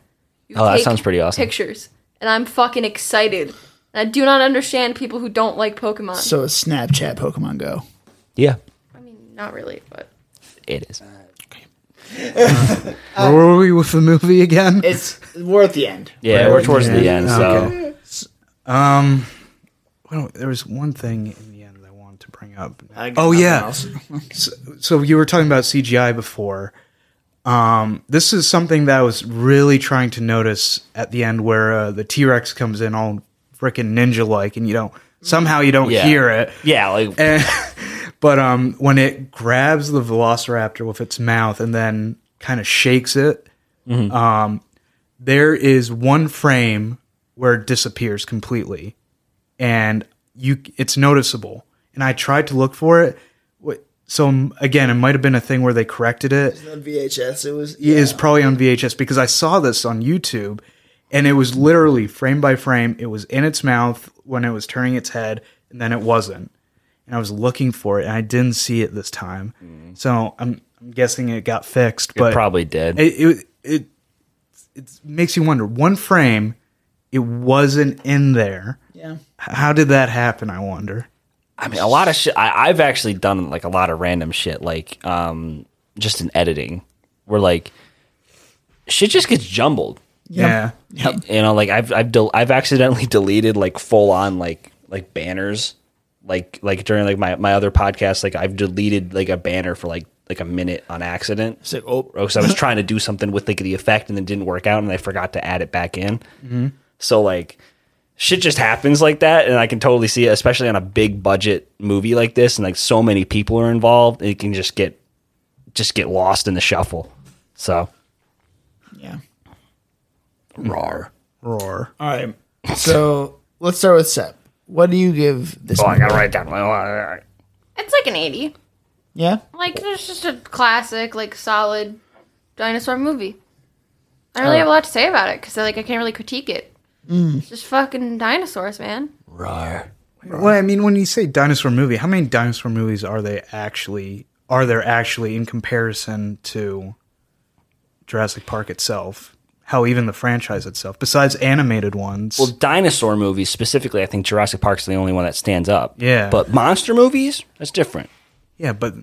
[SPEAKER 1] You
[SPEAKER 2] Oh, that
[SPEAKER 1] take
[SPEAKER 2] sounds pretty awesome.
[SPEAKER 1] Pictures, and I'm fucking excited. And I do not understand people who don't like Pokemon.
[SPEAKER 3] So it's Snapchat Pokemon Go.
[SPEAKER 2] Yeah.
[SPEAKER 1] I mean, not really, but
[SPEAKER 2] It is.
[SPEAKER 4] Where were we with the movie again?
[SPEAKER 3] It's we're at the end.
[SPEAKER 2] Yeah, we're towards the end, so
[SPEAKER 4] Okay. Um, well, there was one thing in the end that I wanted to bring up.
[SPEAKER 3] I got
[SPEAKER 4] Oh
[SPEAKER 3] nothing
[SPEAKER 4] yeah,
[SPEAKER 3] else.
[SPEAKER 4] <laughs> so you were talking about CGI before. Um, this is something that I was really trying to notice at the end where uh, the T Rex comes in all freaking ninja like, and you don't somehow you don't
[SPEAKER 2] Yeah.
[SPEAKER 4] hear it.
[SPEAKER 2] Yeah, like
[SPEAKER 4] And- but um, when it grabs the velociraptor with its mouth and then kind of shakes it, um, there is one frame where it disappears completely, and you it's noticeable. And I tried to look for it. Wh- So um, again, it might have been a thing where they corrected it.
[SPEAKER 3] on VHS. It was
[SPEAKER 4] It is probably on VHS because I saw this on YouTube and it was literally frame by frame. It was in its mouth when it was turning its head and then it wasn't. And I was looking for it and I didn't see it this time. So I'm, I'm guessing Mm. it got fixed, but
[SPEAKER 2] probably did.
[SPEAKER 4] it, it, it, it makes you wonder one frame, it wasn't in there.
[SPEAKER 3] yeah.
[SPEAKER 4] H- How did that happen? I wonder.
[SPEAKER 2] I mean a lot of shit I, I've actually done like a lot of random shit, like um just in editing. Where like shit just gets jumbled.
[SPEAKER 4] Yeah.
[SPEAKER 2] you know like i've i've del- i've accidentally <laughs> deleted like full on like like banners like like during like my my other podcast like i've deleted like a banner for like like a minute on accident
[SPEAKER 3] It's like oh,
[SPEAKER 2] because i
[SPEAKER 3] <laughs>
[SPEAKER 2] was trying to do something with like the effect and it didn't work out and i forgot to add it back in
[SPEAKER 3] Mm-hmm.
[SPEAKER 2] so like shit just happens like that and i can totally see it especially on a big budget movie like this and like so many people are involved it can just get just get lost in the shuffle so
[SPEAKER 3] yeah. Mm-hmm.
[SPEAKER 2] rar
[SPEAKER 4] Roar.
[SPEAKER 3] All right. So let's start with Sep. What do you give this?
[SPEAKER 2] oh i
[SPEAKER 3] movie?
[SPEAKER 2] gotta write down my
[SPEAKER 1] it's like an eighty.
[SPEAKER 3] Yeah.
[SPEAKER 1] Like it's just a classic, like solid dinosaur movie. I
[SPEAKER 2] Oh.
[SPEAKER 1] don't really have a lot to say about it because like I can't really critique it.
[SPEAKER 2] Mm.
[SPEAKER 1] It's just fucking dinosaurs, man.
[SPEAKER 2] rar
[SPEAKER 4] Well, I mean, when you say dinosaur movie, how many dinosaur movies are they actually are there actually in comparison to Jurassic Park itself? How even the franchise itself, besides animated ones,
[SPEAKER 2] Well, dinosaur movies specifically, I think Jurassic Park's the only one that stands up.
[SPEAKER 4] Yeah.
[SPEAKER 2] But monster movies, that's different.
[SPEAKER 4] yeah, but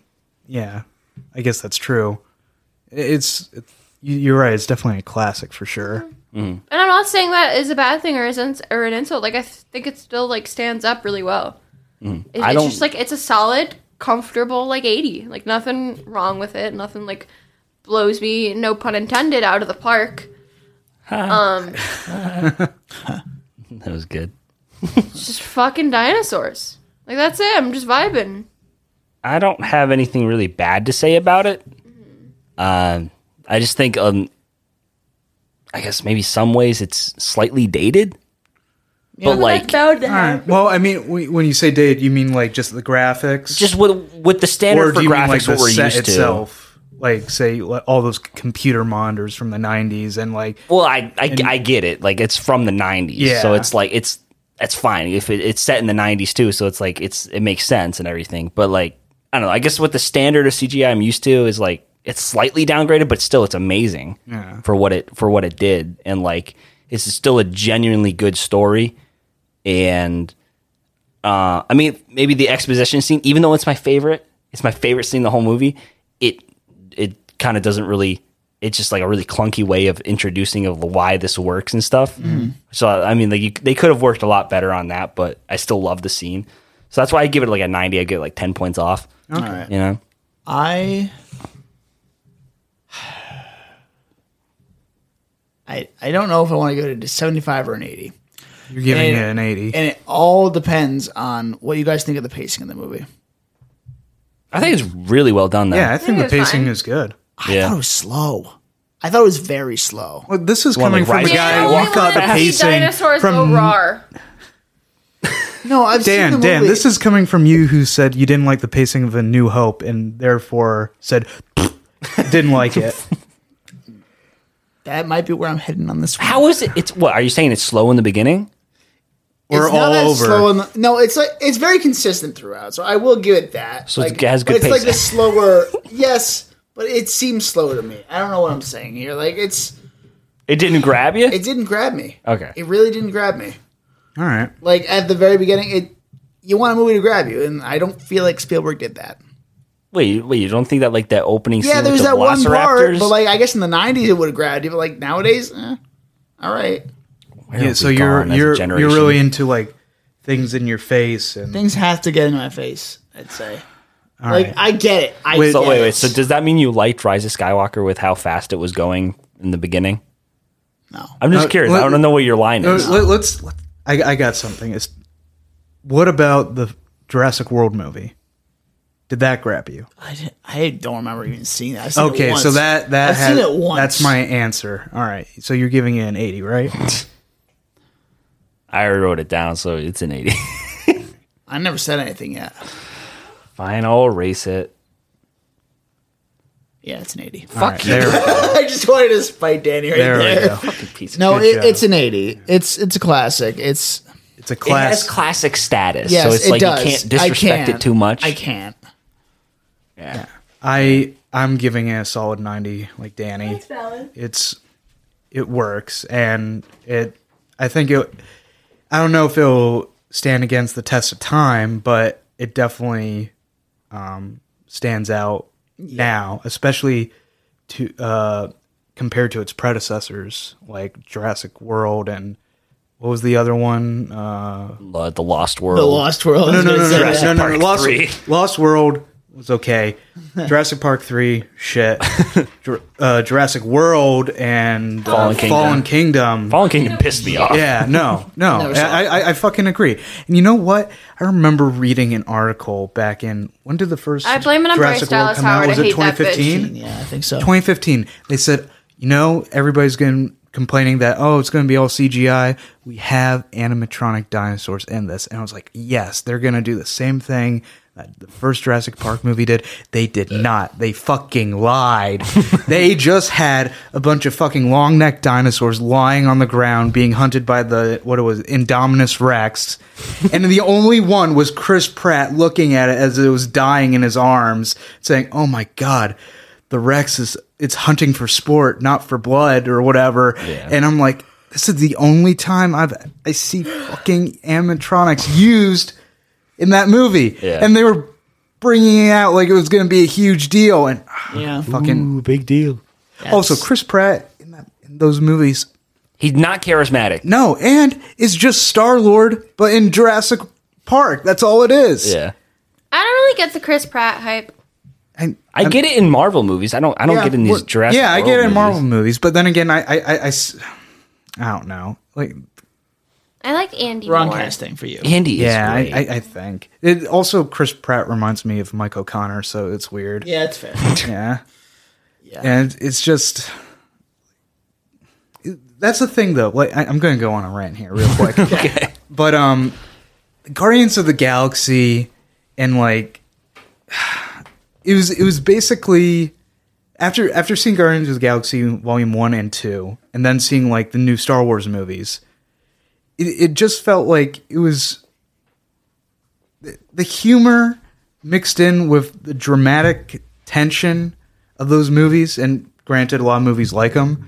[SPEAKER 4] yeah, I guess that's true. It's, it's you- you're right. It's definitely a classic for sure.
[SPEAKER 1] And I'm not saying that is a bad thing or isn't or an insult. Like I th- think it still like stands up really well. It-
[SPEAKER 2] Mm. I
[SPEAKER 1] it's
[SPEAKER 2] don't-
[SPEAKER 1] just like it's a solid, comfortable like 80. Like nothing wrong with it. Nothing like blows me, no pun intended, out of the park. Um,
[SPEAKER 2] That was good.
[SPEAKER 1] it's just fucking dinosaurs. Like that's it. I'm just vibing.
[SPEAKER 2] I don't have anything really bad to say about it. Um, I just think, um, I guess maybe some ways it's slightly dated. but like,
[SPEAKER 1] bound to
[SPEAKER 4] All right. Well, I mean, we- when you say date, you mean like just the graphics,
[SPEAKER 2] just with with the standard for graphics, what we're used to.
[SPEAKER 4] Like say like, all those computer monitors from the '90s and like
[SPEAKER 2] Well, I I, I get it. Like it's from the '90s,
[SPEAKER 4] Yeah.
[SPEAKER 2] so it's like it's that's fine. If it, it's set in the '90s too, so it's like it's it makes sense and everything. But like I don't know. I guess what the standard of CGI I'm used to is like it's slightly downgraded, but still it's amazing for what it for what it did, and like it's still a genuinely good story. And uh, I mean, maybe the exposition scene, even though it's my favorite, it's my favorite scene in the whole movie. It it kind of doesn't really it's just like a really clunky way of introducing of why this works and stuff. So I mean, like you, they could have worked a lot better on that, but I still love the scene. So that's why I give it like a ninety. I get like ten points off.
[SPEAKER 3] All right.
[SPEAKER 2] You know,
[SPEAKER 3] I I I don't know if I want to go to 75 or an 80.
[SPEAKER 4] You're giving
[SPEAKER 3] And-
[SPEAKER 4] it an 80.
[SPEAKER 3] And it all depends on what you guys think of the pacing in the movie.
[SPEAKER 2] I think it's really well done. Though.
[SPEAKER 4] yeah, I think the
[SPEAKER 1] it was
[SPEAKER 4] pacing
[SPEAKER 1] fine.
[SPEAKER 4] is good.
[SPEAKER 3] I thought it was slow. I thought it was very slow.
[SPEAKER 4] Well, this is
[SPEAKER 2] Well,
[SPEAKER 4] coming
[SPEAKER 2] like,
[SPEAKER 4] from
[SPEAKER 2] right-
[SPEAKER 4] a
[SPEAKER 1] We
[SPEAKER 4] guy who
[SPEAKER 1] only
[SPEAKER 4] walked out
[SPEAKER 1] want
[SPEAKER 4] the
[SPEAKER 1] to see
[SPEAKER 4] pacing
[SPEAKER 1] dinosaurs
[SPEAKER 4] from
[SPEAKER 1] go rar.
[SPEAKER 3] No, I've seen
[SPEAKER 4] Dan,
[SPEAKER 3] the
[SPEAKER 4] Dan,
[SPEAKER 3] movie.
[SPEAKER 4] this is coming from you who said you didn't like the pacing of A New Hope and therefore said, didn't like it.
[SPEAKER 3] that might be where I'm heading on this one.
[SPEAKER 2] How is it? It's what are you saying? It's slow in the beginning.
[SPEAKER 4] We're
[SPEAKER 3] It's not
[SPEAKER 4] all
[SPEAKER 3] that
[SPEAKER 4] over.
[SPEAKER 3] slow in the- no, it's like it's very consistent throughout, so I will give it that.
[SPEAKER 2] So it
[SPEAKER 3] like,
[SPEAKER 2] has
[SPEAKER 3] but
[SPEAKER 2] good
[SPEAKER 3] it's like
[SPEAKER 2] pacing.
[SPEAKER 3] a slower. yes, but it seems slow to me. I don't know what I'm saying here. Like it's
[SPEAKER 2] It didn't grab you.
[SPEAKER 3] it didn't grab me.
[SPEAKER 2] Okay.
[SPEAKER 3] It really didn't grab me.
[SPEAKER 4] <laughs> All right.
[SPEAKER 3] Like at the very beginning, it you want a movie to grab you, and I don't feel like Spielberg did that.
[SPEAKER 2] wait, wait. You don't think that like that opening?
[SPEAKER 3] Yeah,
[SPEAKER 2] scene
[SPEAKER 3] there's
[SPEAKER 2] with the
[SPEAKER 3] that one part,
[SPEAKER 2] velociraptors?
[SPEAKER 3] but like I guess in the '90s it would have grabbed you, but like nowadays, eh, all right,
[SPEAKER 4] Yeah, so
[SPEAKER 2] be
[SPEAKER 4] you're
[SPEAKER 2] gone as a
[SPEAKER 4] you're
[SPEAKER 2] generation.
[SPEAKER 4] you're really into like things in your face and
[SPEAKER 3] things have to get in my face. I'd say.
[SPEAKER 4] all
[SPEAKER 3] Like
[SPEAKER 4] right.
[SPEAKER 3] I get it. I
[SPEAKER 4] Wait,
[SPEAKER 3] get
[SPEAKER 2] So wait, wait.
[SPEAKER 3] it.
[SPEAKER 2] So does that mean you liked Rise of Skywalker with how fast it was going in the beginning?
[SPEAKER 3] No.
[SPEAKER 2] I'm just
[SPEAKER 4] Uh,
[SPEAKER 2] curious.
[SPEAKER 4] let-
[SPEAKER 2] I don't know what your line
[SPEAKER 4] Uh,
[SPEAKER 2] is.
[SPEAKER 4] let, us I, I got something. It's, what about the Jurassic World movie? Did that grab you?
[SPEAKER 3] I, di- I don't remember even seeing that. I've seen it
[SPEAKER 4] Okay, so
[SPEAKER 3] once.
[SPEAKER 4] that that
[SPEAKER 3] I've
[SPEAKER 4] had-
[SPEAKER 3] seen it once.
[SPEAKER 4] that's my answer. All right, so you're giving it an
[SPEAKER 3] <laughs>
[SPEAKER 4] eighty, right?
[SPEAKER 2] I wrote it down, so it's an 80.
[SPEAKER 3] I never said anything yet.
[SPEAKER 2] <laughs> Fine, I'll erase it.
[SPEAKER 3] Yeah, it's an eighty.
[SPEAKER 4] All right, there,
[SPEAKER 3] <laughs> I just wanted to spite Danny right
[SPEAKER 4] there
[SPEAKER 3] there.
[SPEAKER 4] we go.
[SPEAKER 2] Piece
[SPEAKER 3] No,
[SPEAKER 4] Good
[SPEAKER 3] it,
[SPEAKER 4] job.
[SPEAKER 3] it's an eighty. It's it's a classic. It's
[SPEAKER 4] It's a
[SPEAKER 2] It has
[SPEAKER 4] class.
[SPEAKER 2] classic status,
[SPEAKER 3] yes,
[SPEAKER 2] so it's
[SPEAKER 3] it
[SPEAKER 2] like
[SPEAKER 3] does.
[SPEAKER 2] you can't
[SPEAKER 3] I
[SPEAKER 2] disrespect
[SPEAKER 3] can't.
[SPEAKER 2] it too much.
[SPEAKER 3] I can't.
[SPEAKER 4] I I'm giving it a solid ninety, like Danny. It's it works, and it I think it. I don't know if it'll stand against the test of time, but it definitely um, stands out now, especially to uh, compared to its predecessors like Jurassic World and what was the other one? Uh,
[SPEAKER 2] Lo- the Lost World.
[SPEAKER 3] The Lost World.
[SPEAKER 4] no, no, no, no, no, no, no, no.
[SPEAKER 2] Park
[SPEAKER 4] Lost,
[SPEAKER 2] three.
[SPEAKER 4] Lost World
[SPEAKER 1] <laughs>
[SPEAKER 4] was okay. Jurassic Park three,
[SPEAKER 2] <laughs>
[SPEAKER 4] shit. Jur- uh, Jurassic World and uh,
[SPEAKER 2] Fallen Kingdom.
[SPEAKER 4] Fallen Kingdom.
[SPEAKER 2] Fallen Kingdom pissed me off.
[SPEAKER 4] Yeah,
[SPEAKER 2] <laughs>
[SPEAKER 4] no, no.
[SPEAKER 3] Never saw
[SPEAKER 4] I, I, I fucking agree. And you know what? I remember reading an article back in when did the first
[SPEAKER 1] I blame it on Bryce
[SPEAKER 4] Jurassic World
[SPEAKER 1] Dallas
[SPEAKER 4] come out?
[SPEAKER 1] Howard. I
[SPEAKER 4] Was it
[SPEAKER 1] hate that bitch.
[SPEAKER 4] 2015?
[SPEAKER 3] Yeah, I think so.
[SPEAKER 4] 2015, they said, you know, everybody's going complaining that oh, it's going to be all CGI. We have animatronic dinosaurs in this, and I was like, yes, they're going to do the same thing that the first Jurassic Park movie did. They did not. They fucking lied. <laughs> they just had a bunch of fucking long necked dinosaurs lying on the ground being hunted by the what it was Indominus Rex, and the only one was Chris Pratt looking at it as it was dying in his arms, saying, "Oh my god." the Rex is it's hunting for sport, not for blood or whatever. And I'm like, this is the only time I've I see fucking animatronics used in that movie,
[SPEAKER 2] Yeah.
[SPEAKER 4] and they were bringing it out like it was going to be a huge deal. And ah,
[SPEAKER 3] yeah.
[SPEAKER 4] fucking
[SPEAKER 2] big deal.
[SPEAKER 4] also Chris Pratt in, that, in those movies,
[SPEAKER 2] He's not charismatic.
[SPEAKER 4] no, and it's just Star Lord, but in Jurassic Park. That's all it is.
[SPEAKER 2] Yeah.
[SPEAKER 1] I don't really get the Chris Pratt hype.
[SPEAKER 4] And
[SPEAKER 2] I get it in Marvel movies. I don't. I don't
[SPEAKER 4] Yeah,
[SPEAKER 2] get it in these
[SPEAKER 4] well,
[SPEAKER 2] Jurassic.
[SPEAKER 4] Yeah, I
[SPEAKER 2] World
[SPEAKER 4] get it in
[SPEAKER 2] movies.
[SPEAKER 4] Marvel movies, but then again, I I, I, I s- I don't know. Like
[SPEAKER 1] I like Andy
[SPEAKER 3] Wrong
[SPEAKER 1] more.
[SPEAKER 3] casting for you.
[SPEAKER 2] Andy.
[SPEAKER 4] Yeah,
[SPEAKER 2] is
[SPEAKER 4] I,
[SPEAKER 2] great.
[SPEAKER 4] I, I think it also Chris Pratt reminds me of Mike O'Connor, so it's weird.
[SPEAKER 3] Yeah, it's fair.
[SPEAKER 4] yeah, and it's just that's the thing though. Like I, I'm going to go on a rant here real quick, but um, Guardians of the Galaxy and like <sighs> it was it was basically after after seeing Guardians of the Galaxy Volume One and Two, and then seeing like the new Star Wars movies, it, it just felt like it was the, the humor mixed in with the dramatic tension of those movies. And granted, a lot of movies like them.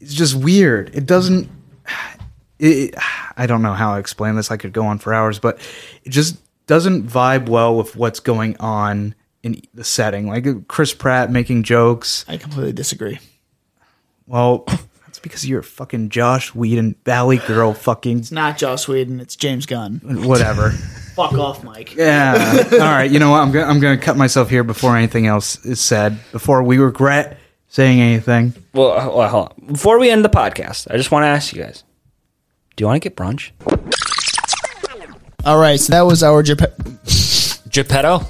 [SPEAKER 4] It's just weird. It doesn't. <sighs> It, I don't know how I explain this. I could go on for hours, but it just doesn't vibe well with what's going on in the setting. Like Chris Pratt making jokes
[SPEAKER 3] I completely disagree.
[SPEAKER 4] Well, <clears throat> that's because you're a fucking Josh Whedon Valley Girl fucking
[SPEAKER 3] It's not Joss Whedon. It's James Gunn.
[SPEAKER 4] whatever.
[SPEAKER 3] Fuck off, Mike.
[SPEAKER 4] Yeah. All right. You know what? I'm gonna I'm gonna cut myself here before anything else is said. Before we regret saying anything.
[SPEAKER 2] Well, uh, well, hold on. Before we end the podcast, I just want to ask you guys: Do you want to get brunch?
[SPEAKER 3] All right, so that was our Geppetto.
[SPEAKER 2] Geppetto.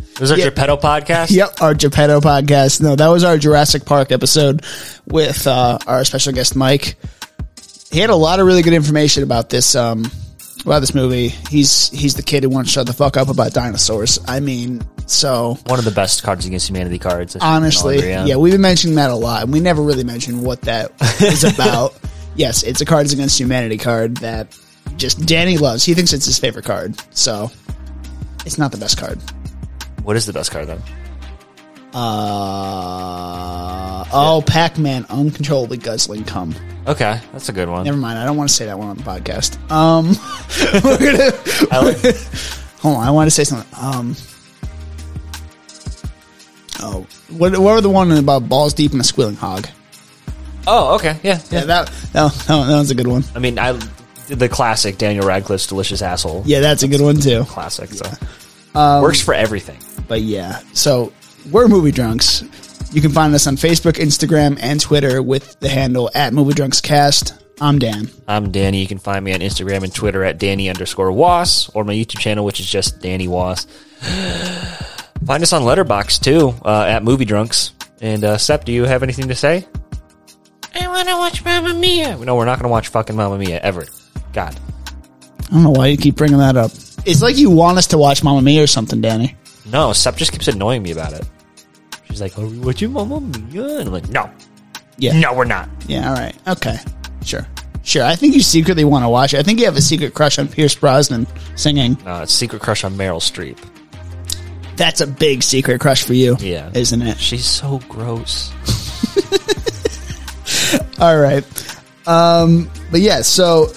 [SPEAKER 2] This is our
[SPEAKER 3] Yeah.
[SPEAKER 2] Geppetto podcast.
[SPEAKER 3] Yep, our Geppetto podcast. No, that was our Jurassic Park episode with uh, our special guest Mike. He had a lot of really good information about this um, about this movie. He's he's the kid who won't shut the fuck up about dinosaurs. I mean, so
[SPEAKER 2] One of the best Cards Against Humanity cards. I think,
[SPEAKER 3] honestly,
[SPEAKER 2] ever,
[SPEAKER 3] yeah. we've been mentioning that a lot, and we never really mentioned what that is about. yes, it's a Cards Against Humanity card that just Danny loves. He thinks it's his favorite card, so it's not the best card.
[SPEAKER 2] What is the best card then?
[SPEAKER 3] Uh, oh, Pac Man, uncontrollably guzzling cum.
[SPEAKER 2] Okay, that's a good one.
[SPEAKER 3] Never mind, I don't want to say that one on the podcast. Um, <laughs> we're gonna,
[SPEAKER 2] I like,
[SPEAKER 3] <laughs> hold on, I want to say something. Um, oh, what, what were the one about balls deep in a squealing hog?
[SPEAKER 2] oh, okay, yeah, yeah.
[SPEAKER 3] Yeah, that that, that, one- that one's a good one.
[SPEAKER 2] I mean, I the classic Daniel Radcliffe's delicious asshole.
[SPEAKER 3] Yeah, Um, that's a good one too.
[SPEAKER 2] classic. So works for everything.
[SPEAKER 3] But yeah, so we're movie drunks. You can find us on Facebook, Instagram, and Twitter with the handle at Movie Drunks Cast. I'm Dan.
[SPEAKER 2] I'm Danny. You can find me on Instagram and Twitter at Danny underscore Was or my YouTube channel, which is just Danny Was. <gasps> find us on Letterbox too uh, at Movie Drunks. And uh, Sep, do you have anything to say? I want to watch Mamma Mia. No, we're not going to watch fucking Mamma Mia ever. God,
[SPEAKER 3] I don't know why you keep bringing that up. It's like you want us to watch Mamma Mia or something, Danny.
[SPEAKER 2] no. Sep just keeps annoying me about it. She's like, "Are we watching Mamma Mia?" And I'm like, "No,
[SPEAKER 3] Yeah.
[SPEAKER 2] no, we're not."
[SPEAKER 3] Yeah, all right. Okay. Sure. Sure. I think you secretly want to watch it. I think you have a secret crush on Pierce Brosnan singing.
[SPEAKER 2] No, Uh, it's Secret Crush on Meryl Streep.
[SPEAKER 3] That's a big secret crush for you.
[SPEAKER 2] Yeah.
[SPEAKER 3] Isn't it?
[SPEAKER 2] She's so gross.
[SPEAKER 3] All right. Um, but yeah, so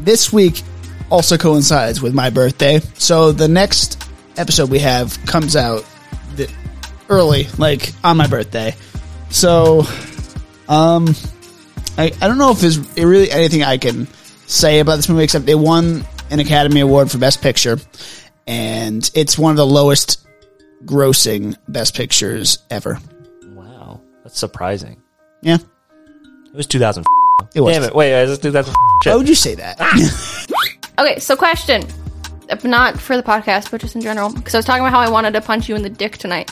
[SPEAKER 3] this week also coincides with my birthday. So the next episode we have comes out the, early, like on my birthday. So, um, I, I don't know if there's really anything I can say about this movie except they won an Academy Award for Best Picture, and it's one of the lowest grossing Best Pictures ever.
[SPEAKER 2] Wow, that's surprising.
[SPEAKER 3] Yeah,
[SPEAKER 2] It was 2000.
[SPEAKER 3] it was.
[SPEAKER 2] Damn it! Ah. Wait, is this 2000?
[SPEAKER 3] Why would you say that?
[SPEAKER 1] Okay, so question. Uh, Not for the podcast, but just in general. Because I was talking about how I wanted to punch you in the dick tonight.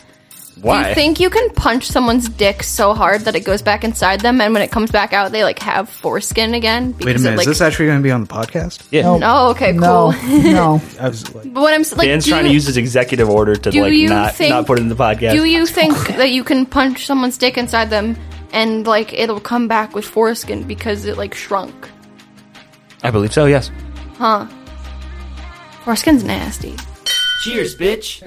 [SPEAKER 1] Do
[SPEAKER 2] Why?
[SPEAKER 1] you think you can punch someone's dick so hard that it goes back inside them, and when it comes back out, they like have foreskin again? Because
[SPEAKER 4] Wait a minute.
[SPEAKER 1] It, like,
[SPEAKER 4] is this actually going to be on the podcast?
[SPEAKER 2] yeah.
[SPEAKER 1] Oh, okay,
[SPEAKER 3] No,
[SPEAKER 1] cool. <laughs>
[SPEAKER 3] no.
[SPEAKER 4] I was like,
[SPEAKER 1] But what I'm s- like,
[SPEAKER 2] Dan's
[SPEAKER 1] do
[SPEAKER 2] trying
[SPEAKER 1] you,
[SPEAKER 2] to use his executive order to
[SPEAKER 1] do
[SPEAKER 2] like
[SPEAKER 1] you
[SPEAKER 2] not
[SPEAKER 1] think-
[SPEAKER 2] not put it in the podcast.
[SPEAKER 1] do you think that you can punch someone's dick inside them, and like it'll come back with foreskin because it like shrunk?
[SPEAKER 2] I believe so. Yes.
[SPEAKER 1] Foreskin's nasty.
[SPEAKER 5] Cheers, bitch.